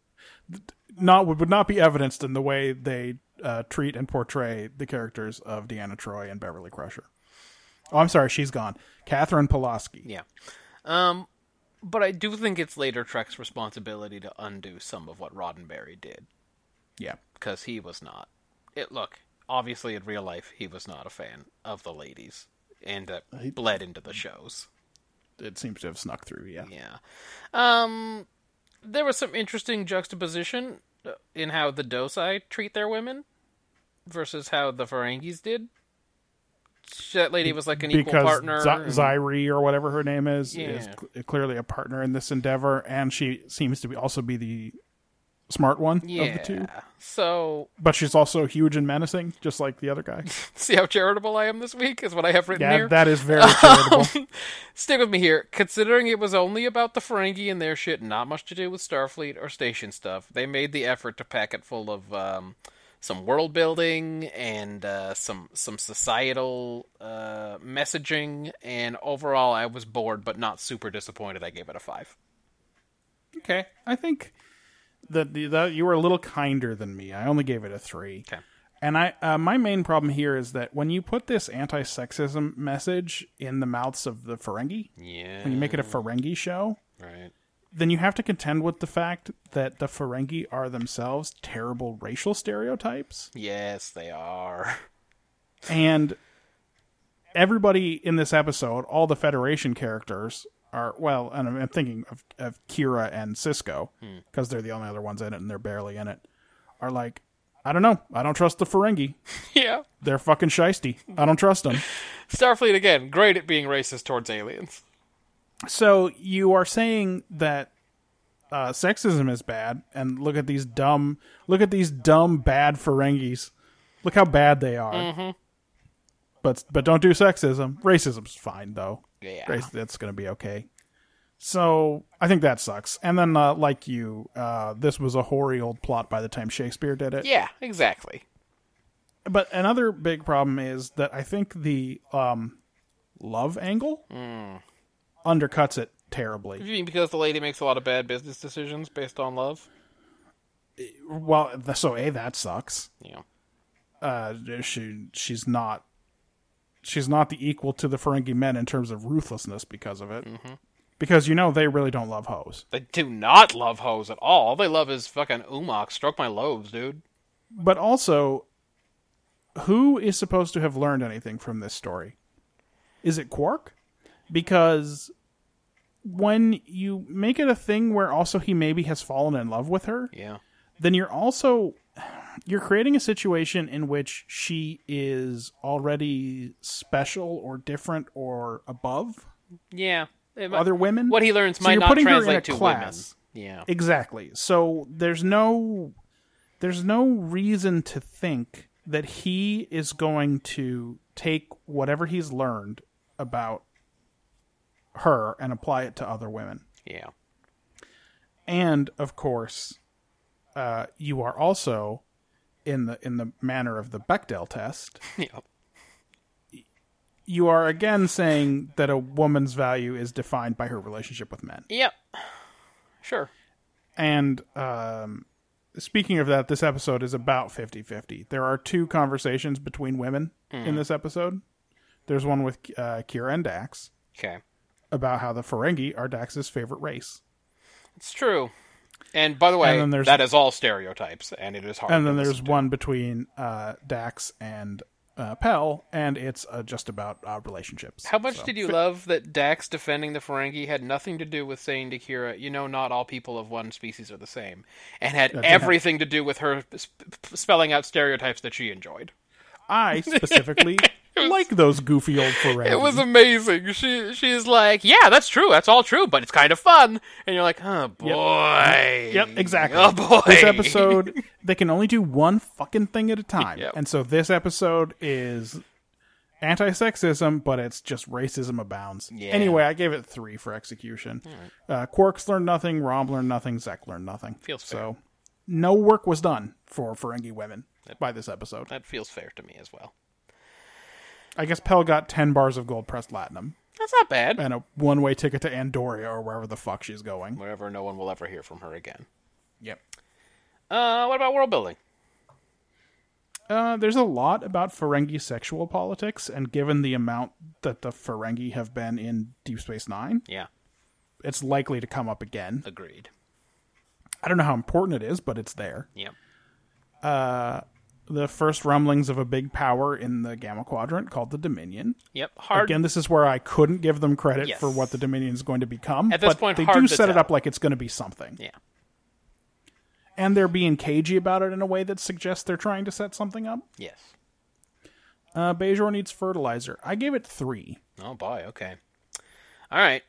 [SPEAKER 3] not would not be evidenced in the way they uh, treat and portray the characters of Deanna Troy and Beverly Crusher. Oh, I'm sorry, she's gone. Catherine Pulaski.
[SPEAKER 2] Yeah. Um, but I do think it's later Trek's responsibility to undo some of what Roddenberry did
[SPEAKER 3] yeah.
[SPEAKER 2] because he was not. It look obviously in real life he was not a fan of the ladies and that
[SPEAKER 3] Uh,
[SPEAKER 2] bled into the shows.
[SPEAKER 3] It seems to have snuck through. Yeah.
[SPEAKER 2] Yeah. Um, there was some interesting juxtaposition uh, in how the Dosai treat their women versus how the Ferengis did. That lady was like an equal
[SPEAKER 3] because
[SPEAKER 2] partner.
[SPEAKER 3] Zy-
[SPEAKER 2] and-
[SPEAKER 3] Zyri or whatever her name is is
[SPEAKER 2] Yeah.
[SPEAKER 3] cl- clearly a partner in this endeavor, and she seems to be also be the smart one of the two.
[SPEAKER 2] Yeah. So,
[SPEAKER 3] But she's also huge and menacing, just like the other guy.
[SPEAKER 2] see how charitable I am this week is what I have written
[SPEAKER 3] yeah,
[SPEAKER 2] here.
[SPEAKER 3] that is very
[SPEAKER 2] Oh.
[SPEAKER 3] charitable.
[SPEAKER 2] Stick with me here. Considering it was only about the Ferengi and their shit, not much to do with Starfleet or station stuff, they made the effort to pack it full of um, some world building and uh, some some societal uh, messaging. And overall, I was bored, but not super disappointed. I gave it a five.
[SPEAKER 3] okay, I think that the- that you were a little kinder than me. I only gave it a three.
[SPEAKER 2] Okay.
[SPEAKER 3] And I, uh, my main problem here is that when you put this anti-sexism message in the mouths of the Ferengi,
[SPEAKER 2] Yeah.
[SPEAKER 3] when you make it a Ferengi show,
[SPEAKER 2] right.
[SPEAKER 3] then you have to contend with the fact that the Ferengi are themselves terrible racial stereotypes,
[SPEAKER 2] Yes, they are.
[SPEAKER 3] and everybody in this episode, all the Federation characters are well, and I'm, I'm thinking of, of Kira and Cisco because they're the only other ones in it, and they're barely in it. Are like, I don't know, I don't trust the Ferengi.
[SPEAKER 2] yeah.
[SPEAKER 3] They're fucking shisty. I don't trust them.
[SPEAKER 2] Starfleet again, great at being racist towards aliens.
[SPEAKER 3] So you are saying that uh, sexism is bad, and look at these dumb, look at these dumb bad Ferengis. Look how bad they are. But but don't do sexism. Racism's fine though.
[SPEAKER 2] Yeah.
[SPEAKER 3] Rac- that's gonna be okay. So I think that sucks. And then uh, like you, uh, this was a hoary old plot by the time Shakespeare did it.
[SPEAKER 2] Yeah, exactly.
[SPEAKER 3] But another big problem is that I think the um, love angle
[SPEAKER 2] Hmm.
[SPEAKER 3] undercuts it terribly.
[SPEAKER 2] You mean because the lady makes a lot of bad business decisions based on love?
[SPEAKER 3] Well, th- so a that sucks.
[SPEAKER 2] Yeah.
[SPEAKER 3] Uh, she she's not she's not the equal to the Ferengi men in terms of ruthlessness because of it.
[SPEAKER 2] Mm-hmm.
[SPEAKER 3] Because you know they really don't love hoes,
[SPEAKER 2] They do not love hoes at all. All they love is fucking umok. Stroke my lobes, dude.
[SPEAKER 3] but also, who is supposed to have learned anything from this story? Is it Quark? Because when you make it a thing where also he maybe has fallen in love with her,
[SPEAKER 2] Yeah.
[SPEAKER 3] then you're also you're creating a situation in which she is already special or different or above
[SPEAKER 2] Yeah. It mi-
[SPEAKER 3] other women.
[SPEAKER 2] What he learns
[SPEAKER 3] So
[SPEAKER 2] might
[SPEAKER 3] you're
[SPEAKER 2] not
[SPEAKER 3] putting her in a
[SPEAKER 2] translate to
[SPEAKER 3] class.
[SPEAKER 2] women. Yeah.
[SPEAKER 3] exactly. So there's no there's no reason to think that he is going to take whatever he's learned about her and apply it to other women.
[SPEAKER 2] Yeah.
[SPEAKER 3] and of course, uh, you are also in the in the manner of the Bechdel test,
[SPEAKER 2] Yeah.
[SPEAKER 3] you are again saying that a woman's value is defined by her relationship with men.
[SPEAKER 2] Yep. Sure.
[SPEAKER 3] And um, speaking of that, this episode is about 50 50. There are two conversations between women
[SPEAKER 2] Mm.
[SPEAKER 3] in this episode. There's one with uh, Kira and Dax
[SPEAKER 2] Okay.
[SPEAKER 3] about how the Ferengi are Dax's favorite race.
[SPEAKER 2] It's true. And by the way,
[SPEAKER 3] And then there's-
[SPEAKER 2] that is all stereotypes, and it is hard.
[SPEAKER 3] And then
[SPEAKER 2] to
[SPEAKER 3] there's
[SPEAKER 2] listen to.
[SPEAKER 3] one between uh, Dax and uh, Pell, and it's uh, just about uh, relationships.
[SPEAKER 2] How much did you love that Dax defending the Ferengi had nothing to do with saying to Kira, you know, not all people of one species are the same, and had everything to do with her sp- sp- spelling out stereotypes that she enjoyed?
[SPEAKER 3] I specifically like those goofy old Ferengi.
[SPEAKER 2] It was amazing. She she's like, yeah, that's true. That's all true, but it's kind of fun. And you're like, oh boy.
[SPEAKER 3] Yep, exactly.
[SPEAKER 2] Oh boy.
[SPEAKER 3] This episode, they can only do one fucking thing at a time,
[SPEAKER 2] Yep.
[SPEAKER 3] and so this episode is anti-sexism, but it's just racism abounds.
[SPEAKER 2] Yeah.
[SPEAKER 3] Anyway, I gave it three for execution. Uh, Quarks learned nothing. Rom learned nothing. Zek learned nothing.
[SPEAKER 2] Feels fair.
[SPEAKER 3] so. No work was done for Ferengi women by this episode.
[SPEAKER 2] That feels fair to me as well.
[SPEAKER 3] I guess Pell got ten bars of gold pressed latinum
[SPEAKER 2] That's not bad.
[SPEAKER 3] and a one-way ticket to Andoria or wherever the fuck she's going.
[SPEAKER 2] Wherever no one will ever hear from her again.
[SPEAKER 3] Yep.
[SPEAKER 2] Uh, what about world building?
[SPEAKER 3] Uh, there's a lot about Ferengi sexual politics, and given the amount that the Ferengi have been in Deep Space Nine,
[SPEAKER 2] Yeah,
[SPEAKER 3] it's likely to come up again.
[SPEAKER 2] agreed.
[SPEAKER 3] I don't know how important it is, but it's there.
[SPEAKER 2] Yep.
[SPEAKER 3] The first rumblings of a big power in the Gamma Quadrant called the Dominion.
[SPEAKER 2] Yep. Hard.
[SPEAKER 3] Again, this is where I couldn't give them credit
[SPEAKER 2] Yes.
[SPEAKER 3] for what the Dominion is going to become.
[SPEAKER 2] At this
[SPEAKER 3] but
[SPEAKER 2] point,
[SPEAKER 3] they
[SPEAKER 2] hard
[SPEAKER 3] do
[SPEAKER 2] to
[SPEAKER 3] set it
[SPEAKER 2] tell.
[SPEAKER 3] up like it's going to be something.
[SPEAKER 2] Yeah.
[SPEAKER 3] And they're being cagey about it in a way that suggests they're trying to set something up.
[SPEAKER 2] Yes.
[SPEAKER 3] Uh, Bejor needs fertilizer. I gave it three.
[SPEAKER 2] Oh boy. Okay. All right.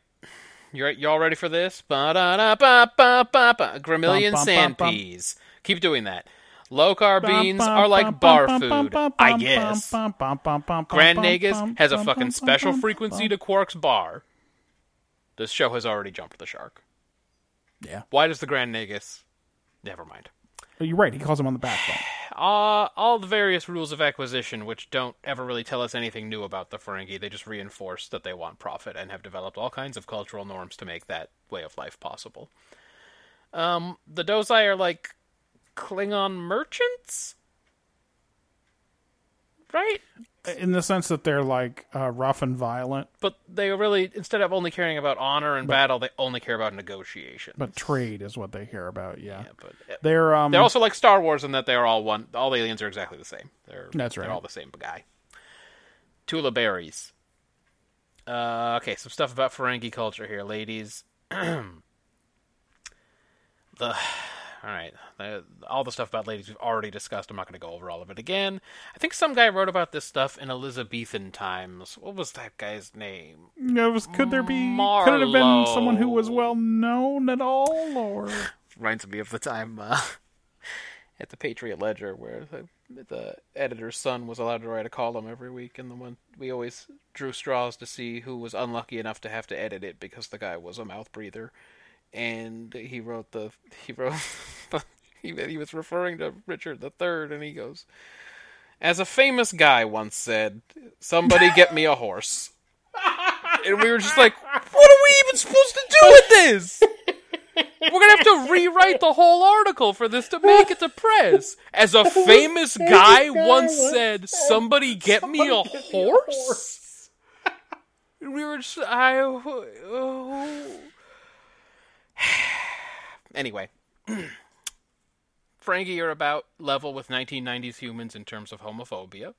[SPEAKER 2] You re- y'all ready for this? Ba-da-da-ba-ba-ba-ba. Gramillion
[SPEAKER 3] Bum, bum,
[SPEAKER 2] sand
[SPEAKER 3] bum, bum.
[SPEAKER 2] peas. Keep doing that. Low carb beans
[SPEAKER 3] Bum,
[SPEAKER 2] are
[SPEAKER 3] bum,
[SPEAKER 2] like bar
[SPEAKER 3] bum, bum,
[SPEAKER 2] food,
[SPEAKER 3] bum,
[SPEAKER 2] I
[SPEAKER 3] bum,
[SPEAKER 2] guess.
[SPEAKER 3] bum, bum, bum, bum, bum,
[SPEAKER 2] Grand
[SPEAKER 3] bum, bum,
[SPEAKER 2] Nagus has a
[SPEAKER 3] bum,
[SPEAKER 2] fucking
[SPEAKER 3] bum,
[SPEAKER 2] special
[SPEAKER 3] bum,
[SPEAKER 2] frequency to Quark's bar. This show has already jumped the shark.
[SPEAKER 3] bum. Yeah,
[SPEAKER 2] Why does the Grand Nagus? Never mind.
[SPEAKER 3] Well, you're right. He calls him on the backbone.
[SPEAKER 2] Uh, all the various rules of acquisition, which don't ever really tell us anything new about the Ferengi, they just reinforce that they want profit and have developed all kinds of cultural norms to make that way of life possible. Um, the Dozai are like Klingon merchants, right?
[SPEAKER 3] In the sense that they're like uh, rough and violent,
[SPEAKER 2] But they really, instead of only caring about honor and battle, they only care about negotiation.
[SPEAKER 3] but trade is what they care about. Yeah,
[SPEAKER 2] yeah, but
[SPEAKER 3] they're um.
[SPEAKER 2] They're also like Star Wars in that they are all one. All aliens are exactly the same. They're
[SPEAKER 3] That's right.
[SPEAKER 2] They're all the same guy. Tula berries. Uh, okay, some stuff about Ferengi culture here, ladies. the all right, the, all the stuff about ladies we've already discussed. I'm not going to go over all of it again. I think some guy wrote about this stuff in Elizabethan times. What was that guy's name?
[SPEAKER 3] Yeah, it was- could there be? Could it have been
[SPEAKER 2] Marlowe.
[SPEAKER 3] someone who was well known at all, or
[SPEAKER 2] reminds me of the time uh, at the Patriot Ledger where the, the editor's son was allowed to write a column every week, and the one we always drew straws to see who was unlucky enough to have to edit it because the guy was a mouth breather, and he wrote the he wrote he he was referring to Richard the Third, and he goes. As a famous guy once said, somebody get me a horse. And we were just like, what are we even supposed to do with this? We're gonna have to rewrite the whole article for this to make it to press. As a famous guy once said, somebody get me a horse. And we were just, I. oh. Anyway, Frankie are about level with 1990s humans in terms of homophobia,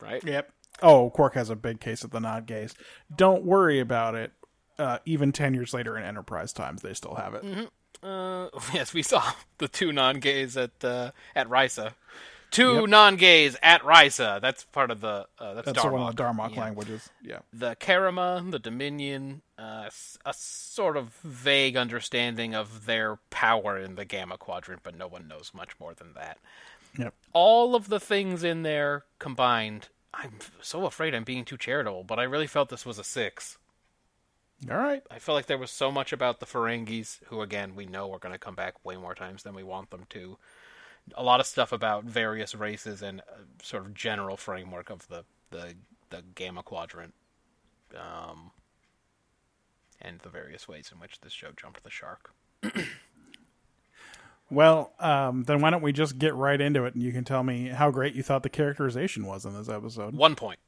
[SPEAKER 2] right?
[SPEAKER 3] Yep. Oh, Quark has a big case of the not gays. Don't worry about it. Uh, even ten years later in Enterprise times, they still have it.
[SPEAKER 2] Uh, yes, we saw the two non-gays at uh, at Risa. Two non-gays at Risa. That's part of the uh, that's,
[SPEAKER 3] That's one
[SPEAKER 2] Darmok.
[SPEAKER 3] of the Darmok
[SPEAKER 2] Yeah.
[SPEAKER 3] languages. Yeah.
[SPEAKER 2] The Karama, the Dominion, uh, s- a sort of vague understanding of their power in the Gamma Quadrant, but no one knows much more than that.
[SPEAKER 3] Yep.
[SPEAKER 2] All of the things in there combined. I'm so afraid I'm being too charitable, but I really felt this was a six.
[SPEAKER 3] All right.
[SPEAKER 2] I feel like there was so much about the Ferengis, who again we know are going to come back way more times than we want them to, a lot of stuff about various races and uh, sort of general framework of the the, the Gamma Quadrant, um, and the various ways in which this show jumped the shark.
[SPEAKER 3] Well, um, then why don't we just get right into it, and you can tell me how great you thought the characterization was in this episode.
[SPEAKER 2] One point.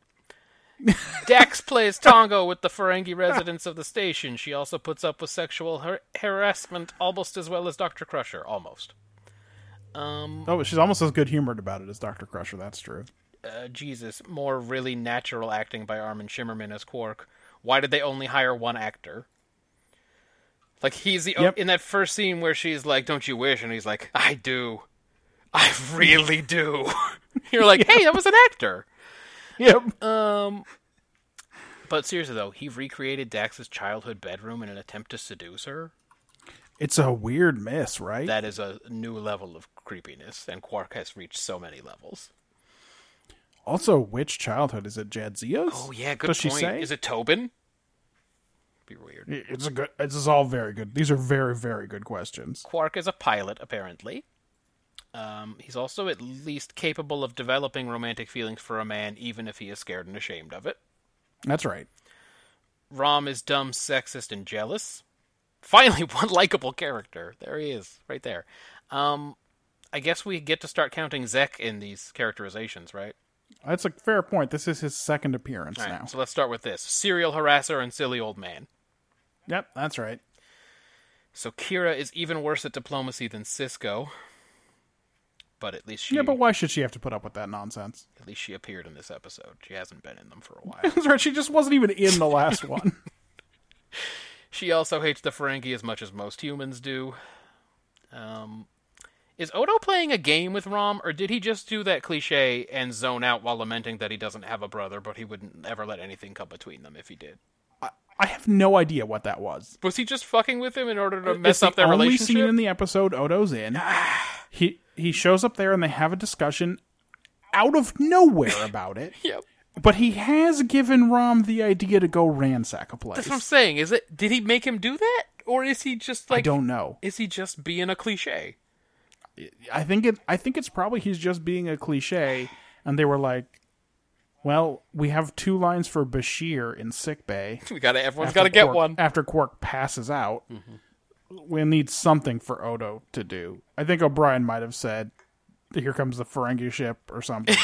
[SPEAKER 2] Dax plays Tongo with the Ferengi residents of the station. She also puts up with sexual har- harassment almost as well as Dr. Crusher. Almost. Um,
[SPEAKER 3] Oh, she's almost as good humored about it as Doctor Crusher. That's true.
[SPEAKER 2] uh, Jesus, more really natural acting by Armin Shimmerman as Quark. Why did they only hire one actor? Like he's the o-
[SPEAKER 3] Yep.
[SPEAKER 2] in that first scene where she's like, "Don't you wish?" and he's like, "I do, I really do." You're like, "Hey, that was an actor."
[SPEAKER 3] Yep.
[SPEAKER 2] But seriously though, he recreated Dax's childhood bedroom in an attempt to seduce her.
[SPEAKER 3] It's a weird miss, right?
[SPEAKER 2] That is a new level of creepiness, and Quark has reached so many levels.
[SPEAKER 3] also, which childhood is it? Jadzia's?
[SPEAKER 2] Oh yeah, good
[SPEAKER 3] Does
[SPEAKER 2] point.
[SPEAKER 3] she say?
[SPEAKER 2] Is it Tobin? Be weird.
[SPEAKER 3] It's a good. This is all very good. These are very, very good questions.
[SPEAKER 2] Quark is a pilot, apparently. Um, he's also at least capable of developing romantic feelings for a man, even if he is scared and ashamed of it.
[SPEAKER 3] That's right.
[SPEAKER 2] Rom is dumb, sexist, and jealous. Finally, one likable character. There he is, right there. Um, I guess we get to start counting Zek in these characterizations, right?
[SPEAKER 3] That's a fair point. This is his second appearance
[SPEAKER 2] All right,
[SPEAKER 3] now.
[SPEAKER 2] So let's start with this serial harasser and silly old man.
[SPEAKER 3] Yep, that's right.
[SPEAKER 2] So Kira is even worse at diplomacy than Cisco. But at least she
[SPEAKER 3] Yeah, but why should she have to put up with that nonsense?
[SPEAKER 2] at least she appeared in this episode. She hasn't been in them for a while.
[SPEAKER 3] That's right. She just wasn't even in the last one.
[SPEAKER 2] she also hates the Ferengi as much as most humans do. Um, is Odo playing a game with Rom, or did he just do that cliche and zone out while lamenting that he doesn't have a brother, but he wouldn't ever let anything come between them if he did?
[SPEAKER 3] I have no idea what that was.
[SPEAKER 2] Was he just fucking with him in order to
[SPEAKER 3] it's
[SPEAKER 2] mess up
[SPEAKER 3] the
[SPEAKER 2] their
[SPEAKER 3] only
[SPEAKER 2] relationship?
[SPEAKER 3] scene in the episode Odo's in. he he shows up there and they have a discussion out of nowhere about it.
[SPEAKER 2] Yep.
[SPEAKER 3] But he has given Rom the idea to go ransack a place.
[SPEAKER 2] That's what I'm saying. Is it? Did he make him do that, or is he just like?
[SPEAKER 3] I don't know.
[SPEAKER 2] Is he just being a cliche?
[SPEAKER 3] I think it. I think it's probably he's just being a cliche, and they were like, "Well, we have two lines for Bashir in sick bay.
[SPEAKER 2] We gotta. Everyone's
[SPEAKER 3] After
[SPEAKER 2] gotta get
[SPEAKER 3] Quark-
[SPEAKER 2] one.
[SPEAKER 3] after Quark passes out. We need something for Odo to do. I think O'Brien might have said, "Here comes the Ferengi ship" or something.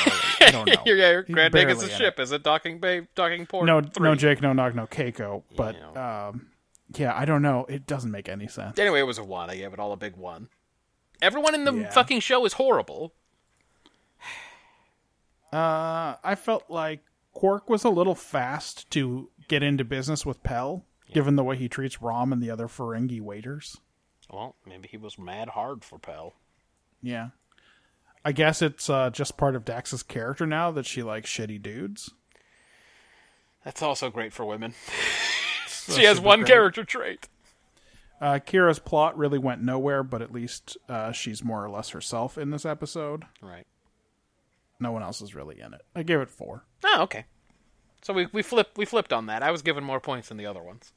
[SPEAKER 3] I don't know.
[SPEAKER 2] Your, yeah, your
[SPEAKER 3] He's
[SPEAKER 2] grand name is
[SPEAKER 3] barely
[SPEAKER 2] a
[SPEAKER 3] in
[SPEAKER 2] ship. Is it docking bay? Docking port?
[SPEAKER 3] it. No, no,
[SPEAKER 2] three?
[SPEAKER 3] Jake, no, knock, no, Keiko. But
[SPEAKER 2] Yeah.
[SPEAKER 3] um, yeah, I don't know. It doesn't make any sense.
[SPEAKER 2] Anyway, it was a one. I gave it all a big one. Everyone in the
[SPEAKER 3] Yeah.
[SPEAKER 2] fucking show is horrible.
[SPEAKER 3] Uh, I felt like Quark was a little fast to get into business with Pell, given the way he treats Rom and the other Ferengi waiters.
[SPEAKER 2] Well, maybe he was mad hard for Pell.
[SPEAKER 3] Yeah. I guess it's uh, just part of Dax's character now that she likes shitty dudes.
[SPEAKER 2] That's also great for women.
[SPEAKER 3] So
[SPEAKER 2] she has
[SPEAKER 3] super
[SPEAKER 2] one
[SPEAKER 3] great.
[SPEAKER 2] character trait.
[SPEAKER 3] Uh, Kira's plot really went nowhere, but at least uh, she's more or less herself in this episode.
[SPEAKER 2] Right.
[SPEAKER 3] No one else is really in it. I gave it four.
[SPEAKER 2] Oh, okay. So we we flip we flipped on that. I was given more points than the other ones.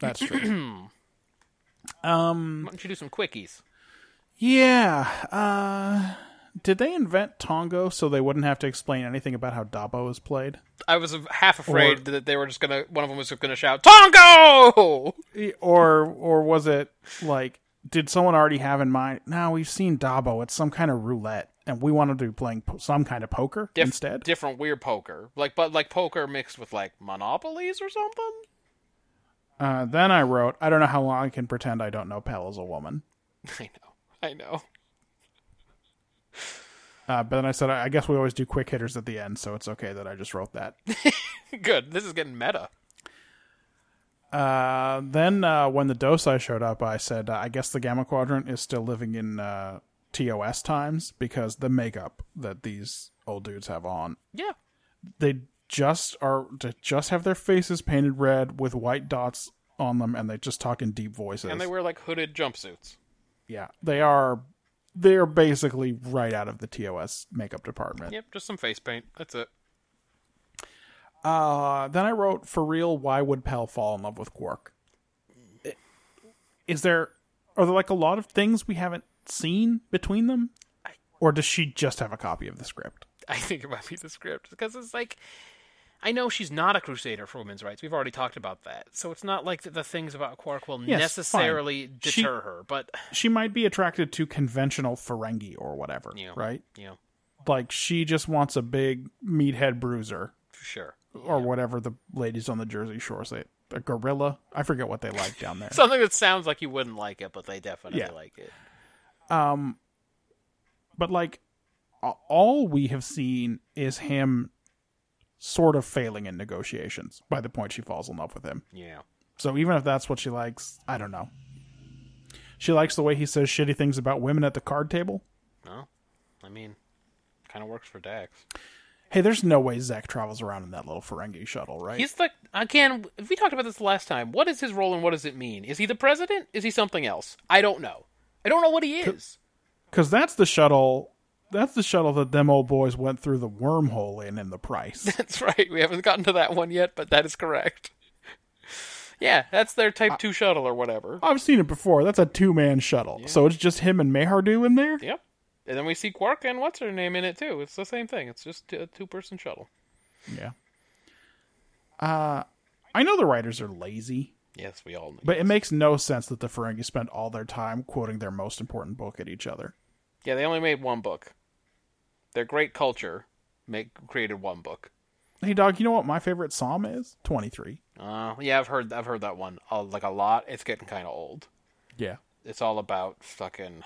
[SPEAKER 3] That's true. Mm.
[SPEAKER 2] Why don't you do some quickies?
[SPEAKER 3] yeah. Uh, did they invent Tongo so they wouldn't have to explain anything about how Dabo is played?
[SPEAKER 2] I was half afraid that they were just gonna. One of them was just gonna shout Tongo.
[SPEAKER 3] E, or or was it like did someone already have in mind now we've seen dabo it's some kind of roulette and we want to be playing po- some kind of poker
[SPEAKER 2] Dif-
[SPEAKER 3] instead
[SPEAKER 2] different weird poker, like but like poker mixed with like monopolies or something.
[SPEAKER 3] uh, then i wrote i don't know how long i can pretend i don't know pell is a woman
[SPEAKER 2] I know, I know.
[SPEAKER 3] uh, but then i said i I guess we always do quick hitters at the end so it's okay that i just wrote that
[SPEAKER 2] Good. This is getting meta.
[SPEAKER 3] uh, then uh, when the dosai showed up i said uh, i guess the gamma quadrant is still living in uh, tos times because the makeup that these old dudes have on
[SPEAKER 2] Yeah.
[SPEAKER 3] they just are they just have their faces painted red with white dots on them and they just talk in deep voices
[SPEAKER 2] And they wear like hooded jumpsuits.
[SPEAKER 3] yeah they are they are basically right out of the tos makeup department
[SPEAKER 2] Yep, just some face paint. That's it.
[SPEAKER 3] uh then i wrote for real why would pell fall in love with quark is there are there like a lot of things we haven't seen between them Or does she just have a copy of the script?
[SPEAKER 2] I think it might be the script because it's like I know she's not a crusader for women's rights. We've already talked about that, so it's not like the, the things about Quark will
[SPEAKER 3] Yes,
[SPEAKER 2] necessarily
[SPEAKER 3] fine.
[SPEAKER 2] deter
[SPEAKER 3] She-
[SPEAKER 2] her. But
[SPEAKER 3] She might be attracted to conventional Ferengi or whatever,
[SPEAKER 2] Yeah.
[SPEAKER 3] right?
[SPEAKER 2] you know,
[SPEAKER 3] Like she just wants a big meathead bruiser
[SPEAKER 2] for sure,
[SPEAKER 3] or whatever the ladies on the Jersey Shore say. A gorilla. I forget what they like down there.
[SPEAKER 2] something that sounds like you wouldn't like it, but they definitely
[SPEAKER 3] Yeah.
[SPEAKER 2] like it.
[SPEAKER 3] Um, but like a- all we have seen is him sort of failing in negotiations by the point she falls in love with him.
[SPEAKER 2] Yeah,
[SPEAKER 3] So even if that's what she likes, I don't know. She likes the way he says shitty things about women at the card table.
[SPEAKER 2] well, I mean, kind of works for Dax.
[SPEAKER 3] Hey, there's no way Zach travels around in that little Ferengi shuttle, right?
[SPEAKER 2] He's like again. We talked about this last time. What is his role and what does it mean? Is he the president? Is he something else? I don't know. I don't know what he is.
[SPEAKER 3] Because that's the shuttle. That's the shuttle that them old boys went through the wormhole in in the price.
[SPEAKER 2] That's right. We haven't gotten to that one yet, but that is correct. Yeah, that's their Type Two shuttle or whatever.
[SPEAKER 3] I've seen it before. That's a two man shuttle. So it's just him and Mehardu in there?
[SPEAKER 2] Yep. And then we see Quark and what's her name in it too. It's the same thing. It's just a two person shuttle.
[SPEAKER 3] Yeah. Uh, I know the writers are lazy,
[SPEAKER 2] Yes, we all know.
[SPEAKER 3] but it makes no sense that the Ferengi spend all their time quoting their most important book at each other.
[SPEAKER 2] yeah, they only made one book. Their great culture make created one book.
[SPEAKER 3] Hey, dog, you know what my favorite psalm is? 23.
[SPEAKER 2] Uh, yeah, I've heard I've heard that one uh, like a lot. It's getting kind of old.
[SPEAKER 3] Yeah.
[SPEAKER 2] It's all about fucking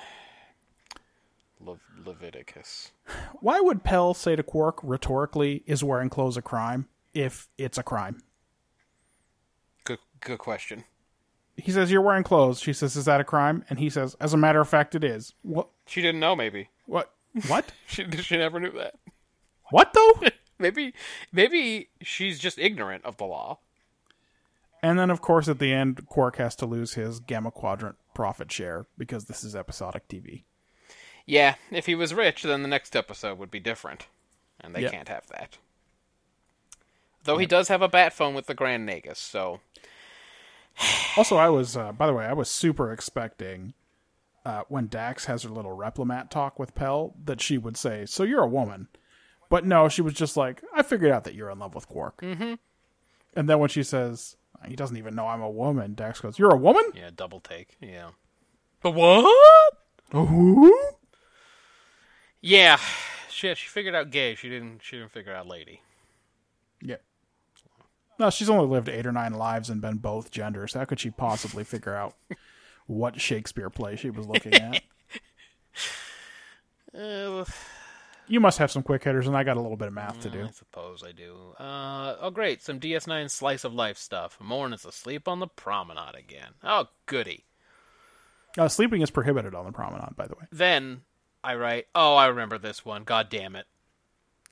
[SPEAKER 2] Le- Leviticus.
[SPEAKER 3] Why would Pell say to Quark rhetorically, is wearing clothes a crime if it's a crime?
[SPEAKER 2] Good good question.
[SPEAKER 3] He says, You're wearing clothes. She says, Is that a crime? And he says, As a matter of fact, it is. What?
[SPEAKER 2] She didn't know. Maybe
[SPEAKER 3] What? What?
[SPEAKER 2] she she never knew that.
[SPEAKER 3] what, though?
[SPEAKER 2] Maybe maybe she's just ignorant of the law.
[SPEAKER 3] And then, of course, at the end, Quark has to lose his Gamma Quadrant profit share because this is episodic TV.
[SPEAKER 2] Yeah, if he was rich, then the next episode would be different, and they
[SPEAKER 3] Yep.
[SPEAKER 2] can't have that. Though he does have a bat phone with the Grand Nagus, so
[SPEAKER 3] Also, I was, uh, by the way, I was super expecting uh, when Dax has her little replimat talk with Pell that she would say, "So you're a woman," but no, she was just like, "I figured out that you're in love with Quark." Mm-hmm. And then when she says, "He doesn't even know I'm a woman," Dax goes, "You're a woman?"
[SPEAKER 2] yeah, double take. Yeah, but what?
[SPEAKER 3] Ooh.
[SPEAKER 2] Yeah, she she figured out gay. She didn't she didn't figure out lady.
[SPEAKER 3] Yeah. No, she's only lived eight or nine lives and been both genders. How could she possibly figure out what Shakespeare play she was looking at?
[SPEAKER 2] Uh,
[SPEAKER 3] You must have some quick hitters, and I got a little bit of math to do.
[SPEAKER 2] I suppose I do. Uh, oh great, some DS9 slice of life stuff. Morn is asleep on the promenade again. Oh goody.
[SPEAKER 3] Uh, sleeping is prohibited on the promenade, by the way.
[SPEAKER 2] Then I write. Oh, I remember this one. God damn it.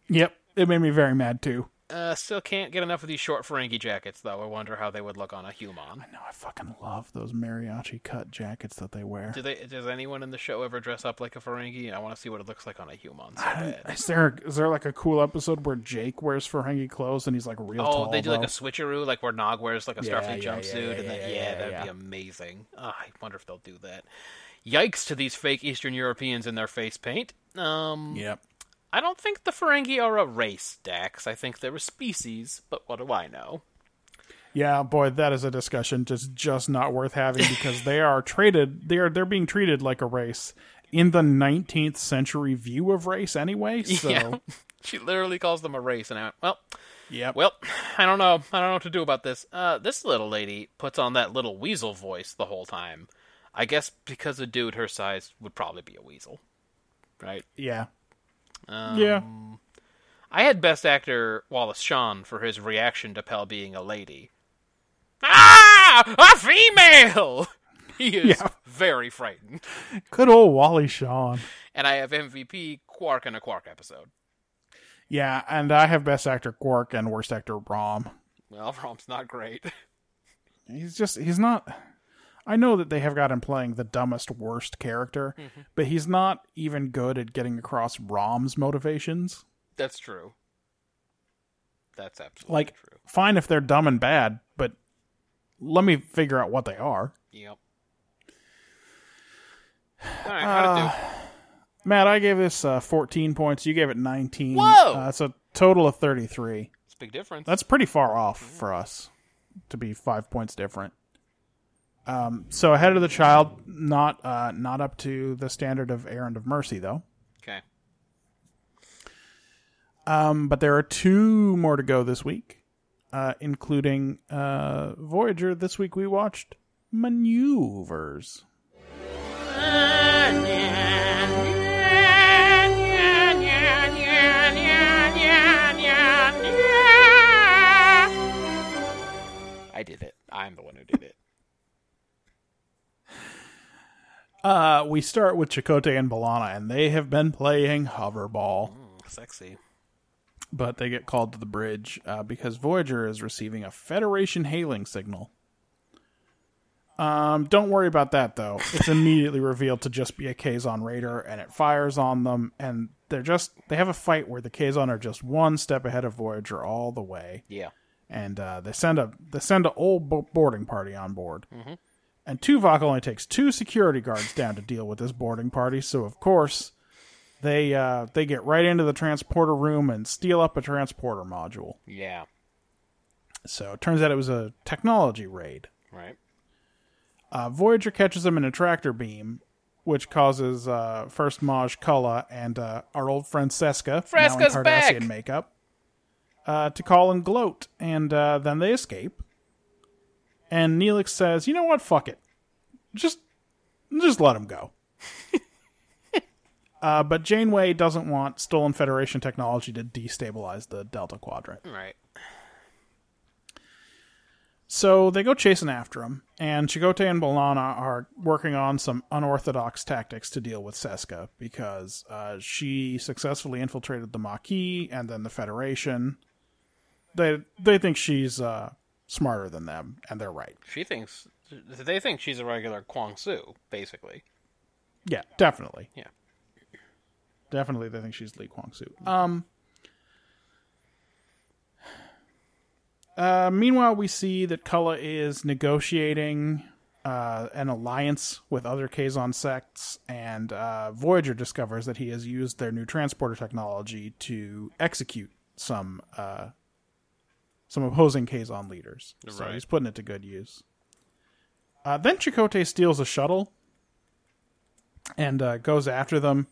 [SPEAKER 3] Yep, it made me very mad too.
[SPEAKER 2] Uh, still can't get enough of these short Ferengi jackets, though. I wonder how they would look on a human.
[SPEAKER 3] No, I fucking love those mariachi cut jackets that they wear.
[SPEAKER 2] Do they? Does anyone in the show ever dress up like a Ferengi? I want to see what it looks like on a human. So bad.
[SPEAKER 3] Is there is there like a cool episode where Jake wears Ferengi clothes and he's like real tall?
[SPEAKER 2] Oh, they do like
[SPEAKER 3] though?
[SPEAKER 2] a switcheroo, like where Nog wears like a
[SPEAKER 3] Yeah,
[SPEAKER 2] Starfleet
[SPEAKER 3] yeah, yeah,
[SPEAKER 2] jumpsuit,
[SPEAKER 3] yeah,
[SPEAKER 2] and then
[SPEAKER 3] yeah,
[SPEAKER 2] yeah,
[SPEAKER 3] yeah,
[SPEAKER 2] that'd
[SPEAKER 3] yeah.
[SPEAKER 2] be amazing. Ah, I wonder if they'll do that. Yikes to these fake Eastern Europeans in their face paint. Um,
[SPEAKER 3] Yep.
[SPEAKER 2] I don't think the Ferengi are a race, Dax. I think they're a species, but what do I know?
[SPEAKER 3] Yeah, boy, that is a discussion just just not worth having because they are traded. They are they're being treated like a race in the 19th century view of race anyway. So,
[SPEAKER 2] Yeah. she literally calls them a race, and I went, well,
[SPEAKER 3] yep.
[SPEAKER 2] Well, I don't know. I don't know what to do about this. Uh, this little lady puts on that little weasel voice the whole time. I guess because a dude her size would probably be a weasel, right?
[SPEAKER 3] yeah.
[SPEAKER 2] um,
[SPEAKER 3] yeah.
[SPEAKER 2] I had Best Actor Wallace Shawn for his reaction to Pell being a lady. Ah, a female. He is
[SPEAKER 3] Yeah.
[SPEAKER 2] very frightened,
[SPEAKER 3] Good old Wally Shawn.
[SPEAKER 2] and I have MVP Quark in a Quark episode.
[SPEAKER 3] Yeah, and I have best actor Quark and worst actor Rom.
[SPEAKER 2] Well, Rom's not great.
[SPEAKER 3] He's just he's not I know that they have got him playing the dumbest worst character,
[SPEAKER 2] Mm-hmm.
[SPEAKER 3] but he's not even good at getting across Rom's motivations.
[SPEAKER 2] That's true. That's absolutely
[SPEAKER 3] Like
[SPEAKER 2] true.
[SPEAKER 3] fine if they're dumb and bad, but let me figure out what they are. Ah.
[SPEAKER 2] Yep. All right, how'd it do?
[SPEAKER 3] Matt, I gave this uh, 14 points. You gave it 19.
[SPEAKER 2] Whoa!
[SPEAKER 3] Uh, that's a total of 33.
[SPEAKER 2] It's a big difference.
[SPEAKER 3] That's pretty far off
[SPEAKER 2] Mm-hmm.
[SPEAKER 3] for us to be five points different. Um, so ahead of the child, not uh, not up to the standard of errand of mercy though.
[SPEAKER 2] okay.
[SPEAKER 3] Um, but there are two more to go this week, uh, including uh, Voyager. This week we watched Maneuvers.
[SPEAKER 2] I did it. I'm the one who did it.
[SPEAKER 3] Uh, we start with Chakotay and Balana, and they have been playing hoverball.
[SPEAKER 2] Sexy.
[SPEAKER 3] but they get called to the bridge uh, because Voyager is receiving a Federation hailing signal. Um, don't worry about that though. It's immediately revealed to just be a Kazon raider, and it fires on them, and they're just they have a fight where the Kazon are just one step ahead of Voyager all the way,
[SPEAKER 2] Yeah.
[SPEAKER 3] and uh, they send a they send a old bo- boarding party on board. And Tuvok only takes two security guards down to deal with this boarding party, so of course they uh, they get right into the transporter room and steal up a transporter module.
[SPEAKER 2] Yeah.
[SPEAKER 3] So it turns out it was a technology raid.
[SPEAKER 2] Right.
[SPEAKER 3] Uh, Voyager catches them in a tractor beam, which causes uh, first Maj Culla and uh, our old friend Seska,
[SPEAKER 2] Fresca's
[SPEAKER 3] now in Cardassian
[SPEAKER 2] back!
[SPEAKER 3] makeup, uh, to call and gloat, and uh, then they escape. And Neelix says, "You know what? Fuck it, just just let him go." uh, but Janeway doesn't want stolen Federation technology to destabilize the Delta Quadrant.
[SPEAKER 2] Right.
[SPEAKER 3] So they go chasing after him, and Chigote and Bolana are working on some unorthodox tactics to deal with Seska because uh, she successfully infiltrated the Maquis and then the Federation. They they think she's uh, smarter than them, and they're right.
[SPEAKER 2] She thinks they think she's a regular Kwang Su, basically.
[SPEAKER 3] Yeah, definitely.
[SPEAKER 2] Yeah.
[SPEAKER 3] Definitely, they think she's Lee Kwang Soo. Um. Uh, meanwhile, we see that Kula is negotiating uh, an alliance with other Kazon sects, and uh, Voyager discovers that he has used their new transporter technology to execute some uh, some opposing Kazon leaders. So
[SPEAKER 2] Right.
[SPEAKER 3] he's putting it to good use. Uh, then Chakotay steals a shuttle and uh, goes after them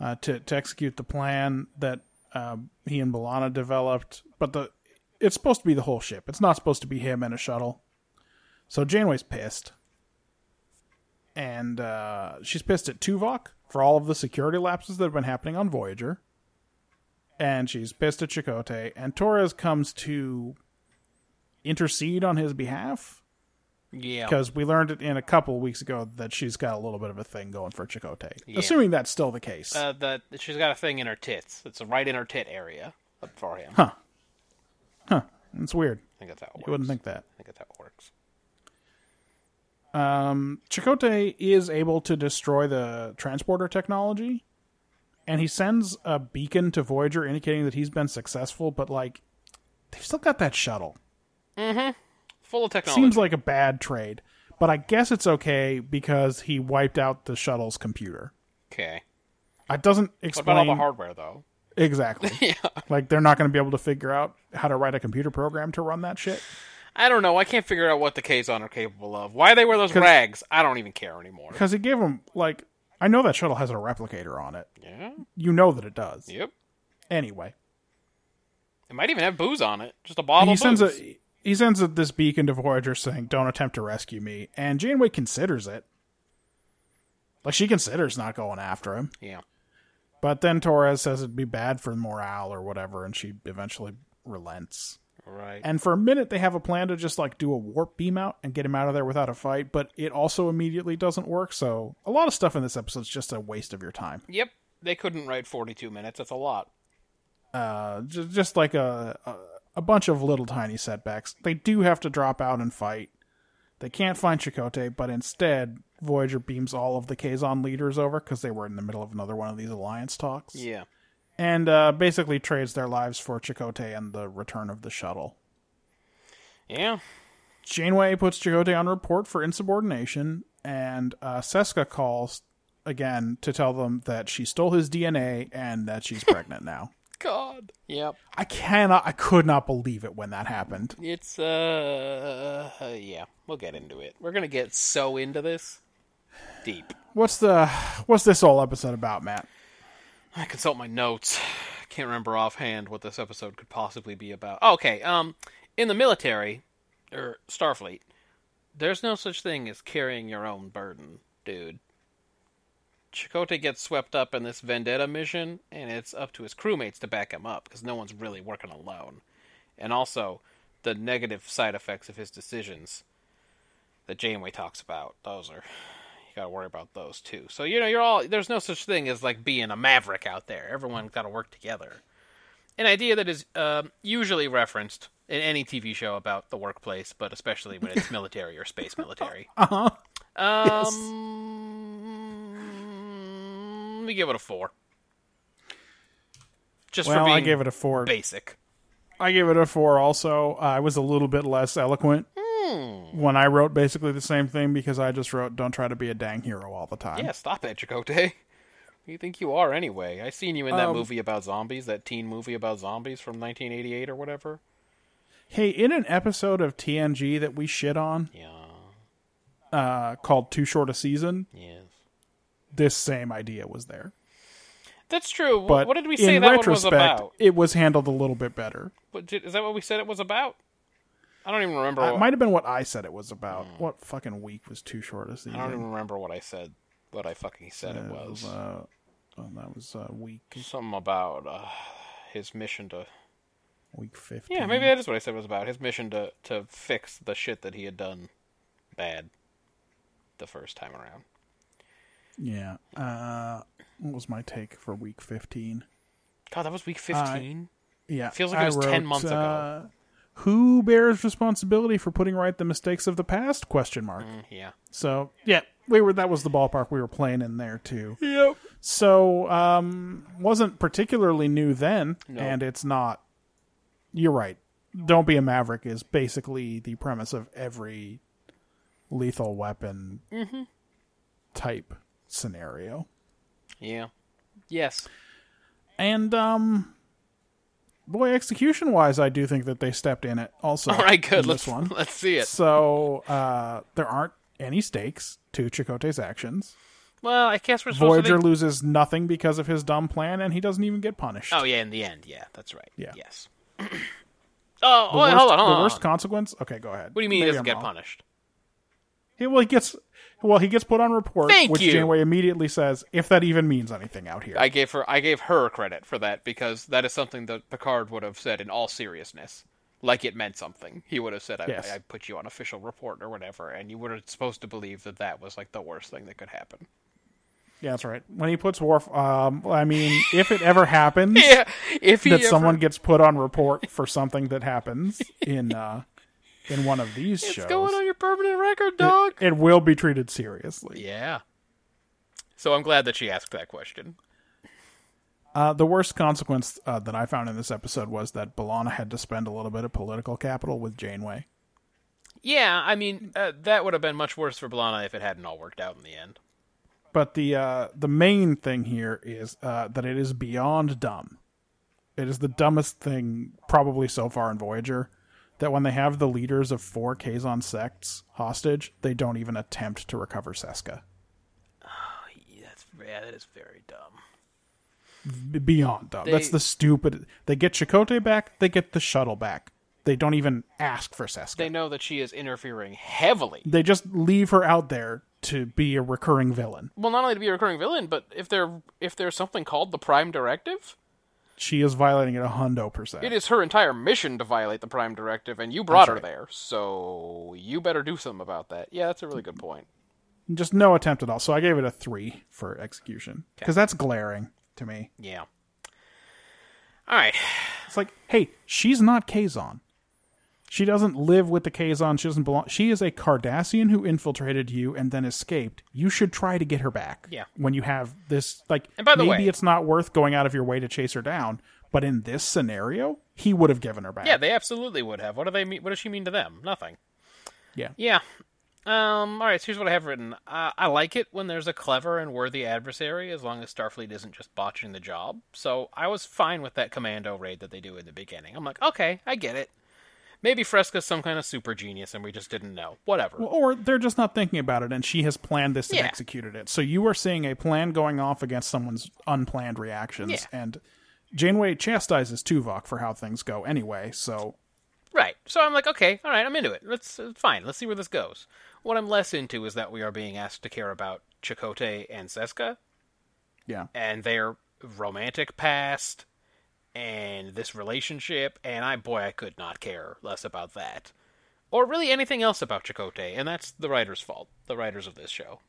[SPEAKER 3] uh, to to execute the plan that um, he and Balana developed. But the it's supposed to be the whole ship. It's not supposed to be him and a shuttle. So Janeway's pissed, and uh, she's pissed at Tuvok for all of the security lapses that have been happening on Voyager. And she's pissed at Chakotay, and Torres comes to intercede on his behalf
[SPEAKER 2] Yeah.
[SPEAKER 3] because we learned it in a couple weeks ago that she's got a little bit of a thing going for Chakotay.
[SPEAKER 2] Yeah.
[SPEAKER 3] Assuming that's still the case.
[SPEAKER 2] Uh, that she's got a thing in her tits. It's right in her tit area for him.
[SPEAKER 3] Huh. it's weird.
[SPEAKER 2] I think that's how it works.
[SPEAKER 3] You wouldn't think that.
[SPEAKER 2] I think that's how it works.
[SPEAKER 3] Um, Chakotay is able to destroy the transporter technology, and he sends a beacon to Voyager indicating that he's been successful. But like, they've still got that shuttle.
[SPEAKER 2] Full of technology.
[SPEAKER 3] Seems like a bad trade, but I guess it's okay because he wiped out the shuttle's computer.
[SPEAKER 2] okay.
[SPEAKER 3] It doesn't
[SPEAKER 2] What
[SPEAKER 3] explain
[SPEAKER 2] about all the hardware though?
[SPEAKER 3] exactly.
[SPEAKER 2] Yeah.
[SPEAKER 3] Like they're not going to be able to figure out how to write a computer program to run that shit.
[SPEAKER 2] I don't know. I can't figure out what the Kazon are capable of. Why they wear those rags? I don't even care anymore.
[SPEAKER 3] Because he gave him like I know that shuttle has a replicator on it.
[SPEAKER 2] Yeah.
[SPEAKER 3] You know that it does.
[SPEAKER 2] Yep.
[SPEAKER 3] Anyway,
[SPEAKER 2] It might even have booze on it. Just a bottle.
[SPEAKER 3] he
[SPEAKER 2] of
[SPEAKER 3] sends
[SPEAKER 2] booze.
[SPEAKER 3] a he sends a, this beacon to Voyager saying, "Don't attempt to rescue me." And Janeway considers it. Like she considers not going after him,
[SPEAKER 2] Yeah.
[SPEAKER 3] but then Torres says it'd be bad for morale or whatever, and she eventually relents.
[SPEAKER 2] Right.
[SPEAKER 3] And for a minute, they have a plan to just like do a warp beam out and get him out of there without a fight, but it also immediately doesn't work. So a lot of stuff in this episode is just a waste of your time.
[SPEAKER 2] Yep. They couldn't write 42 minutes. That's a lot.
[SPEAKER 3] uh, just, just like a, a a bunch of little tiny setbacks. They do have to drop out and fight. They can't find Chakotay, but instead Voyager beams all of the Kazon leaders over because they were in the middle of another one of these alliance talks,
[SPEAKER 2] Yeah.
[SPEAKER 3] and uh, basically trades their lives for Chakotay and the return of the shuttle.
[SPEAKER 2] Yeah.
[SPEAKER 3] Janeway puts Chakotay on report for insubordination, and uh, Seska calls again to tell them that she stole his DNA and that she's pregnant now.
[SPEAKER 2] God. Yep.
[SPEAKER 3] I cannot, I could not believe it when that happened.
[SPEAKER 2] It's uh yeah, we'll get into it. We're gonna get so into this deep.
[SPEAKER 3] What's the, what's this whole episode about, Matt?
[SPEAKER 2] I consult my notes. I can't remember offhand what this episode could possibly be about. Okay, um, in the military or Starfleet, there's no such thing as carrying your own burden, dude. Chakotay gets swept up in this vendetta mission, and it's up to his crewmates to back him up because no one's really working alone. And also, the negative side effects of his decisions that Janeway talks about. Those are you gotta worry about those too. So you know, you're all there's no such thing as like being a maverick out there. Everyone's got to work together. An idea that is um usually referenced in any TV show about the workplace, but especially when it's military or space military.
[SPEAKER 3] Uh-huh.
[SPEAKER 2] Um, let me give it a four. Just for
[SPEAKER 3] Well,
[SPEAKER 2] being
[SPEAKER 3] I gave it a four.
[SPEAKER 2] basic.
[SPEAKER 3] I gave it a four. Also, Uh, I was a little bit less eloquent
[SPEAKER 2] Hmm.
[SPEAKER 3] when I wrote basically the same thing because I just wrote "Don't try to be a dang hero all the time."
[SPEAKER 2] Yeah, stop it, Chakotay. Who you think you are anyway? I seen you in that
[SPEAKER 3] Um,
[SPEAKER 2] movie about zombies, that teen movie about zombies from 1988 or whatever.
[SPEAKER 3] Hey, in an episode of TNG that we shit on
[SPEAKER 2] Yeah,
[SPEAKER 3] uh, called "Too Short a Season,"
[SPEAKER 2] yes.
[SPEAKER 3] this same idea was there.
[SPEAKER 2] That's true. Wh-
[SPEAKER 3] But
[SPEAKER 2] what did we
[SPEAKER 3] in
[SPEAKER 2] say that one was
[SPEAKER 3] retrospect,
[SPEAKER 2] about?
[SPEAKER 3] It was handled a little bit better.
[SPEAKER 2] What did- Is that what we said it was about? I don't even remember.
[SPEAKER 3] It
[SPEAKER 2] what,
[SPEAKER 3] might have been what I said it was about. What fucking week was "Too Short a Season"?
[SPEAKER 2] Hmm. I don't even remember what I said. What I fucking said it was.
[SPEAKER 3] Uh, oh, that was uh, week
[SPEAKER 2] Something about uh, his mission to.
[SPEAKER 3] week fifteen.
[SPEAKER 2] Yeah, maybe that is what I said it was about. His mission to to fix the shit that he had done bad the first time around.
[SPEAKER 3] Yeah. Uh, what was my take for week fifteen?
[SPEAKER 2] God, that was week 15.
[SPEAKER 3] Yeah,
[SPEAKER 2] Feels like it was 10 months ago.
[SPEAKER 3] uh, Who bears responsibility for putting right the mistakes of the past? Question mark.
[SPEAKER 2] Mm. yeah.
[SPEAKER 3] So yeah, we were that was the ballpark we were playing in there too. Yep. So um, wasn't particularly new then, and it's not. You're right. Don't be a maverick is basically the premise of every lethal weapon
[SPEAKER 2] Mm-hmm.
[SPEAKER 3] type scenario.
[SPEAKER 2] Yeah. Yes.
[SPEAKER 3] And um boy, execution wise, I do think that they stepped in it also.
[SPEAKER 2] All right, good.
[SPEAKER 3] in
[SPEAKER 2] Let's
[SPEAKER 3] this one.
[SPEAKER 2] let's see it.
[SPEAKER 3] So uh there aren't any stakes to Chakotay's actions.
[SPEAKER 2] Well, I guess we're supposed
[SPEAKER 3] Voyager
[SPEAKER 2] to
[SPEAKER 3] loses nothing because of his dumb plan, and he doesn't even get punished.
[SPEAKER 2] Oh yeah, in the end, yeah, that's right.
[SPEAKER 3] Yeah.
[SPEAKER 2] Yes. oh,
[SPEAKER 3] The
[SPEAKER 2] wait,
[SPEAKER 3] worst-
[SPEAKER 2] hold on, hold
[SPEAKER 3] The
[SPEAKER 2] on.
[SPEAKER 3] worst consequence. Okay, go ahead.
[SPEAKER 2] what do you mean he
[SPEAKER 3] Maybe
[SPEAKER 2] doesn't
[SPEAKER 3] I'm
[SPEAKER 2] get
[SPEAKER 3] wrong.
[SPEAKER 2] punished?
[SPEAKER 3] He, well, he gets. Well, he gets put on report,
[SPEAKER 2] Thank
[SPEAKER 3] which
[SPEAKER 2] you.
[SPEAKER 3] Janeway immediately says, "If that even means anything out here."
[SPEAKER 2] I gave her I gave her credit for that because that is something that Picard would have said in all seriousness. Like it meant something. He would have said, I,
[SPEAKER 3] Yes.
[SPEAKER 2] I put you on official report or whatever, and you were supposed to believe that that was like the worst thing that could happen.
[SPEAKER 3] yeah, that's right. When he puts Worf, um, I mean, if it ever happens,
[SPEAKER 2] Yeah, if he
[SPEAKER 3] that
[SPEAKER 2] ever-
[SPEAKER 3] someone gets put on report for something that happens in uh in one of these
[SPEAKER 2] it's
[SPEAKER 3] shows.
[SPEAKER 2] going on your permanent record, dog.
[SPEAKER 3] It will be treated seriously.
[SPEAKER 2] Yeah. So I'm glad that she asked that question.
[SPEAKER 3] Uh, the worst consequence uh, that I found in this episode was that Bellana had to spend a little bit of political capital with Janeway.
[SPEAKER 2] Yeah, I mean uh, that would have been much worse for Blana if it hadn't all worked out in the end.
[SPEAKER 3] But the uh, the main thing here is uh, that it is beyond dumb. It is the dumbest thing probably so far in Voyager that when they have the leaders of four Kazon sects hostage, they don't even attempt to recover Seska.
[SPEAKER 2] That's yeah, that is very dumb.
[SPEAKER 3] B- beyond dumb. That's
[SPEAKER 2] They-
[SPEAKER 3] the stupid. They get Chakotay back. They get the shuttle back. They don't even ask for Seska.
[SPEAKER 2] They
[SPEAKER 3] They,
[SPEAKER 2] know that she is interfering heavily.
[SPEAKER 3] just leave her out there to be a recurring villain.
[SPEAKER 2] Well, not only to be a recurring villain, but if there if there's something called the Prime Directive,
[SPEAKER 3] She is violating it a hundo percent.
[SPEAKER 2] it is her entire mission to violate the Prime Directive, and you brought her
[SPEAKER 3] right.
[SPEAKER 2] there, so you better do something about that. Yeah, that's a really good point.
[SPEAKER 3] Just no attempt at all. So I gave it a three for execution because that's glaring to me.
[SPEAKER 2] Yeah. All right.
[SPEAKER 3] It's like, hey, she's not Kazon. She doesn't live with the Kazon. She doesn't belong. She is a Cardassian who infiltrated you and then escaped. You should try to get her back.
[SPEAKER 2] Yeah.
[SPEAKER 3] When you have this, like,
[SPEAKER 2] And by the
[SPEAKER 3] maybe
[SPEAKER 2] way-
[SPEAKER 3] it's not worth going out of your way to chase her down. But in this scenario, he would have given her back.
[SPEAKER 2] Yeah, they absolutely would have. What do they mean? What does she mean to them? Nothing.
[SPEAKER 3] Yeah.
[SPEAKER 2] Yeah. Um, all right, so here's what I have written. Uh, I like it when there's a clever and worthy adversary, as long as Starfleet isn't just botching the job. So I was fine with that commando raid that they do in the beginning. I'm like, okay, I get it. Maybe Fresca's some kind of super genius and we just didn't know. Whatever.
[SPEAKER 3] Or they're just not thinking about it, and she has planned this and
[SPEAKER 2] Yeah.
[SPEAKER 3] executed it. So you are seeing a plan going off against someone's unplanned reactions,
[SPEAKER 2] Yeah.
[SPEAKER 3] and Janeway chastises Tuvok for how things go anyway. So
[SPEAKER 2] Right. So I'm like, okay, all right, I'm into it. Let's uh, fine. Let's see where this goes. What I'm less into is that we are being asked to care about Chakotay and Seska
[SPEAKER 3] yeah,
[SPEAKER 2] and their romantic past and this relationship. And I, boy, I could not care less about that, or really anything else about Chakotay. And that's the writer's fault. The writers of this show.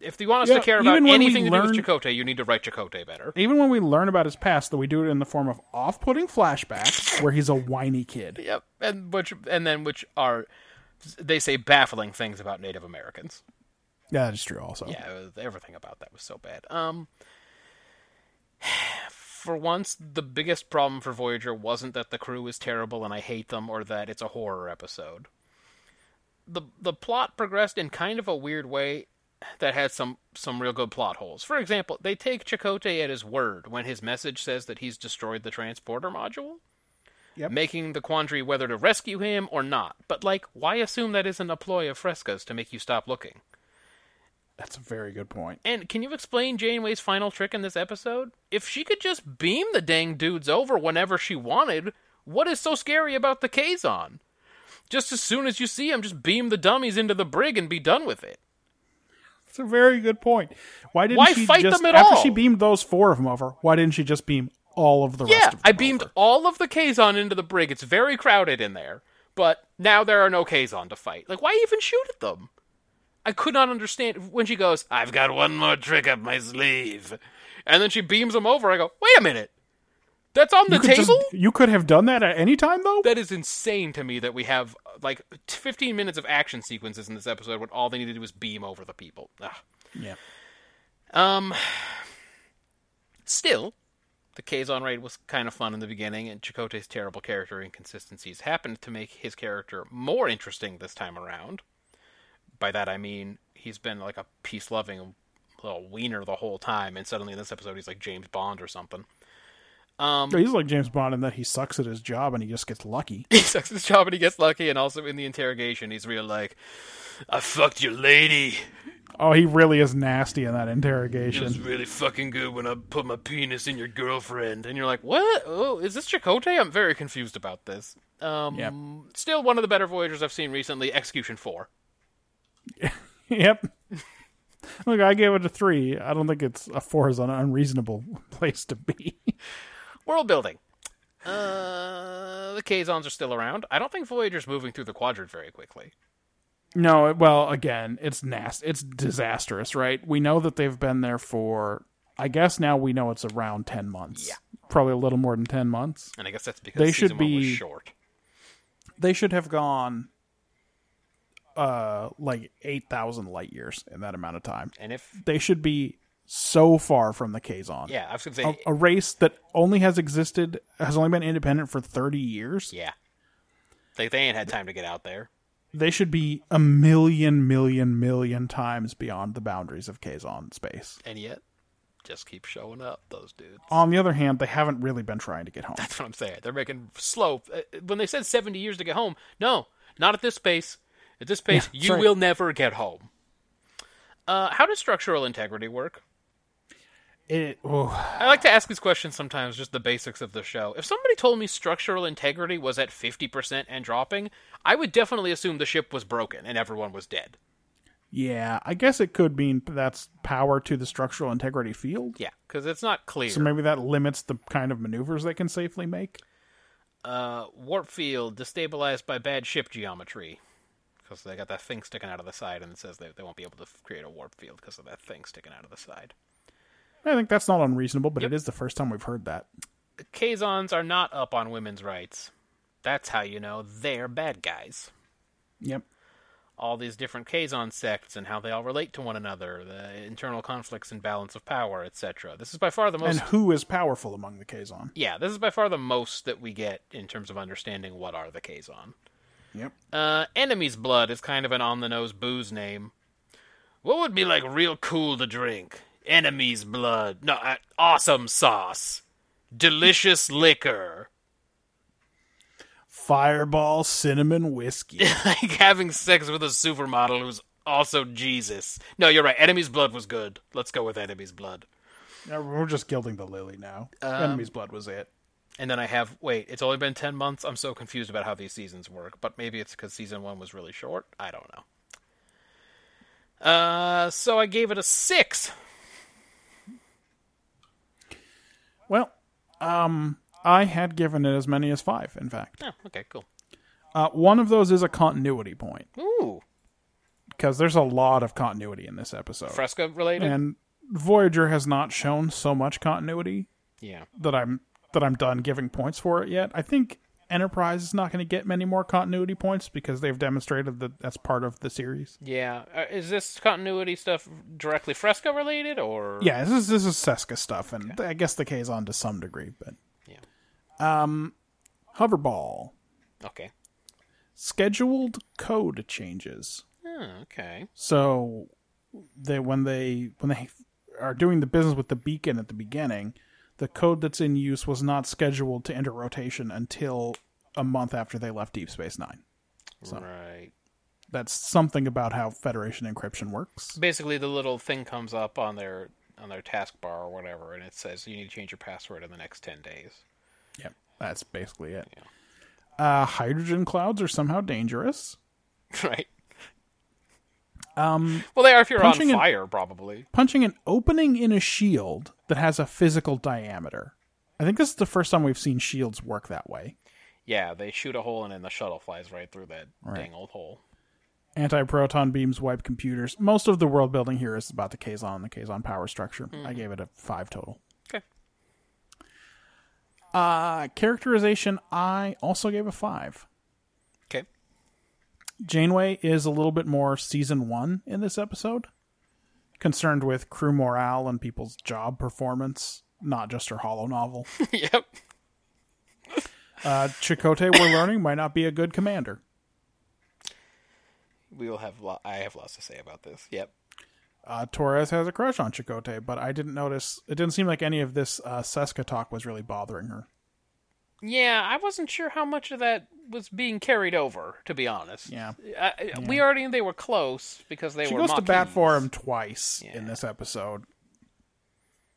[SPEAKER 2] If you want us
[SPEAKER 3] Yeah,
[SPEAKER 2] to care about
[SPEAKER 3] even when we
[SPEAKER 2] anything to do
[SPEAKER 3] learned-
[SPEAKER 2] with Chakotay, you need to write Chakotay better.
[SPEAKER 3] even when we learn about his past, though, we do it in the form of off-putting flashbacks where he's a whiny kid.
[SPEAKER 2] Yep, and which and then which are they say baffling things about Native Americans.
[SPEAKER 3] Yeah, that is true. Also,
[SPEAKER 2] Yeah, it was- everything about that was so bad. Um, for once, the biggest problem for Voyager wasn't that the crew is terrible and I hate them, or that it's a horror episode. the The plot progressed in kind of a weird way that had some some real good plot holes. For example, they take Chakotay at his word when his message says that he's destroyed the transporter module.
[SPEAKER 3] Yep.
[SPEAKER 2] Making the quandary whether to rescue him or not. But, like, why assume that isn't a ploy of Fresca's to make you stop looking?
[SPEAKER 3] that's a very good point.
[SPEAKER 2] And can you explain Janeway's final trick in this episode? If she could just beam the dang dudes over whenever she wanted, what is so scary about the Kazon? Just as soon as you see him, just beam the dummies into the brig and be done with it.
[SPEAKER 3] It's a very good point. Why didn't
[SPEAKER 2] Why
[SPEAKER 3] she
[SPEAKER 2] fight
[SPEAKER 3] just,
[SPEAKER 2] them at
[SPEAKER 3] after
[SPEAKER 2] all?
[SPEAKER 3] she beamed those four of them over? Why didn't she just beam all of the
[SPEAKER 2] Yeah,
[SPEAKER 3] rest? of them
[SPEAKER 2] I beamed
[SPEAKER 3] over?
[SPEAKER 2] all of the Kazon into the brig. It's very crowded in there, but now there are no Kazon to fight. Like, why even shoot at them? I could not understand when she goes, I've got one more trick up my sleeve. And then she beams them over. I go, wait a minute. That's on the
[SPEAKER 3] You could
[SPEAKER 2] table?
[SPEAKER 3] just- you could have done that at any time though.
[SPEAKER 2] that is insane to me that we have uh, like t- 15 minutes of action sequences in this episode when all they needed to do was beam over the people. Ugh.
[SPEAKER 3] yeah.
[SPEAKER 2] Still, the Kazon raid was kind of fun in the beginning, and Chakotay's terrible character inconsistencies happened to make his character more interesting this time around. By that I mean he's been like a peace-loving little wiener the whole time, and suddenly in this episode he's like James Bond or something. Um,
[SPEAKER 3] But he's like James Bond in that he sucks at his job and he just gets lucky.
[SPEAKER 2] he sucks at his job and he gets lucky, and also in the interrogation he's real like, "I fucked your lady."
[SPEAKER 3] Oh, he really is nasty in that interrogation.
[SPEAKER 2] really fucking good when I put my penis in your girlfriend. And you're like, what? Oh, is this Chakotay? I'm very confused about this. Um,
[SPEAKER 3] Yep.
[SPEAKER 2] Still one of the better Voyagers I've seen recently, Execution 4.
[SPEAKER 3] yep. Look, I gave it a three. I don't think it's a four is an unreasonable place to be.
[SPEAKER 2] World building. Uh, the Kazons are still around. I don't think Voyager's moving through the quadrant very quickly.
[SPEAKER 3] No, it- well, again, it's nasty. It's disastrous, right? We know that they've been there for. I guess now we know it's around ten months.
[SPEAKER 2] Yeah.
[SPEAKER 3] Probably a little more than ten months.
[SPEAKER 2] And I guess that's because
[SPEAKER 3] They
[SPEAKER 2] season
[SPEAKER 3] should
[SPEAKER 2] one was
[SPEAKER 3] be-
[SPEAKER 2] short.
[SPEAKER 3] They should have gone, uh, like eight thousand light years in that amount of time.
[SPEAKER 2] And if,
[SPEAKER 3] They should be so far from the Kazon.
[SPEAKER 2] yeah, I was going to say,
[SPEAKER 3] a, a race that only has existed has only been independent for 30 years
[SPEAKER 2] yeah. They, they ain't had time to get out there.
[SPEAKER 3] they should be a million million million times beyond the boundaries of kazon space
[SPEAKER 2] And yet, just keep showing up, those dudes.
[SPEAKER 3] on the other hand they haven't really been trying to get home
[SPEAKER 2] That's what I'm saying. They're making slow. uh, When they said 70 years to get home, no, not at this pace. At this pace,
[SPEAKER 3] Yeah,
[SPEAKER 2] you
[SPEAKER 3] sorry.
[SPEAKER 2] will never get home. Uh, how does structural integrity work?
[SPEAKER 3] it, oh,
[SPEAKER 2] I like to ask these questions sometimes, just the basics of the show. If somebody told me structural integrity was at 50% and dropping, I would definitely assume the ship was broken and everyone was dead.
[SPEAKER 3] yeah i guess it could mean that's power to the structural integrity field
[SPEAKER 2] Yeah, because it's not clear.
[SPEAKER 3] so maybe that limits the kind of maneuvers they can safely make
[SPEAKER 2] uh, warp field destabilized by bad ship geometry because they got that thing sticking out of the side and it says they, they won't be able to f- create a warp field because of that thing sticking out of the side
[SPEAKER 3] i think that's not unreasonable but it is the first time we've heard that
[SPEAKER 2] the kazons are not up on women's rights that's how you know they're bad guys
[SPEAKER 3] yep
[SPEAKER 2] all these different kazon sects and how they all relate to one another the internal conflicts and balance of power etc this is by far the most
[SPEAKER 3] and who is powerful among the kazon
[SPEAKER 2] yeah this is by far the most that we get in terms of understanding what are the kazon
[SPEAKER 3] Yep.
[SPEAKER 2] Uh, Enemy's Blood is kind of an on the nose booze name. What would be like real cool to drink? Enemy's Blood. No, uh, awesome sauce. Delicious liquor.
[SPEAKER 3] Fireball cinnamon whiskey.
[SPEAKER 2] like having sex with a supermodel who's also Jesus. No, you're right. Enemy's Blood was good. Let's go with Enemy's Blood.
[SPEAKER 3] Uh, We're just gilding the lily now.
[SPEAKER 2] Um,
[SPEAKER 3] Enemy's blood was it.
[SPEAKER 2] And then I have wait, it's only been 10 months. I'm so confused about how these seasons work, but maybe it's cuz season 1 was really short. I don't know. Uh so I gave it a 6.
[SPEAKER 3] Well, um, I had given it as many as five. In fact,
[SPEAKER 2] Oh, okay, cool.
[SPEAKER 3] uh, one of those is a continuity point
[SPEAKER 2] Ooh,
[SPEAKER 3] because there's a lot of continuity in this episode,
[SPEAKER 2] Fresca related?
[SPEAKER 3] and Voyager has not shown so much continuity
[SPEAKER 2] yeah.
[SPEAKER 3] that I'm that I'm done giving points for it yet. I think Enterprise is not going to get many more continuity points because they've demonstrated that that's part of the series.
[SPEAKER 2] Yeah. Uh, is this continuity stuff directly Fresca related or
[SPEAKER 3] Yeah, this is this is Seska stuff, and I guess the K is on to some degree, but
[SPEAKER 2] Yeah.
[SPEAKER 3] um, hoverball
[SPEAKER 2] Okay.
[SPEAKER 3] scheduled code changes.
[SPEAKER 2] Oh, okay.
[SPEAKER 3] So they when they when they are doing the business with the beacon at the beginning, the code that's in use was not scheduled to enter rotation until a month after they left Deep Space Nine.
[SPEAKER 2] Right.
[SPEAKER 3] That's something about how Federation encryption works.
[SPEAKER 2] basically the little thing comes up on their on their taskbar or whatever and it says you need to change your password in the next 10 days
[SPEAKER 3] Yep, that's basically it. Uh, hydrogen clouds are somehow dangerous.
[SPEAKER 2] right um well they are if you're on
[SPEAKER 3] punching an-
[SPEAKER 2] fire probably
[SPEAKER 3] punching an opening in a shield that has a physical diameter. I think this is the first time we've seen shields work that way.
[SPEAKER 2] yeah they shoot a hole and then the shuttle flies right through that dang old hole
[SPEAKER 3] Anti proton beams wipe computers. Most of the world building here is about the Kazon, the Kazon power structure. I gave it a five total.
[SPEAKER 2] okay
[SPEAKER 3] Uh, characterization, I also gave a five.
[SPEAKER 2] okay
[SPEAKER 3] Janeway is a little bit more season one in this episode, concerned with crew morale and people's job performance, not just her hollow novel.
[SPEAKER 2] yep
[SPEAKER 3] Uh, Chakotay, we're learning, might not be a good commander.
[SPEAKER 2] we will have lo- i have lots to say about this yep
[SPEAKER 3] uh, Torres has a crush on Chicote, but I didn't notice. It didn't seem like any of this uh, Seska talk was really bothering her.
[SPEAKER 2] yeah i wasn't sure how much of that was being carried over to be honest
[SPEAKER 3] Yeah.
[SPEAKER 2] I, I- we already knew they were close because they
[SPEAKER 3] She
[SPEAKER 2] were
[SPEAKER 3] goes to bat
[SPEAKER 2] Maquis.
[SPEAKER 3] for him twice in
[SPEAKER 2] Yeah.
[SPEAKER 3] this episode,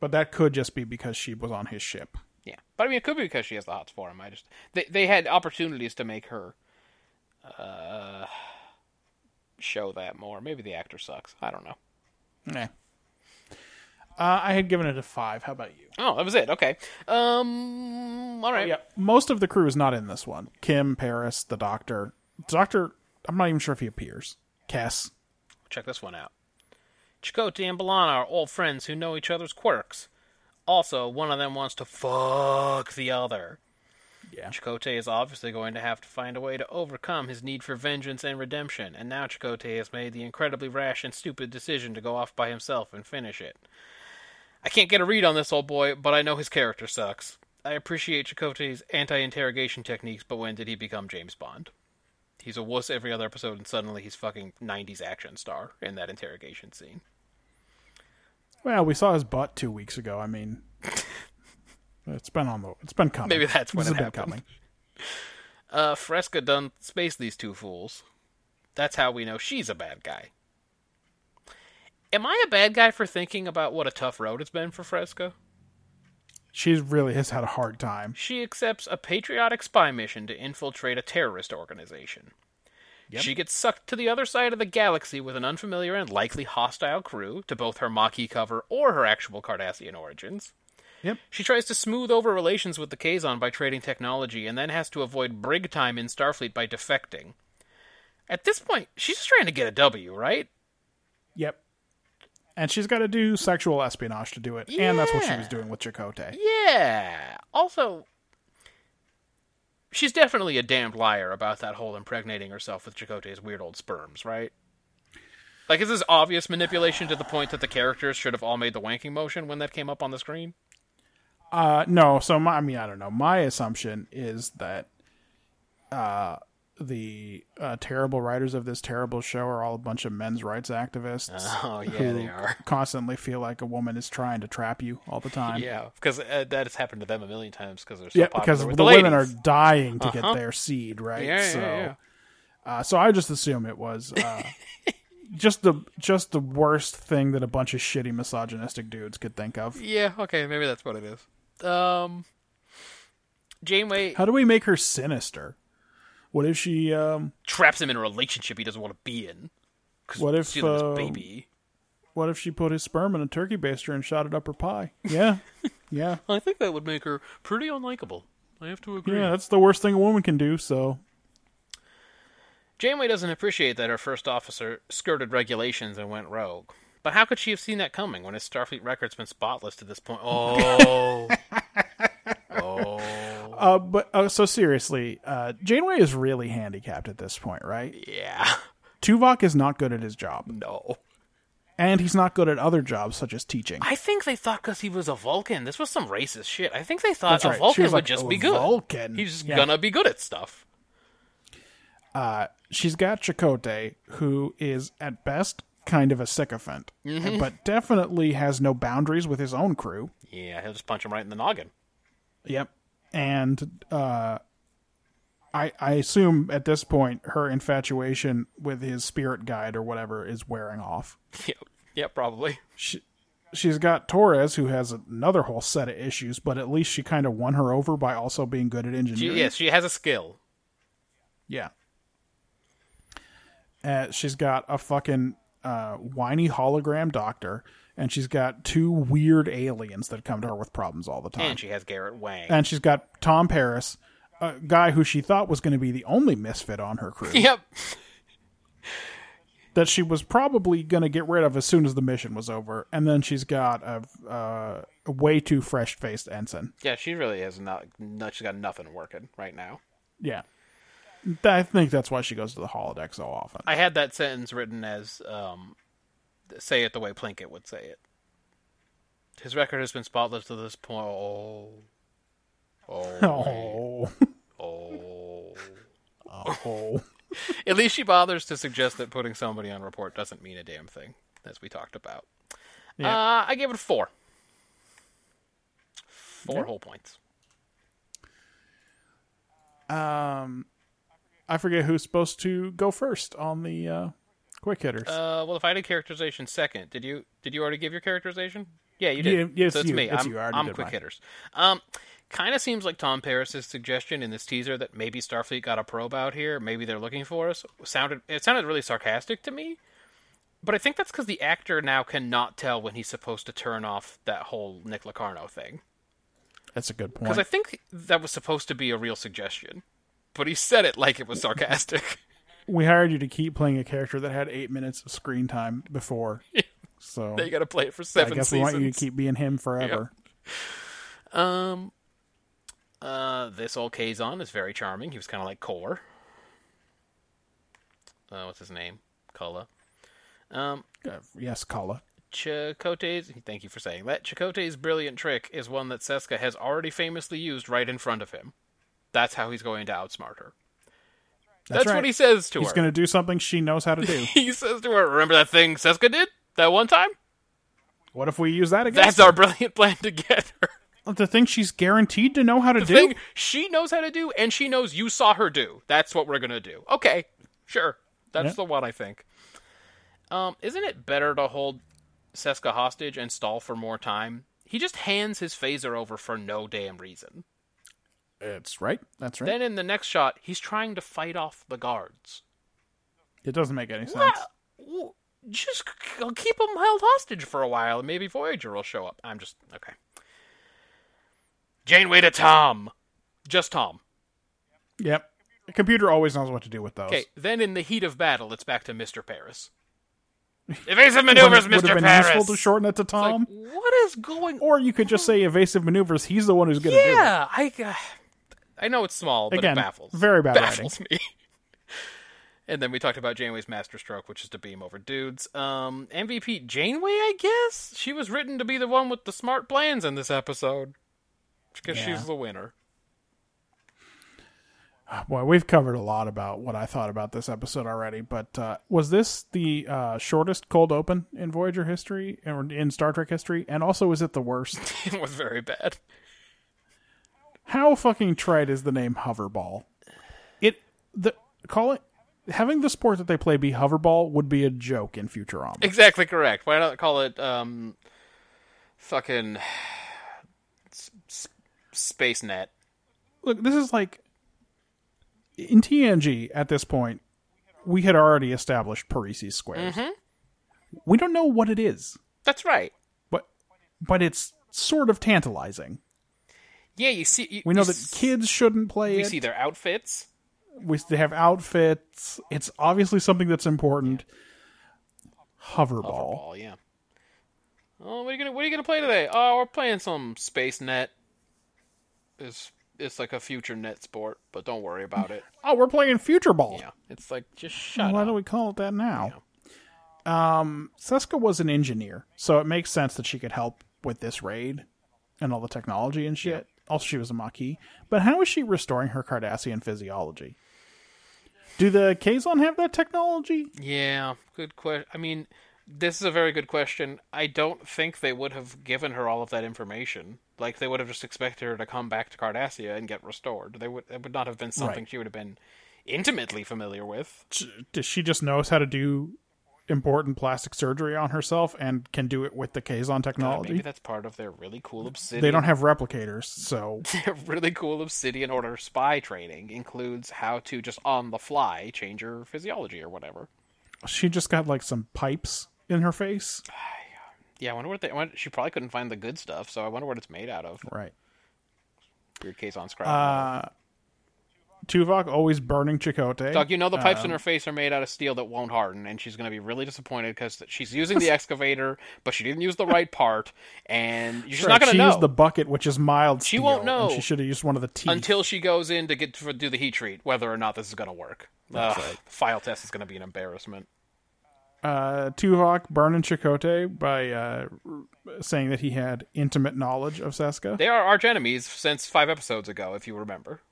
[SPEAKER 3] but that could just be because she was on his ship.
[SPEAKER 2] Yeah, but I mean, it could be because she has the hots for him. I just they they had opportunities to make her uh, show that more. Maybe the actor sucks. I don't know.
[SPEAKER 3] Yeah. Uh, I had given it a five. How about you?
[SPEAKER 2] Oh, that was it. Okay. Um. All right.
[SPEAKER 3] Oh, Yeah, most of the crew is not in this one. Kim, Paris, the Doctor, Doctor. I'm not even sure if he appears. Cass.
[SPEAKER 2] Check this one out. Chakotay and Balana are old friends who know each other's quirks. Also, one of them wants to fuck the other.
[SPEAKER 3] Yeah.
[SPEAKER 2] Chakotay is obviously going to have to find a way to overcome his need for vengeance and redemption, and now Chakotay has made the incredibly rash and stupid decision to go off by himself and finish it. I can't get a read on this old boy, but I know his character sucks. I appreciate Chakotay's anti-interrogation techniques, but when did he become James Bond? He's a wuss every other episode, and suddenly he's fucking '90s action star in that interrogation scene.
[SPEAKER 3] Well, we saw his butt two weeks ago. I mean, it's been on the. It's been coming.
[SPEAKER 2] Maybe that's when
[SPEAKER 3] This
[SPEAKER 2] it
[SPEAKER 3] has been
[SPEAKER 2] happened.
[SPEAKER 3] coming.
[SPEAKER 2] Uh, Fresca done space these two fools. That's how we know she's a bad guy. Am I a bad guy for thinking about what a tough road it's been for Fresca?
[SPEAKER 3] She's really has had a hard time.
[SPEAKER 2] She accepts a patriotic spy mission to infiltrate a terrorist organization. She gets sucked to the other side of the galaxy with an unfamiliar and likely hostile crew to both her Maquis cover or her actual Cardassian origins.
[SPEAKER 3] Yep.
[SPEAKER 2] She tries to smooth over relations with the Kazon by trading technology and then has to avoid brig time in Starfleet by defecting. At this point, she's just trying to get a W, right?
[SPEAKER 3] Yep. And she's got to do sexual espionage to do it, and that's what she
[SPEAKER 2] Yeah.
[SPEAKER 3] was doing with Chakotay.
[SPEAKER 2] Yeah. Also, she's definitely a damned liar about that whole impregnating herself with Chakotay's weird old sperms, right? Like, is this obvious manipulation to the point that the characters should have all made the wanking motion when that came up on the screen?
[SPEAKER 3] Uh, no, so my, I mean, I don't know. My assumption is that uh, the uh, terrible writers of this terrible show are all a bunch of men's rights activists.
[SPEAKER 2] Oh, yeah,
[SPEAKER 3] who
[SPEAKER 2] they are.
[SPEAKER 3] Constantly feel like a woman is trying to trap you all the time.
[SPEAKER 2] Yeah, because uh, that has happened to them a million times because they're so
[SPEAKER 3] Yeah,
[SPEAKER 2] popular
[SPEAKER 3] because the,
[SPEAKER 2] with
[SPEAKER 3] women are
[SPEAKER 2] ladies. Uh-huh.
[SPEAKER 3] dying to get their seed, right?
[SPEAKER 2] Yeah, yeah,
[SPEAKER 3] so,
[SPEAKER 2] yeah.
[SPEAKER 3] Uh, so I just assume it was uh, just the just the worst thing that a bunch of shitty misogynistic dudes could think of.
[SPEAKER 2] Yeah, okay, maybe that's what it is. Um, Janeway
[SPEAKER 3] How do we make her sinister? What if she? Um,
[SPEAKER 2] traps him in a relationship he doesn't want to be in. 'cause
[SPEAKER 3] What if,
[SPEAKER 2] she's dealing with
[SPEAKER 3] uh,
[SPEAKER 2] his baby?
[SPEAKER 3] what if she put his sperm in a turkey baster and shot it up her pie? Yeah, yeah,
[SPEAKER 2] I think that would make her pretty unlikable. I have to agree.
[SPEAKER 3] yeah. That's the worst thing a woman can do. So
[SPEAKER 2] Janeway doesn't appreciate that her first officer skirted regulations and went rogue. But how could she have seen that coming when his Starfleet record's been spotless to this point? Oh,
[SPEAKER 3] Uh, but uh, so seriously, uh, Janeway is really handicapped at this point, right?
[SPEAKER 2] yeah,
[SPEAKER 3] Tuvok is not good at his job,
[SPEAKER 2] no.
[SPEAKER 3] and he's not good at other jobs such as teaching.
[SPEAKER 2] I think they thought because he was a Vulcan, this was some racist shit. I think they thought
[SPEAKER 3] That's right.
[SPEAKER 2] a
[SPEAKER 3] She
[SPEAKER 2] Vulcan
[SPEAKER 3] was
[SPEAKER 2] would
[SPEAKER 3] like,
[SPEAKER 2] just
[SPEAKER 3] "Oh,
[SPEAKER 2] be good.
[SPEAKER 3] Vulcan."
[SPEAKER 2] He's just
[SPEAKER 3] Yeah.
[SPEAKER 2] gonna be good at stuff.
[SPEAKER 3] She's got Chakotay, who is at best kind of a sycophant, but definitely has no boundaries with his own crew.
[SPEAKER 2] Yeah, he'll just punch him right in the noggin.
[SPEAKER 3] Yep. And uh, I I assume at this point her infatuation with his spirit guide or whatever is wearing off.
[SPEAKER 2] Yep, yep, probably.
[SPEAKER 3] she, she's got Torres, who has another whole set of issues, but at least she kind of won her over by also being good at
[SPEAKER 2] She,
[SPEAKER 3] engineering.
[SPEAKER 2] yes, she has a skill.
[SPEAKER 3] Yeah. Uh, she's got a fucking uh, whiny hologram doctor, and she's got two weird aliens that come to her with problems all the time.
[SPEAKER 2] And she has Garrett Wang.
[SPEAKER 3] Uh. And she's got Tom Paris, a guy who she thought was going to be the only misfit on her crew,
[SPEAKER 2] yep.
[SPEAKER 3] that she was probably going to get rid of as soon as the mission was over. And then she's got a, uh, a way too fresh faced ensign.
[SPEAKER 2] Yeah, she really has not. no- She's got nothing working right now.
[SPEAKER 3] Yeah. Th- I think that's why she goes to the holodeck so often.
[SPEAKER 2] I had that sentence written as um, say it the way Plinkett would say it. His record has been spotless to this point. Oh,
[SPEAKER 3] Oh.
[SPEAKER 2] oh.
[SPEAKER 3] oh.
[SPEAKER 2] At least she bothers to suggest that putting somebody on report doesn't mean a damn thing, as we talked about.
[SPEAKER 3] Yeah.
[SPEAKER 2] Uh, I gave it a four. Four
[SPEAKER 3] Yeah.
[SPEAKER 2] whole points.
[SPEAKER 3] I forget who's supposed to go first on the uh, quick hitters.
[SPEAKER 2] Uh, well, if I did characterization second, did you did you already give your characterization? Yeah, you
[SPEAKER 3] Yeah,
[SPEAKER 2] did.
[SPEAKER 3] yes,
[SPEAKER 2] so it's
[SPEAKER 3] you-
[SPEAKER 2] me.
[SPEAKER 3] it's
[SPEAKER 2] I'm,
[SPEAKER 3] you. I already
[SPEAKER 2] I'm
[SPEAKER 3] did
[SPEAKER 2] quick
[SPEAKER 3] mine.
[SPEAKER 2] hitters. Um, kind of seems like Tom Paris's suggestion in this teaser that maybe Starfleet got a probe out here, maybe they're looking for us. Sounded it sounded really sarcastic to me, but I think that's because the actor now cannot tell when he's supposed to turn off that whole Nick Locarno thing.
[SPEAKER 3] That's a good
[SPEAKER 2] Because
[SPEAKER 3] point.
[SPEAKER 2] I think that was supposed to be a real suggestion, but he said it like it was sarcastic.
[SPEAKER 3] we hired you to keep playing a character that had eight minutes of screen time before. So
[SPEAKER 2] they got to play it for
[SPEAKER 3] I
[SPEAKER 2] seven
[SPEAKER 3] guess we
[SPEAKER 2] seasons.
[SPEAKER 3] want you to keep being him forever.
[SPEAKER 2] Um, uh, this old Kazon is very charming. He was kind of like Kor. Uh, what's his name? Kala. Um,
[SPEAKER 3] Uh, yes, Kala.
[SPEAKER 2] Chakotay's. Thank you for saying that. Chakotay's brilliant trick is one that Seska has already famously used right in front of him. That's how he's going to outsmart her. That's,
[SPEAKER 3] right.
[SPEAKER 2] what he says to
[SPEAKER 3] He's
[SPEAKER 2] her.
[SPEAKER 3] going to do something she knows how to do.
[SPEAKER 2] He says to her, "Remember that thing Seska did that one time?
[SPEAKER 3] what if we use that again?
[SPEAKER 2] That's our brilliant plan to get her."
[SPEAKER 3] the thing she's guaranteed to know how to do.
[SPEAKER 2] thing she knows how to do and she knows you saw her do. That's what we're going to do. Okay. Sure. That's
[SPEAKER 3] Yeah.
[SPEAKER 2] the one I think. Um isn't it better to hold Seska hostage and stall for more time? He just hands his phaser over for no damn reason.
[SPEAKER 3] It's right. That's right.
[SPEAKER 2] Then in the next shot, he's trying to fight off the guards.
[SPEAKER 3] it doesn't make any sense.
[SPEAKER 2] Well, just c- c- keep him held hostage for a while, and maybe Voyager will show up. I'm just okay. Janeway to Tom, just Tom.
[SPEAKER 3] Yep. The computer always knows what to do with those.
[SPEAKER 2] Okay, then in the heat of battle, it's back to Mr. Paris. Evasive maneuvers,
[SPEAKER 3] would
[SPEAKER 2] Mr.
[SPEAKER 3] have been
[SPEAKER 2] Paris.
[SPEAKER 3] useful to shorten it to Tom.
[SPEAKER 2] Like, what is going?
[SPEAKER 3] or you could just say evasive maneuvers. He's the one who's going to do it.
[SPEAKER 2] yeah, I, uh, I know it's small, but
[SPEAKER 3] Again,
[SPEAKER 2] it baffles.
[SPEAKER 3] very bad
[SPEAKER 2] baffles me. and then we talked about Janeway's master stroke, which is to beam over dudes. Um, MVP Janeway, I guess she was written to be the one with the smart plans in this episode because
[SPEAKER 3] Yeah.
[SPEAKER 2] she's the winner.
[SPEAKER 3] Boy, we've covered a lot about what I thought about this episode already, but uh, was this the uh, shortest cold open in Voyager history or in Star Trek history? And also, is it the worst?
[SPEAKER 2] it was very bad.
[SPEAKER 3] How fucking trite is the name hoverball? It the call it having the sport that they play be hoverball would be a joke in Futurama.
[SPEAKER 2] Exactly correct. Why not call it um, fucking s- s- space net?
[SPEAKER 3] Look, this is like in TNG at this point, we had already established Parisi's squares.
[SPEAKER 2] Mm-hmm.
[SPEAKER 3] We don't know what it is,
[SPEAKER 2] That's right.
[SPEAKER 3] but but it's sort of tantalizing.
[SPEAKER 2] Yeah, you see. You,
[SPEAKER 3] We know
[SPEAKER 2] you
[SPEAKER 3] that
[SPEAKER 2] s-
[SPEAKER 3] kids shouldn't play
[SPEAKER 2] We
[SPEAKER 3] it.
[SPEAKER 2] see their outfits.
[SPEAKER 3] We they have outfits. It's obviously something that's important. Hoverball.
[SPEAKER 2] Ball, Oh, yeah. Oh, what are you gonna What are you gonna play today? Oh, we're playing some space net. It's it's like a future net sport, but don't worry about it.
[SPEAKER 3] Oh, we're playing future ball.
[SPEAKER 2] Yeah, it's like just shut
[SPEAKER 3] Why
[SPEAKER 2] up.
[SPEAKER 3] do we call it that now? Um, Seska was an engineer, so it makes sense that she could help with this raid and all the technology and shit. Also, she was a Maquis. But how is she restoring her Cardassian physiology? Do the Kazon have that technology?
[SPEAKER 2] Yeah, good question. I mean, this is a very good question. I don't think they would have given her all of that information. Like they would have just expected her to come back to Cardassia and get restored. They would it would not have been something
[SPEAKER 3] Right.
[SPEAKER 2] she would have been intimately familiar with.
[SPEAKER 3] Sh- Does she just knows how to do important plastic surgery on herself and can do it with the Kazon
[SPEAKER 2] Uh, maybe
[SPEAKER 3] technology?
[SPEAKER 2] that's part of their really cool obsidian.
[SPEAKER 3] They don't have replicators, so
[SPEAKER 2] their really cool obsidian order spy training includes how to just on the fly change your physiology or whatever.
[SPEAKER 3] she just got like some pipes in her face.
[SPEAKER 2] Yeah, I wonder what they. I wonder- She probably couldn't find the good stuff, so I wonder what it's made out of.
[SPEAKER 3] Right.
[SPEAKER 2] Weird case on scrap.
[SPEAKER 3] Tuvok always burning Chakotay.
[SPEAKER 2] Doug, you know the
[SPEAKER 3] Um,
[SPEAKER 2] pipes in her face are made out of steel that won't harden, and she's going to be really disappointed because she's using the excavator, but she didn't use the right part, and she's
[SPEAKER 3] Right,
[SPEAKER 2] not going to
[SPEAKER 3] she
[SPEAKER 2] know
[SPEAKER 3] used the bucket, which is mild. Steel,
[SPEAKER 2] won't
[SPEAKER 3] and
[SPEAKER 2] know
[SPEAKER 3] she should have used one of the teeth.
[SPEAKER 2] until she goes in to get to do the heat treat whether or not this is going to work. Ugh, the File test is going to be an embarrassment.
[SPEAKER 3] uh, Tuvok burning Chakotay by uh, r- saying that he had intimate knowledge of Seska.
[SPEAKER 2] They are arch enemies since five episodes ago, if you remember.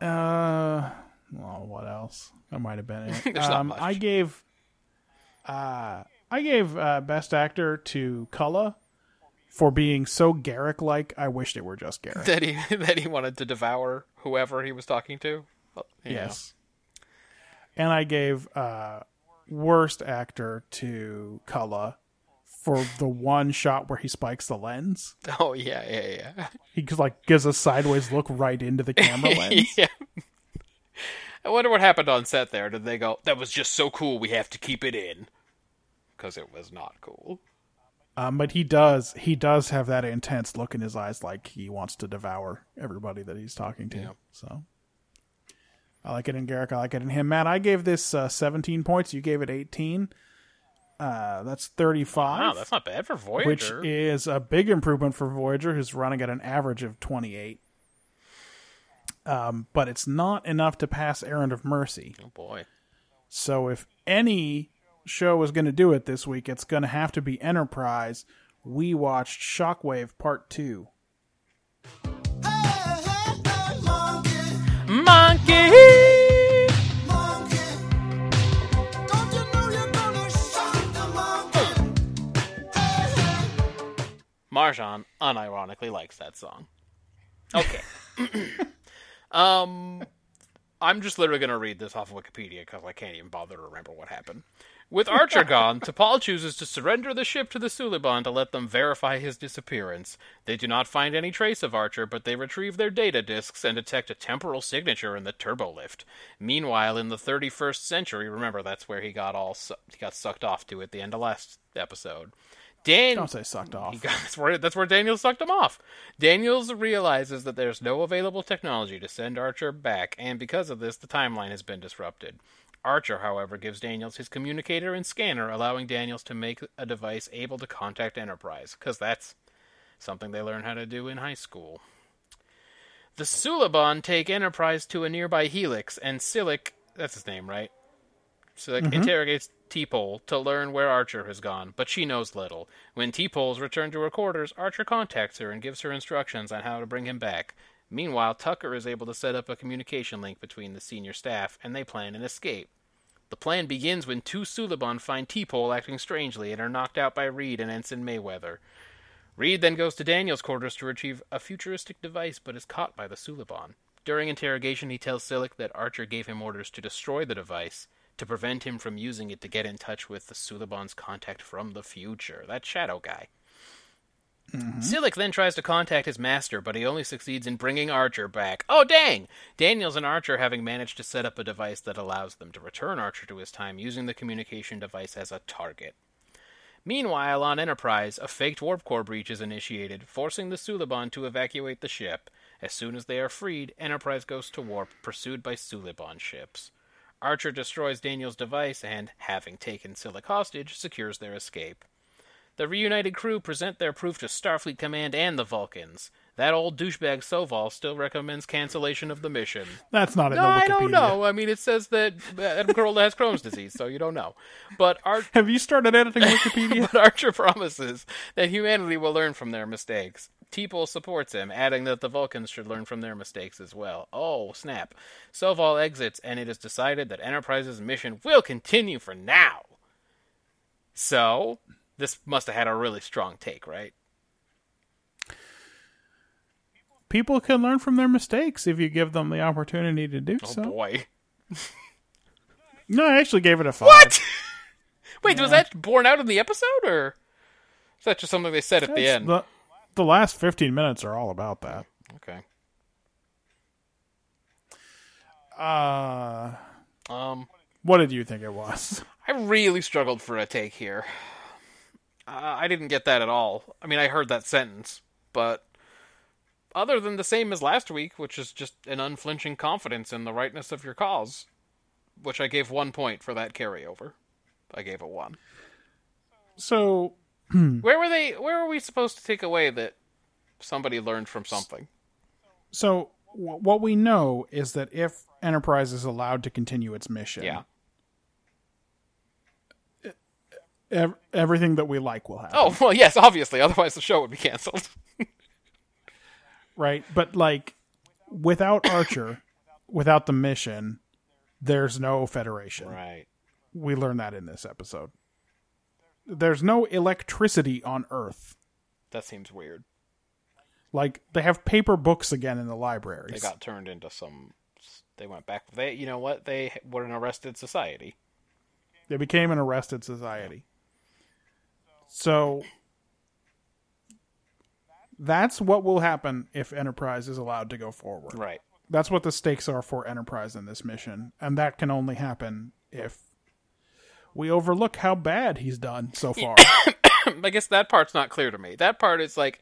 [SPEAKER 3] Uh, well, what else? That might have been it.
[SPEAKER 2] There's not
[SPEAKER 3] um,
[SPEAKER 2] much.
[SPEAKER 3] I gave, uh, I gave uh, best actor to Culla for being so Garrick like. I wished it were just Garrick.
[SPEAKER 2] That he that he wanted to devour whoever he was talking to. Well, you know.
[SPEAKER 3] Yes. And I gave uh, worst actor to Culla for the one shot where he spikes the lens.
[SPEAKER 2] Oh yeah, yeah, yeah.
[SPEAKER 3] He just, like gives a sideways look right into the camera lens.
[SPEAKER 2] yeah. I wonder what happened on set there. Did they go, that was just so cool, we have to keep it in? Because it was not cool.
[SPEAKER 3] Um, but he does he does have that intense look in his eyes, like he wants to devour everybody that he's talking to. So. I like it in Garrick. I like it in him. Matt, I gave this uh, 17 points. You gave it 18. Uh, that's 35.
[SPEAKER 2] Wow, that's not bad for
[SPEAKER 3] which
[SPEAKER 2] Voyager.
[SPEAKER 3] is a big improvement for Voyager, who's running at an average of 28. Um, but it's not enough to pass Errand of Mercy.
[SPEAKER 2] oh boy.
[SPEAKER 3] So if any show is going to do it this week, it's going to have to be Enterprise. We watched Shockwave Part 2.
[SPEAKER 2] Monkey! Marjan unironically likes that song. Okay. um, I'm just literally going to read this off of Wikipedia because I can't even bother to remember what happened. With Archer gone, T'Pol chooses to surrender the ship to the Suliban to let them verify his disappearance. They do not find any trace of Archer, but they retrieve their data disks and detect a temporal signature in the turbolift. Meanwhile, in the 31st century, remember that's where he got all su- he got sucked off to at the end of last episode. Dan
[SPEAKER 3] Don't say sucked off.
[SPEAKER 2] God, that's where that's where Daniel sucked him off. Daniels realizes that there's no available technology to send Archer back, and because of this, the timeline has been disrupted. Archer, however, gives Daniels his communicator and scanner, allowing Daniels to make a device able to contact Enterprise, because that's something they learn how to do in high school. The Suliban take Enterprise to a nearby helix, and Silic, that's his name, right? Silic interrogates T-Pole to learn where Archer has gone, but she knows little. When T-Pole's returned to her quarters, Archer contacts her and gives her instructions on how to bring him back. Meanwhile, Tucker is able to set up a communication link between the senior staff, and they plan an escape. The plan begins when two Suliban find T-Pole acting strangely and are knocked out by Reed and Ensign Mayweather. Reed then goes to Daniel's quarters to retrieve a futuristic device but is caught by the Suliban. During interrogation, he tells Silic that Archer gave him orders to destroy the device to prevent him from using it to get in touch with the Suliban's contact from the future, that shadow guy. Silic then tries to contact his master, but he only succeeds in bringing Archer back. Oh, dang! Daniels and Archer having managed to set up a device that allows them to return Archer to his time using the communication device as a target. Meanwhile, on Enterprise, a faked warp core breach is initiated, forcing the Suliban to evacuate the ship. As soon as they are freed, Enterprise goes to warp, pursued by Suliban ships. Archer destroys Daniel's device and, having taken Silic hostage, secures their escape. The reunited crew present their proof to Starfleet Command and the Vulcans. That old douchebag Soval still recommends cancellation of the mission.
[SPEAKER 3] That's not in
[SPEAKER 2] No,
[SPEAKER 3] the Wikipedia.
[SPEAKER 2] I don't know. I mean, it says that Adam Carolla has Crohn's disease, so you don't know. But Archer.
[SPEAKER 3] Have you started editing Wikipedia?
[SPEAKER 2] But Archer promises that humanity will learn from their mistakes. Teeple supports him, adding that the Vulcans should learn from their mistakes as well. Oh, snap. Soval exits, and it is decided that Enterprise's mission will continue for now. So, this must have had a really strong take, right?
[SPEAKER 3] People can learn from their mistakes if you give them the opportunity to do
[SPEAKER 2] Oh,
[SPEAKER 3] so.
[SPEAKER 2] boy.
[SPEAKER 3] No, I actually gave it a five.
[SPEAKER 2] What? Wait, was that borne out in the episode, or is that just something they said at the
[SPEAKER 3] That's
[SPEAKER 2] end?
[SPEAKER 3] The, the last 15 minutes are all about that.
[SPEAKER 2] Okay.
[SPEAKER 3] Uh,
[SPEAKER 2] Um,
[SPEAKER 3] what did you think it was?
[SPEAKER 2] I really struggled for a take here. Uh, I didn't get that at all. I mean, I heard that sentence, but other than the same as last week, which is just an unflinching confidence in the rightness of your cause, which I gave one point for that carryover. I gave it one.
[SPEAKER 3] So,
[SPEAKER 2] Where were they? Where were we supposed to take away that somebody learned from something?
[SPEAKER 3] so w- what we know is that if Enterprise is allowed to continue its mission,
[SPEAKER 2] Yeah.
[SPEAKER 3] ev- everything that we like will happen.
[SPEAKER 2] Oh well, yes, obviously. Otherwise, the show would be canceled.
[SPEAKER 3] right? But like without Archer, without the mission, there's no Federation.
[SPEAKER 2] Right.
[SPEAKER 3] We learn that in this episode. There's no electricity on Earth.
[SPEAKER 2] That seems weird.
[SPEAKER 3] Like they have paper books again in the libraries.
[SPEAKER 2] They got turned into some. They went back. They, you know what? They were an arrested society.
[SPEAKER 3] They became an arrested society. So that's what will happen if Enterprise is allowed to go forward.
[SPEAKER 2] Right.
[SPEAKER 3] That's what the stakes are for Enterprise in this mission, and that can only happen if we overlook how bad he's done so far.
[SPEAKER 2] Mm, I guess that part's not clear to me. That part is like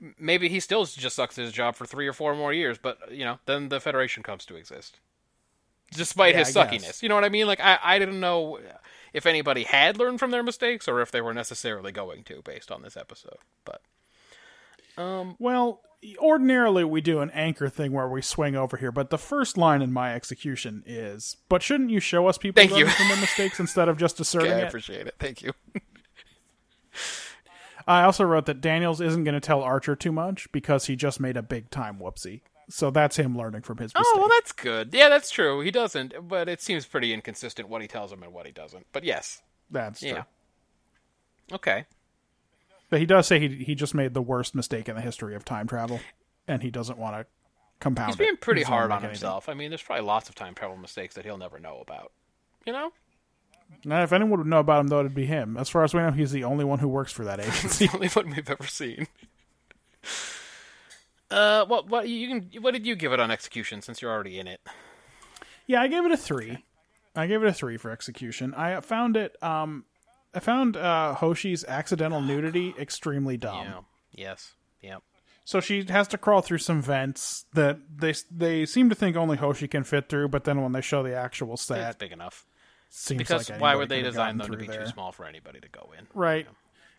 [SPEAKER 2] m- maybe he still just sucks at his job for three or four more years, but you know, then the Federation comes to exist, despite
[SPEAKER 3] Yeah,
[SPEAKER 2] his
[SPEAKER 3] I
[SPEAKER 2] suckiness.
[SPEAKER 3] guess.
[SPEAKER 2] You know what I mean? Like I, I didn't know if anybody had learned from their mistakes or if they were necessarily going to, based on this episode. But
[SPEAKER 3] well, ordinarily we do an anchor thing where we swing over here, but the first line in my execution is, "But shouldn't you show us people
[SPEAKER 2] Thank you.
[SPEAKER 3] learning from their mistakes instead of just asserting
[SPEAKER 2] yeah, I
[SPEAKER 3] it?"
[SPEAKER 2] appreciate it. Thank you.
[SPEAKER 3] I also wrote that Daniels isn't going to tell Archer too much because he just made a big time whoopsie. So that's him learning from his mistake.
[SPEAKER 2] Oh well, that's good. Yeah, that's true. He doesn't, but it seems pretty inconsistent what he tells him and what he doesn't. But yes,
[SPEAKER 3] that's true.
[SPEAKER 2] yeah. Okay.
[SPEAKER 3] But he does say he he just made the worst mistake in the history of time travel, and he doesn't want to compound.
[SPEAKER 2] He's being
[SPEAKER 3] it.
[SPEAKER 2] pretty
[SPEAKER 3] He's not
[SPEAKER 2] hard on
[SPEAKER 3] making anything.
[SPEAKER 2] himself. I mean, there's probably lots of time travel mistakes that he'll never know about. You know?
[SPEAKER 3] Now, if anyone would know about him, though, it'd be him. As far as we know, he's the only one who works for that
[SPEAKER 2] It's
[SPEAKER 3] agency.
[SPEAKER 2] the only one we've ever seen. Uh, what what you can what did you give it on execution since you're already in it?
[SPEAKER 3] yeah, I gave it a three. I gave it a three for execution. I found it. Um, I found uh, Hoshi's accidental nudity extremely dumb.
[SPEAKER 2] Yeah. Yes. Yep.
[SPEAKER 3] So she has to crawl through some vents that they they seem to think only Hoshi can fit through. But then when they show the actual
[SPEAKER 2] That's
[SPEAKER 3] set,
[SPEAKER 2] big enough.
[SPEAKER 3] seems
[SPEAKER 2] Because
[SPEAKER 3] like
[SPEAKER 2] why
[SPEAKER 3] anybody
[SPEAKER 2] would they
[SPEAKER 3] could have
[SPEAKER 2] design
[SPEAKER 3] gotten
[SPEAKER 2] them to
[SPEAKER 3] through
[SPEAKER 2] be
[SPEAKER 3] there.
[SPEAKER 2] too small for anybody to go in?
[SPEAKER 3] Right.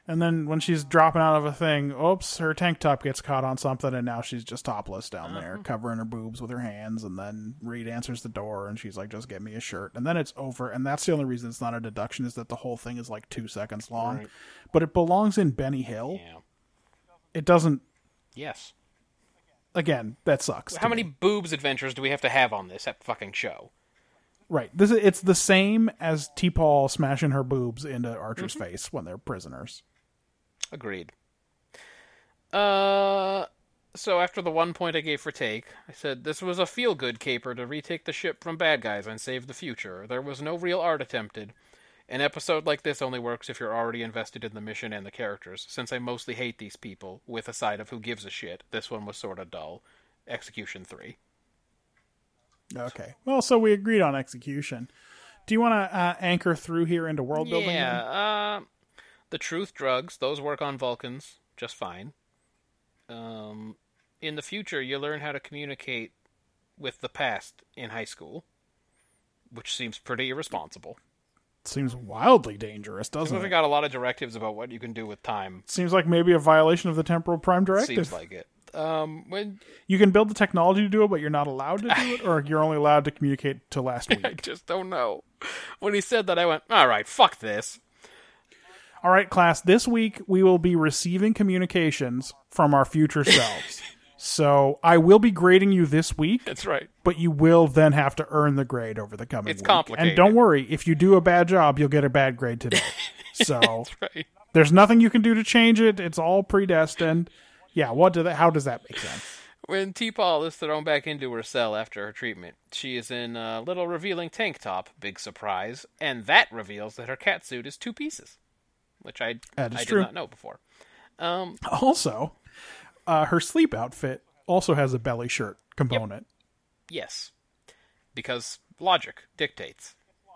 [SPEAKER 3] And then when she's dropping out of a thing, oops, her tank top gets caught on something, and now she's just topless down
[SPEAKER 2] Uh-huh.
[SPEAKER 3] there, covering her boobs with her hands. And then Reed answers the door, and she's like, "Just get me a shirt." And then it's over. And that's the only reason it's not a deduction is that the whole thing is like two seconds long, but it belongs in Benny Hill.
[SPEAKER 2] Yeah.
[SPEAKER 3] It doesn't.
[SPEAKER 2] Yes.
[SPEAKER 3] again, that sucks.
[SPEAKER 2] How
[SPEAKER 3] to
[SPEAKER 2] many
[SPEAKER 3] me.
[SPEAKER 2] boobs adventures do we have to have on this fucking show?
[SPEAKER 3] Right. This is it's the same as T Paul smashing her boobs into Archer's
[SPEAKER 2] Mm-hmm.
[SPEAKER 3] face when they're prisoners.
[SPEAKER 2] Agreed. Uh, so after the one point I gave for take, I said this was a feel-good caper to retake the ship from bad guys and save the future. There was no real art attempted. An episode like this only works if you're already invested in the mission and the characters. Since I mostly hate these people, with a side of who gives a shit, this one was sorta dull. Execution three.
[SPEAKER 3] Okay. Well, so we agreed on execution. Do you want to uh, anchor through here into world building? then?
[SPEAKER 2] Yeah. Uh, the truth drugs, those work on Vulcans just fine. Um, in the future, you learn how to communicate with the past in high school, which seems pretty irresponsible.
[SPEAKER 3] Seems wildly dangerous,
[SPEAKER 2] So
[SPEAKER 3] doesn't
[SPEAKER 2] they
[SPEAKER 3] it?
[SPEAKER 2] got a lot of directives about what you can do with time.
[SPEAKER 3] Seems like maybe a violation of the temporal prime directive.
[SPEAKER 2] Seems like it. Um, when
[SPEAKER 3] You can build the technology to do it, but you're not allowed to do it, or you're only allowed to communicate to last
[SPEAKER 2] I
[SPEAKER 3] week.
[SPEAKER 2] just don't know. When he said that, I went, "All right, fuck this."
[SPEAKER 3] All right, class, this week we will be receiving communications from our future selves. so I will be grading you this week,
[SPEAKER 2] That's right.
[SPEAKER 3] but you will then have to earn the grade over the coming
[SPEAKER 2] It's
[SPEAKER 3] week.
[SPEAKER 2] complicated.
[SPEAKER 3] And don't worry, if you do a bad job, you'll get a bad grade today. So
[SPEAKER 2] Right.
[SPEAKER 3] there's nothing you can do to change it. It's all predestined. Yeah, what do that how does that make sense?
[SPEAKER 2] When T Paul is thrown back into her cell after her treatment, she is in a little revealing tank top, big surprise, and that reveals that her cat suit is two pieces, which I,
[SPEAKER 3] That is
[SPEAKER 2] I
[SPEAKER 3] true.
[SPEAKER 2] did not know before. Um,
[SPEAKER 3] Also, uh, her sleep outfit also has a belly shirt component.
[SPEAKER 2] yes, because logic dictates.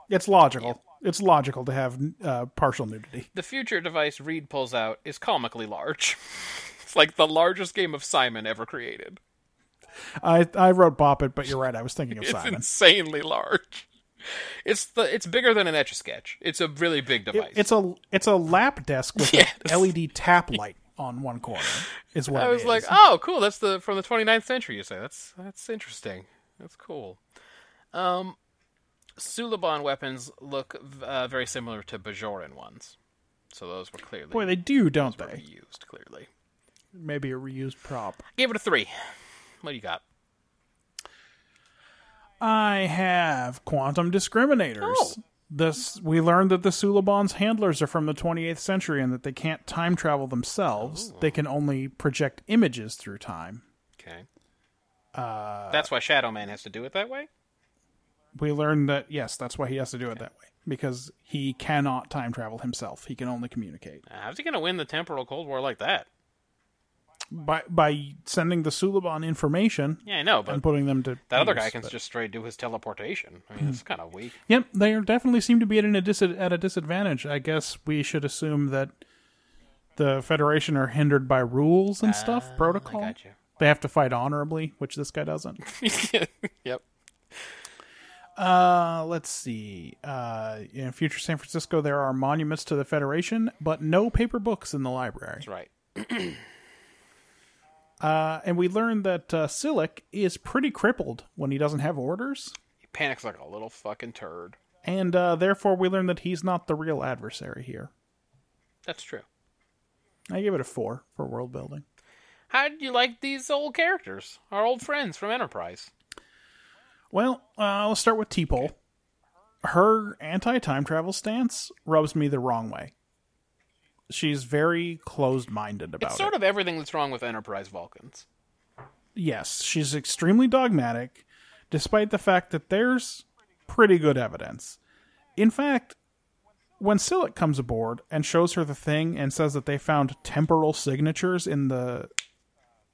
[SPEAKER 3] It's logical. It's logical to have uh, partial nudity.
[SPEAKER 2] The future device Reed pulls out is comically large. it's like the largest game of Simon ever created.
[SPEAKER 3] I I wrote Bop It, but you're right. I was thinking of
[SPEAKER 2] It's
[SPEAKER 3] Simon.
[SPEAKER 2] insanely large. It's the it's bigger than an etch a sketch. It's a really big
[SPEAKER 3] It-
[SPEAKER 2] device.
[SPEAKER 3] it's a it's a lap desk with
[SPEAKER 2] Yes.
[SPEAKER 3] an LED tap light on one corner. Is what
[SPEAKER 2] I
[SPEAKER 3] it
[SPEAKER 2] was
[SPEAKER 3] is.
[SPEAKER 2] like, oh, cool. That's the from the 29th century. You say that's that's interesting. That's cool. Um, Suliban weapons look uh, very similar to Bajoran ones, so those were clearly
[SPEAKER 3] boy, they do, don't
[SPEAKER 2] were
[SPEAKER 3] they?
[SPEAKER 2] used. Clearly,
[SPEAKER 3] Maybe a reused prop.
[SPEAKER 2] I gave it a three. What do you got?
[SPEAKER 3] I have quantum discriminators.
[SPEAKER 2] Oh.
[SPEAKER 3] This we learned that the Suliban's handlers are from the 28th century and that they can't time travel themselves.
[SPEAKER 2] Oh.
[SPEAKER 3] They can only project images through time.
[SPEAKER 2] Okay. Uh, that's why Shadow Man has to do it that way.
[SPEAKER 3] We learned that yes, that's why he has to do it that way because he cannot time travel himself. He can only communicate
[SPEAKER 2] Uh, how's he gonna win the temporal Cold War like that?
[SPEAKER 3] by by sending the Suliban information
[SPEAKER 2] Yeah, I know, but
[SPEAKER 3] and putting them to
[SPEAKER 2] that other
[SPEAKER 3] use,
[SPEAKER 2] guy can
[SPEAKER 3] but-
[SPEAKER 2] just straight do his teleportation. I mean, it's kind of weak.
[SPEAKER 3] Yep, they are definitely seem to be at, an, a dis- at a disadvantage. I guess we should assume that the Federation are hindered by rules and stuff, protocol.
[SPEAKER 2] got you.
[SPEAKER 3] They have to fight honorably, which this guy doesn't.
[SPEAKER 2] yep.
[SPEAKER 3] Uh, let's see. Uh, in future San Francisco, there are monuments to the Federation, but no paper books in the library.
[SPEAKER 2] That's right.
[SPEAKER 3] Uh, and we learned that uh, Silic is pretty crippled when he doesn't have orders,
[SPEAKER 2] He panics like a little fucking turd.
[SPEAKER 3] and uh, therefore we learned that he's not the real adversary here.
[SPEAKER 2] That's true.
[SPEAKER 3] I give it a four for world building.
[SPEAKER 2] How did you like these old characters? Our old friends from Enterprise.
[SPEAKER 3] Well, uh, let's start with T-Pole. Her anti-time travel stance rubs me the wrong way. She's very closed-minded about
[SPEAKER 2] It's sort
[SPEAKER 3] it.
[SPEAKER 2] of everything that's wrong with Enterprise Vulcans.
[SPEAKER 3] yes, she's extremely dogmatic, despite the fact that there's pretty good evidence. In fact, when Silic comes aboard and shows her the thing and says that they found temporal signatures in the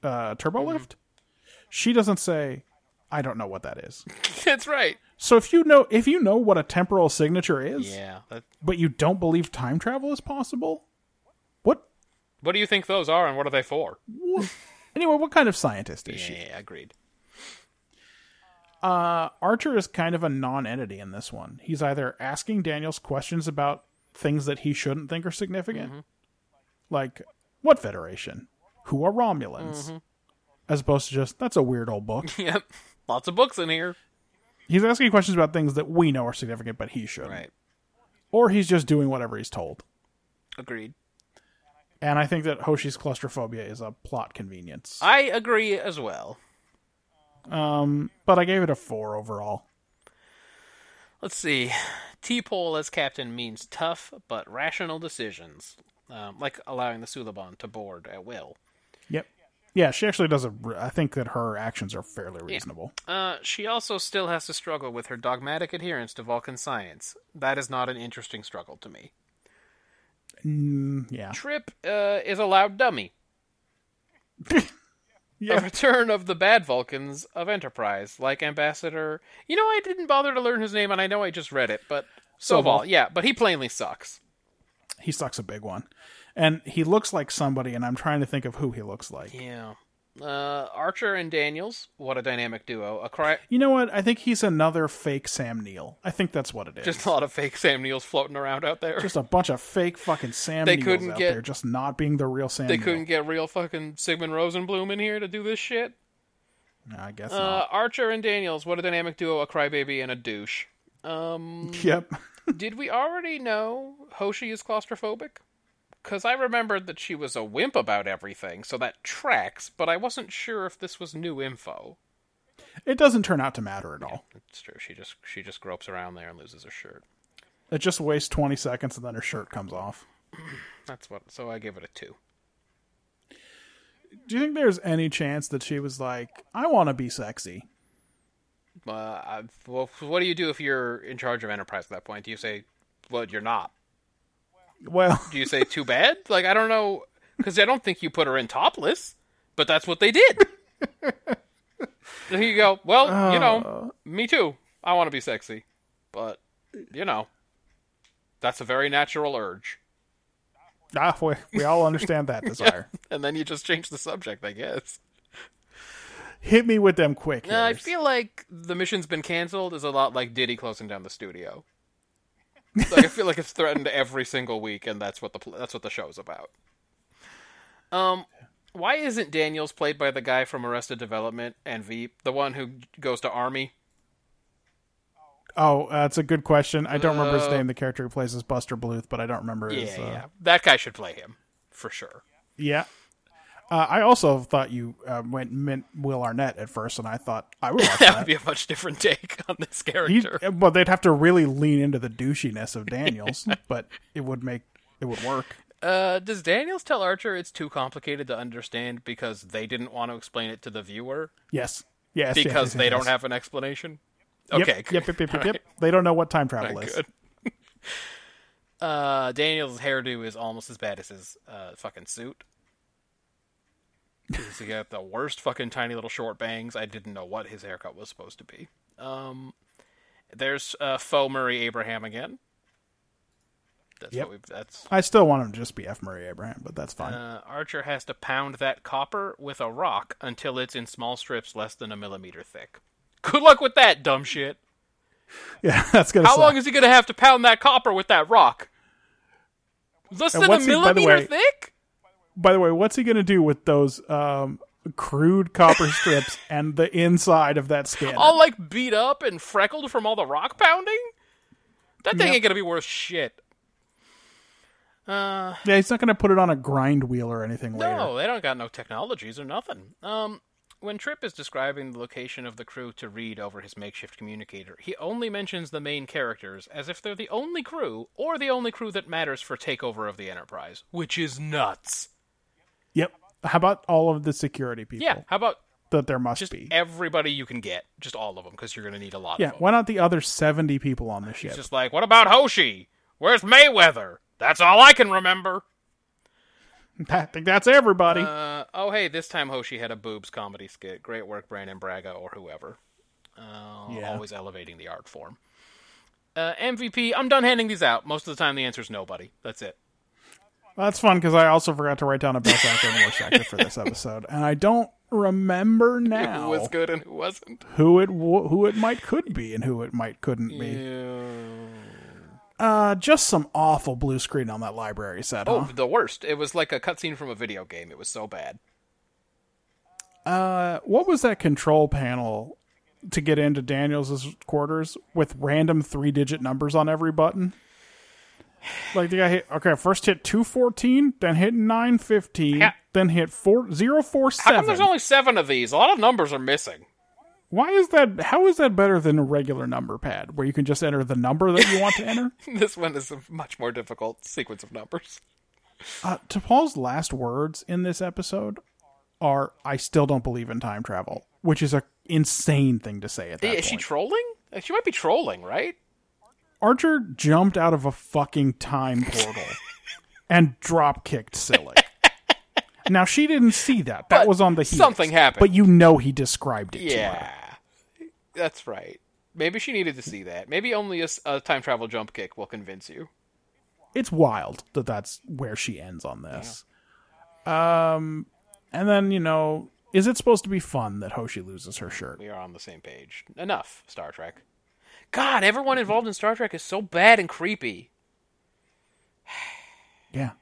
[SPEAKER 3] uh, turbo
[SPEAKER 2] Mm-hmm.
[SPEAKER 3] lift, she doesn't say, "I don't know what that is."
[SPEAKER 2] that's right.
[SPEAKER 3] So if you know if you know what a temporal signature is,
[SPEAKER 2] Yeah. That,
[SPEAKER 3] but you don't believe time travel is possible, what?
[SPEAKER 2] what do you think those are, and what are they for?
[SPEAKER 3] what anyway, what kind of scientist is she?
[SPEAKER 2] Yeah, agreed.
[SPEAKER 3] Uh, Archer is kind of a non-entity in this one. He's either asking Daniels questions about things that he shouldn't think are significant,
[SPEAKER 2] Mm-hmm.
[SPEAKER 3] like what Federation, who are Romulans,
[SPEAKER 2] Mm-hmm.
[SPEAKER 3] as opposed to just that's a weird old book.
[SPEAKER 2] Yep. Lots of books in here.
[SPEAKER 3] he's asking questions about things that we know are significant, but he shouldn't,
[SPEAKER 2] Right.
[SPEAKER 3] or he's just doing whatever he's told.
[SPEAKER 2] Agreed.
[SPEAKER 3] And I think that Hoshi's claustrophobia is a plot convenience.
[SPEAKER 2] I agree as well.
[SPEAKER 3] but I gave it a four overall.
[SPEAKER 2] Let's see. T pole as captain means tough but rational decisions, um, like allowing the Suliban to board at will.
[SPEAKER 3] Yep. Yeah, she actually does a. re- I think that her actions are fairly reasonable.
[SPEAKER 2] Uh, she also still has to struggle with her dogmatic adherence to Vulcan science. That is not an interesting struggle to me.
[SPEAKER 3] Mm, Yeah.
[SPEAKER 2] Trip uh, is a loud dummy.
[SPEAKER 3] Yeah.
[SPEAKER 2] The return of the bad Vulcans of Enterprise, like Ambassador. You know, I didn't bother to learn his name, and I know I just read it, but Soval.
[SPEAKER 3] Soval.
[SPEAKER 2] Yeah, but he plainly sucks.
[SPEAKER 3] He sucks a big one. And he looks like somebody, and I'm trying to think of who he looks like.
[SPEAKER 2] Yeah. Uh, Archer and Daniels, what a dynamic duo. A cry-
[SPEAKER 3] You know what? I think he's another fake Sam Neill. I think that's what it is.
[SPEAKER 2] just a lot of fake Sam Neils floating around out there.
[SPEAKER 3] Just a bunch of fake fucking Sam
[SPEAKER 2] They
[SPEAKER 3] Neills
[SPEAKER 2] couldn't
[SPEAKER 3] out
[SPEAKER 2] get-
[SPEAKER 3] there, just not being the real Sam.
[SPEAKER 2] they
[SPEAKER 3] Neill.
[SPEAKER 2] couldn't get real fucking Sigmund Rosenblum in here to do this shit.
[SPEAKER 3] I guess
[SPEAKER 2] Uh, Archer and Daniels, what a dynamic duo, a crybaby and a douche. Um,
[SPEAKER 3] not. Yep.
[SPEAKER 2] did we already know Hoshi is claustrophobic? Because I remembered that she was a wimp about everything, so that tracks, but I wasn't sure if this was new info.
[SPEAKER 3] It doesn't turn out to matter at all.
[SPEAKER 2] It's true, she just she just gropes around there and loses her shirt.
[SPEAKER 3] It just wastes 20 seconds and then her shirt comes off.
[SPEAKER 2] That's what so I give it a two.
[SPEAKER 3] Do you think there's any chance that she was like, I want to be sexy?
[SPEAKER 2] Uh, I, well, what do you do if you're in charge of Enterprise at that point? Do you say, well, you're not?
[SPEAKER 3] Well,
[SPEAKER 2] Do you say too bad? Like I don't know, because I don't think you put her in topless, but that's what they did. There you go. Well, you know, me too. I want to be sexy, but you know, that's a very natural urge.
[SPEAKER 3] ah, we, we all understand that desire.
[SPEAKER 2] And then you just change the subject, I guess.
[SPEAKER 3] Hit me with them quick.
[SPEAKER 2] Uh, I
[SPEAKER 3] haters.
[SPEAKER 2] feel like the mission's been canceled is a lot like Diddy closing down the studio. like I feel like it's threatened every single week, and that's what the pl- that's what the show's about. Um, why isn't Daniels played by the guy from Arrested Development and Veep, the one who goes to army?
[SPEAKER 3] Oh, uh, it's a good question. I don't remember his
[SPEAKER 2] Uh,
[SPEAKER 3] name. The character who plays is Buster Bluth, but I don't remember his.
[SPEAKER 2] Yeah,
[SPEAKER 3] uh,
[SPEAKER 2] yeah, that guy should play him for sure.
[SPEAKER 3] yeah. Uh, I also thought you uh, went meant Will Arnett at first, and I thought I would watch
[SPEAKER 2] That would
[SPEAKER 3] that.
[SPEAKER 2] be a much different take on this
[SPEAKER 3] He-
[SPEAKER 2] character.
[SPEAKER 3] well, they'd have to really lean into the douchiness of Daniels, but it would make it would work.
[SPEAKER 2] Uh, does Daniels tell Archer it's too complicated to understand because they didn't want to explain it to the viewer
[SPEAKER 3] Yes, yes, yes,
[SPEAKER 2] because
[SPEAKER 3] yes,
[SPEAKER 2] they
[SPEAKER 3] yes.
[SPEAKER 2] don't have an explanation?
[SPEAKER 3] Yep,
[SPEAKER 2] Okay,
[SPEAKER 3] Yep, yep, yep, yep, yep. They don't know what time travel is.
[SPEAKER 2] good. uh, Daniel's hairdo is almost as bad as his uh, fucking suit. 'Cause he got the worst fucking tiny little short bangs. I didn't know what his haircut was supposed to be. Um, there's uh, faux Murray Abraham again. That's
[SPEAKER 3] Yep.
[SPEAKER 2] what we've. That's
[SPEAKER 3] I still want him to just be F. Murray Abraham, but that's fine.
[SPEAKER 2] uh, Archer has to pound that copper with a rock until it's in small strips less than a millimeter thick. Good luck with that, dumb shit.
[SPEAKER 3] yeah, that's gonna.
[SPEAKER 2] How
[SPEAKER 3] suck.
[SPEAKER 2] long is he gonna have to pound that copper with that rock? Less
[SPEAKER 3] And
[SPEAKER 2] than a
[SPEAKER 3] what's he- by the
[SPEAKER 2] millimeter
[SPEAKER 3] way-
[SPEAKER 2] thick?
[SPEAKER 3] By the way, what's he going to do with those um, crude copper strips and the inside of that scanner?
[SPEAKER 2] All like beat up and freckled from all the rock pounding? That thing
[SPEAKER 3] Yep.
[SPEAKER 2] ain't gonna be worth shit.
[SPEAKER 3] yeah, he's not going to put it on a grind wheel or anything
[SPEAKER 2] No,
[SPEAKER 3] later.
[SPEAKER 2] they don't got no technologies or nothing. Um, when Tripp is describing the location of the crew to Reed over his makeshift communicator, he only mentions the main characters as if they're the only crew or the only crew that matters for takeover of the Enterprise, which is nuts.
[SPEAKER 3] Yep. How about all of the security people
[SPEAKER 2] Yeah, how about
[SPEAKER 3] that there must
[SPEAKER 2] just
[SPEAKER 3] be?
[SPEAKER 2] everybody you can get, just all of them, because you're going to need a lot
[SPEAKER 3] yeah,
[SPEAKER 2] of them.
[SPEAKER 3] why not the other 70 people on the ship?
[SPEAKER 2] It's just like, what about Hoshi? Where's Mayweather? That's all I can remember.
[SPEAKER 3] I think that's everybody.
[SPEAKER 2] Uh, oh, hey, this time Hoshi had a boobs comedy skit. Great work, Brandon Braga or whoever. Uh,
[SPEAKER 3] Yeah.
[SPEAKER 2] Always elevating the art form. Uh, MVP, I'm done handing these out. Most of the time, the answer is nobody. That's it.
[SPEAKER 3] that's fun because I also forgot to write down a best actor and worst actor for this episode, and I don't remember
[SPEAKER 2] Who
[SPEAKER 3] now
[SPEAKER 2] was good and who wasn't?
[SPEAKER 3] who it wa- who it might could be and who it might couldn't be. Uh, just some awful blue screen on that library set. huh?
[SPEAKER 2] Oh, the worst. It was like a cutscene from a video game. It was so bad.
[SPEAKER 3] what was that control panel to get into Daniels' quarters with random three digit numbers on every button? Like the guy hit okay, first hit two fourteen, then hit nine fifteen,
[SPEAKER 2] Yeah.
[SPEAKER 3] then hit four zero four
[SPEAKER 2] How come
[SPEAKER 3] seven.
[SPEAKER 2] there's only seven of these? A lot of numbers are missing.
[SPEAKER 3] Why is that? How is that better than a regular number pad where you can just enter the number that you want to enter?
[SPEAKER 2] This one is a much more difficult sequence of numbers.
[SPEAKER 3] Uh, to Paul's last words in this episode are, "I still don't believe in time travel," which is a insane thing to say at that
[SPEAKER 2] Is she
[SPEAKER 3] point.
[SPEAKER 2] trolling? She might be trolling, right?
[SPEAKER 3] Archer jumped out of a fucking time portal and drop kicked Silly. now she didn't see that. That
[SPEAKER 2] But
[SPEAKER 3] was on the heat.
[SPEAKER 2] something happened.
[SPEAKER 3] But you know he described it to her.
[SPEAKER 2] Yeah, that's right. Maybe she needed to see that. Maybe only a, s- a time travel jump kick will convince you.
[SPEAKER 3] It's wild that that's where she ends on this. Um and then, you know, is it supposed to be fun that Hoshi loses her shirt?
[SPEAKER 2] We are on the same page. Enough, Star Trek. God, everyone involved in Star Trek is so bad and creepy.
[SPEAKER 3] Yeah.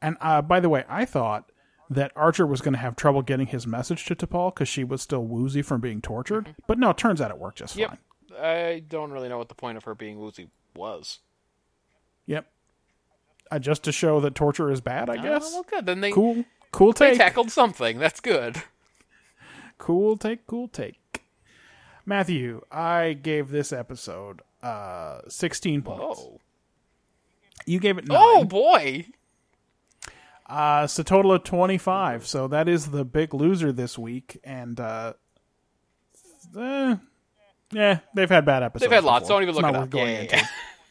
[SPEAKER 3] And uh, by the way, I thought that Archer was going to have trouble getting his message to T'Pol because she was still woozy from being tortured. But no, it turns out it worked just
[SPEAKER 2] Mm-hmm. Yep.
[SPEAKER 3] fine.
[SPEAKER 2] I don't really know what the point of her being woozy was.
[SPEAKER 3] Yep. Uh, just to show that torture is bad, I guess.
[SPEAKER 2] Oh, well, good. Then they,
[SPEAKER 3] Cool. Cool
[SPEAKER 2] they
[SPEAKER 3] take.
[SPEAKER 2] tackled something. That's good.
[SPEAKER 3] Cool take. Cool take. Matthew, I gave this episode uh 16 points.
[SPEAKER 2] Oh.
[SPEAKER 3] You gave it 9.
[SPEAKER 2] Oh, boy.
[SPEAKER 3] Uh, it's a total of 25. So that is the big loser this week. And, uh, eh, yeah, they've had bad episodes.
[SPEAKER 2] They've had lots.
[SPEAKER 3] before.
[SPEAKER 2] Don't even
[SPEAKER 3] It's
[SPEAKER 2] look
[SPEAKER 3] not
[SPEAKER 2] it
[SPEAKER 3] worth
[SPEAKER 2] up.
[SPEAKER 3] Going
[SPEAKER 2] Yeah, yeah,
[SPEAKER 3] into.
[SPEAKER 2] yeah.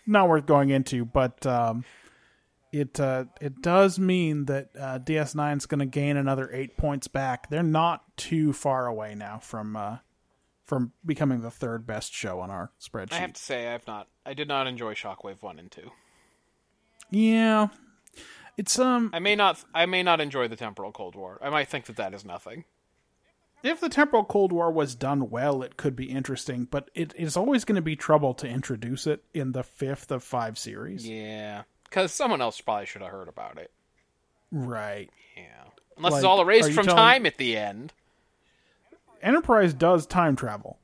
[SPEAKER 3] Not worth going into, but, um, it, uh, it does mean that, uh, DS9 is going to gain another eight points back. They're not too far away now from, uh, from becoming the third best show on our spreadsheet.
[SPEAKER 2] I have to say, I have not. I did not enjoy Shockwave one and two.
[SPEAKER 3] Yeah. It's, um,
[SPEAKER 2] I may not. I may not enjoy the Temporal Cold War. I might think that that is nothing.
[SPEAKER 3] if the temporal cold war was done well it could be interesting but it is always going to be trouble to introduce it in the fifth of five series
[SPEAKER 2] Yeah, because someone else probably should have heard about it.
[SPEAKER 3] right
[SPEAKER 2] Yeah, unless
[SPEAKER 3] Like,
[SPEAKER 2] it's all
[SPEAKER 3] are
[SPEAKER 2] erased
[SPEAKER 3] you
[SPEAKER 2] from
[SPEAKER 3] telling-
[SPEAKER 2] time at the end.
[SPEAKER 3] enterprise does time travel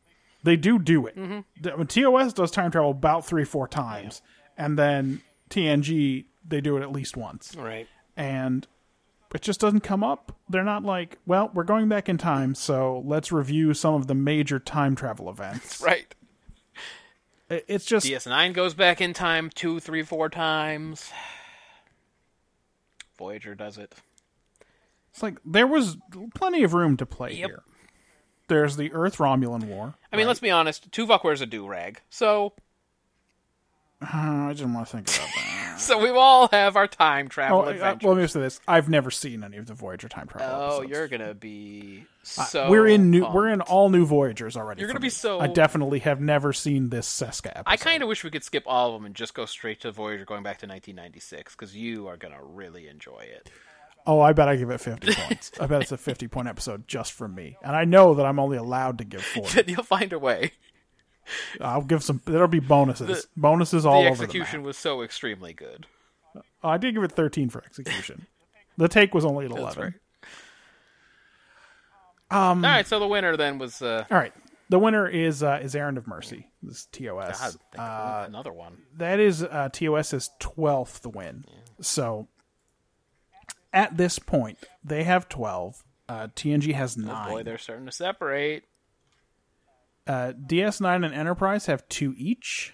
[SPEAKER 3] they do do it The- when tos does time travel about three four times and then tng they do it at least once
[SPEAKER 2] Right.
[SPEAKER 3] and it just doesn't come up they're not like well we're going back in time so let's review some of the major time travel events
[SPEAKER 2] Right.
[SPEAKER 3] It- it's just
[SPEAKER 2] DS nine goes back in time two, three, four times. Voyager does it.
[SPEAKER 3] It's like there was plenty of room to play
[SPEAKER 2] Yep.
[SPEAKER 3] here. There's the Earth Romulan War.
[SPEAKER 2] I mean, let's be honest. Tuvok wears a do rag, so
[SPEAKER 3] Uh, I didn't want to think about that.
[SPEAKER 2] so we all have our time
[SPEAKER 3] oh,
[SPEAKER 2] travel
[SPEAKER 3] uh, well,
[SPEAKER 2] adventure.
[SPEAKER 3] let me just say this: I've never seen any of the Voyager time travel.
[SPEAKER 2] oh,
[SPEAKER 3] episodes.
[SPEAKER 2] you're gonna be so.
[SPEAKER 3] we're in new. We're
[SPEAKER 2] pumped.
[SPEAKER 3] in all new Voyagers already.
[SPEAKER 2] You're
[SPEAKER 3] for
[SPEAKER 2] gonna
[SPEAKER 3] me.
[SPEAKER 2] be so-
[SPEAKER 3] I definitely have never seen this Seska episode.
[SPEAKER 2] I kind of wish we could skip all of them and just go straight to Voyager going back to 1996 because you are going to really enjoy it.
[SPEAKER 3] Oh, I bet I give it fifty points. I bet it's a fifty-point episode just for me, and I know that I'm only allowed to give forty.
[SPEAKER 2] Then you'll find a way.
[SPEAKER 3] I'll give some. There'll be bonuses. bonuses all
[SPEAKER 2] the
[SPEAKER 3] over the map.
[SPEAKER 2] execution was so extremely good.
[SPEAKER 3] Oh, I did give it 13 for execution. the take was only at 11. Um,
[SPEAKER 2] all right, so the winner then was uh,
[SPEAKER 3] All right. The winner is uh, is Errand of Mercy. This is
[SPEAKER 2] God,
[SPEAKER 3] TOS.
[SPEAKER 2] think of another one.
[SPEAKER 3] Uh, That is uh, TOS's 12th the win. So at this point, they have 12. Uh, TNG has
[SPEAKER 2] Oh, Boy,
[SPEAKER 3] 9.
[SPEAKER 2] they're starting to separate.
[SPEAKER 3] uh, DS9 and Enterprise have 2 each,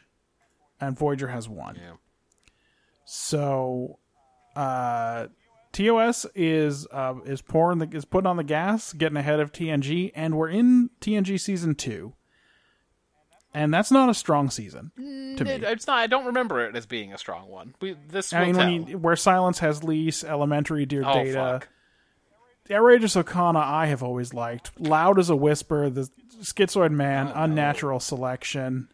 [SPEAKER 3] and Voyager has 1.
[SPEAKER 2] Yeah.
[SPEAKER 3] So uh, TOS is uh, is pouring the is putting on the gas, getting ahead of TNG, and we're in TNG season 2. And that's not a strong season to me.
[SPEAKER 2] It- it's not. I don't remember it as being a strong one. We this will
[SPEAKER 3] I mean,
[SPEAKER 2] tell.
[SPEAKER 3] when you, where silence has lease, elementary, dear
[SPEAKER 2] oh
[SPEAKER 3] data,
[SPEAKER 2] fuck!
[SPEAKER 3] outrageous O'Connor, I have always liked. Loud as a whisper, the schizoid man,
[SPEAKER 2] Oh,
[SPEAKER 3] unnatural selection,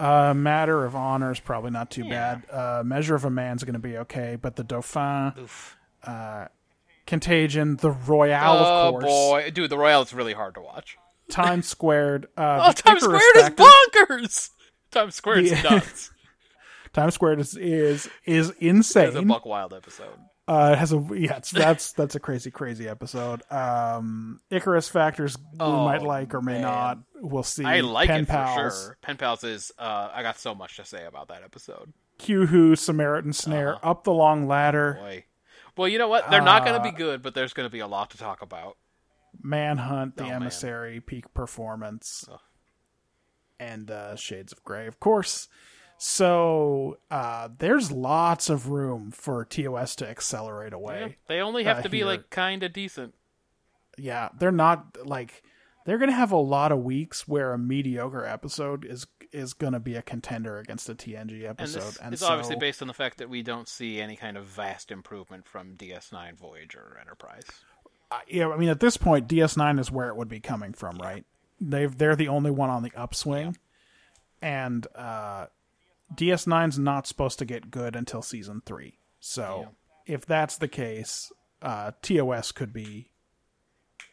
[SPEAKER 3] uh, matter of honor is probably not too
[SPEAKER 2] Yeah.
[SPEAKER 3] bad. Uh, measure of a man's going to be okay, but the Dauphin, uh, contagion, the Royale,
[SPEAKER 2] oh
[SPEAKER 3] of course,
[SPEAKER 2] boy, dude, the Royale is really hard to watch.
[SPEAKER 3] Times Squared. Uh,
[SPEAKER 2] Oh,
[SPEAKER 3] the
[SPEAKER 2] Times
[SPEAKER 3] Icarus
[SPEAKER 2] Squared is
[SPEAKER 3] Factor.
[SPEAKER 2] bonkers. Times Squared is
[SPEAKER 3] Yeah.
[SPEAKER 2] nuts.
[SPEAKER 3] Times Squared is is, is
[SPEAKER 2] It's a
[SPEAKER 3] insane.
[SPEAKER 2] Buck Wild episode.
[SPEAKER 3] Uh, it has a yeah, it's, that's that's a crazy crazy episode. Um, Icarus factors we
[SPEAKER 2] Oh,
[SPEAKER 3] might like or may
[SPEAKER 2] man.
[SPEAKER 3] not. We'll see.
[SPEAKER 2] I like
[SPEAKER 3] Pen
[SPEAKER 2] it
[SPEAKER 3] pals.
[SPEAKER 2] for sure. Pen pals is. Uh, I got so much to say about that episode.
[SPEAKER 3] Kyuhu, Samaritan Snare, up the long ladder,
[SPEAKER 2] Uh-huh. Oh, Boy. Well, you know what? They're not going to be
[SPEAKER 3] Uh,
[SPEAKER 2] good, but there's going to be a lot to talk about.
[SPEAKER 3] Manhunt, The
[SPEAKER 2] Oh, man.
[SPEAKER 3] Emissary, Peak Performance, and uh, Shades of Grey, of course. So uh, there's lots of room for TOS to accelerate away.
[SPEAKER 2] They only have
[SPEAKER 3] Uh,
[SPEAKER 2] to be
[SPEAKER 3] here.
[SPEAKER 2] like kind of decent.
[SPEAKER 3] yeah they're not like they're gonna have a lot of weeks where a mediocre episode is is gonna be a contender against a tng
[SPEAKER 2] And
[SPEAKER 3] episode
[SPEAKER 2] this
[SPEAKER 3] and
[SPEAKER 2] is
[SPEAKER 3] so,
[SPEAKER 2] obviously based on the fact that we don't see any kind of vast improvement from DS9, Voyager, or Enterprise.
[SPEAKER 3] I- yeah i mean at this point ds9 is where it would be coming from right they've they're the only one on the upswing and uh ds9's not supposed to get good until season three so if that's the case uh tos could be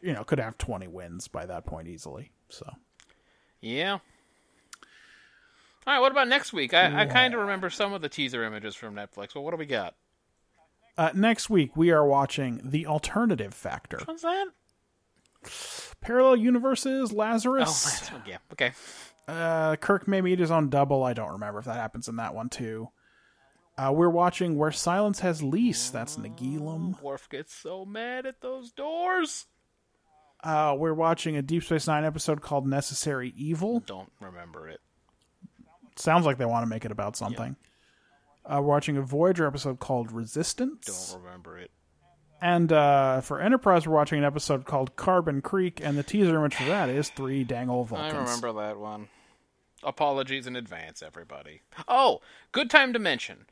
[SPEAKER 3] you know could have 20 wins by that point easily so
[SPEAKER 2] Yeah. All right. What about next week? I, I kind of remember some of the teaser images from Netflix. Well, what do we got?
[SPEAKER 3] Uh, next week, we are watching The Alternative Factor.
[SPEAKER 2] What's that?
[SPEAKER 3] Parallel Universes,
[SPEAKER 2] Oh,
[SPEAKER 3] Lazarus.
[SPEAKER 2] that's, yeah. Okay. Oh,
[SPEAKER 3] Uh, Kirk may meet his own double. I don't remember if that happens in that one, too. Uh, we're watching Where Silence Has Lease. That's Nagilum.
[SPEAKER 2] Worf gets so mad at those doors.
[SPEAKER 3] Uh, we're watching a Deep Space Nine episode called Necessary Evil.
[SPEAKER 2] Don't remember it.
[SPEAKER 3] Sounds like they want to make it about something. Uh, we're watching a Voyager episode called Resistance.
[SPEAKER 2] Don't remember it.
[SPEAKER 3] And uh, for Enterprise, we're watching an episode called Carbon Creek, and the teaser image for that is three dang old Vulcans.
[SPEAKER 2] I remember that one. Apologies in advance, everybody. Oh, good time to mention.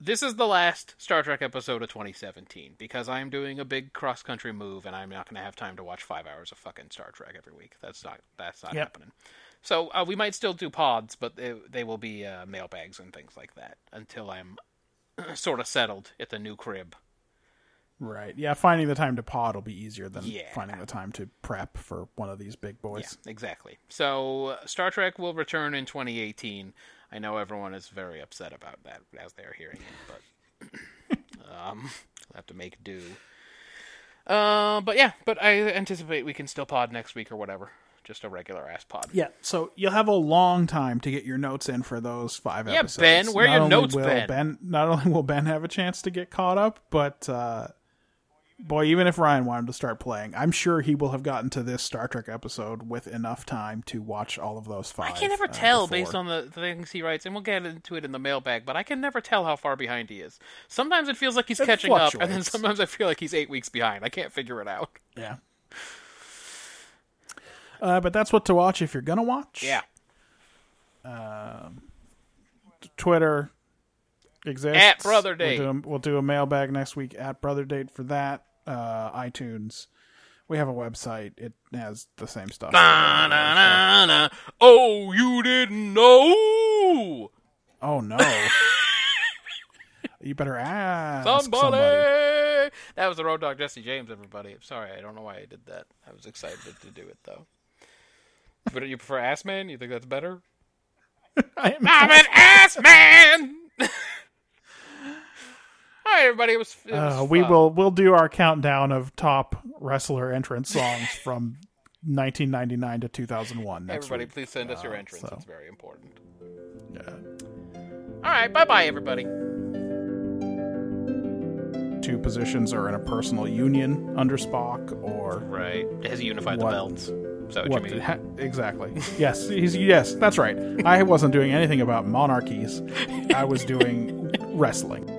[SPEAKER 2] This is the last Star Trek episode of 2017 because I'm doing a big cross country move and I'm not going to have time to watch five hours of fucking Star Trek every week. That's not that's not
[SPEAKER 3] Yep.
[SPEAKER 2] happening. So uh, we might still do pods, but they, they will be uh, mailbags and things like that until I'm sort of settled at the new crib.
[SPEAKER 3] Right. Yeah, finding the time to pod will be easier than
[SPEAKER 2] Yeah.
[SPEAKER 3] finding the time to prep for one of these big boys.
[SPEAKER 2] Yeah, exactly. So uh, Star Trek will return in 2018. I know everyone is very upset about that as they're hearing it, but um, I'll have to make do. Uh, but yeah, but I anticipate we can still pod next week or whatever. Just a regular ass pod.
[SPEAKER 3] Yeah. so you'll have a long time to get your notes in for those five
[SPEAKER 2] Yeah,
[SPEAKER 3] episodes.
[SPEAKER 2] Ben, where are
[SPEAKER 3] Not
[SPEAKER 2] your
[SPEAKER 3] only
[SPEAKER 2] notes,
[SPEAKER 3] will
[SPEAKER 2] Ben?
[SPEAKER 3] Not only will Ben have a chance to get caught up, but uh, boy, even if Ryan wanted to start playing, I'm sure he will have gotten to this Star Trek episode with enough time to watch all of those
[SPEAKER 2] I
[SPEAKER 3] five.
[SPEAKER 2] can never
[SPEAKER 3] uh,
[SPEAKER 2] tell
[SPEAKER 3] before.
[SPEAKER 2] based on the things he writes, and we'll get into it in the mailbag, but I can never tell how far behind he is. Sometimes it feels like he's
[SPEAKER 3] It
[SPEAKER 2] catching up, and then
[SPEAKER 3] fluctuates.
[SPEAKER 2] sometimes I feel like he's eight weeks behind. I can't figure it out.
[SPEAKER 3] Yeah. Uh, but that's what to watch if you're gonna watch.
[SPEAKER 2] Yeah.
[SPEAKER 3] Twitter exists.
[SPEAKER 2] At Brother Date.
[SPEAKER 3] We'll do, a, we'll do a mailbag next week at Brother Date for that. Uh, iTunes. We have a website. It has the same stuff.
[SPEAKER 2] Ah. Na-na-na-na. Oh, you didn't know?
[SPEAKER 3] Oh no! you better ask
[SPEAKER 2] Somebody.
[SPEAKER 3] somebody.
[SPEAKER 2] That was the Road Dog Jesse James, everybody. I'm sorry, I don't know why I did that. I was excited to do it, though. But you prefer Ass Man? You think that's better?
[SPEAKER 3] I am-
[SPEAKER 2] I'm an Ass Man! All right, everybody. It was. It was
[SPEAKER 3] Uh, we
[SPEAKER 2] fun.
[SPEAKER 3] will. We'll do our countdown of top wrestler entrance songs from 1999 to 2001. Next
[SPEAKER 2] Everybody,
[SPEAKER 3] week.
[SPEAKER 2] please send us your
[SPEAKER 3] Uh,
[SPEAKER 2] entrance.
[SPEAKER 3] so.
[SPEAKER 2] It's very important.
[SPEAKER 3] Yeah.
[SPEAKER 2] All right, bye bye, everybody.
[SPEAKER 3] Two positions are in a personal union under Spock or
[SPEAKER 2] Right. It has unified
[SPEAKER 3] the What-
[SPEAKER 2] belts.
[SPEAKER 3] belts.
[SPEAKER 2] So what,
[SPEAKER 3] What
[SPEAKER 2] you
[SPEAKER 3] the
[SPEAKER 2] mean?
[SPEAKER 3] he- exactly. yes, he's, yes, that's right. I wasn't doing anything about monarchies. I was doing wrestling.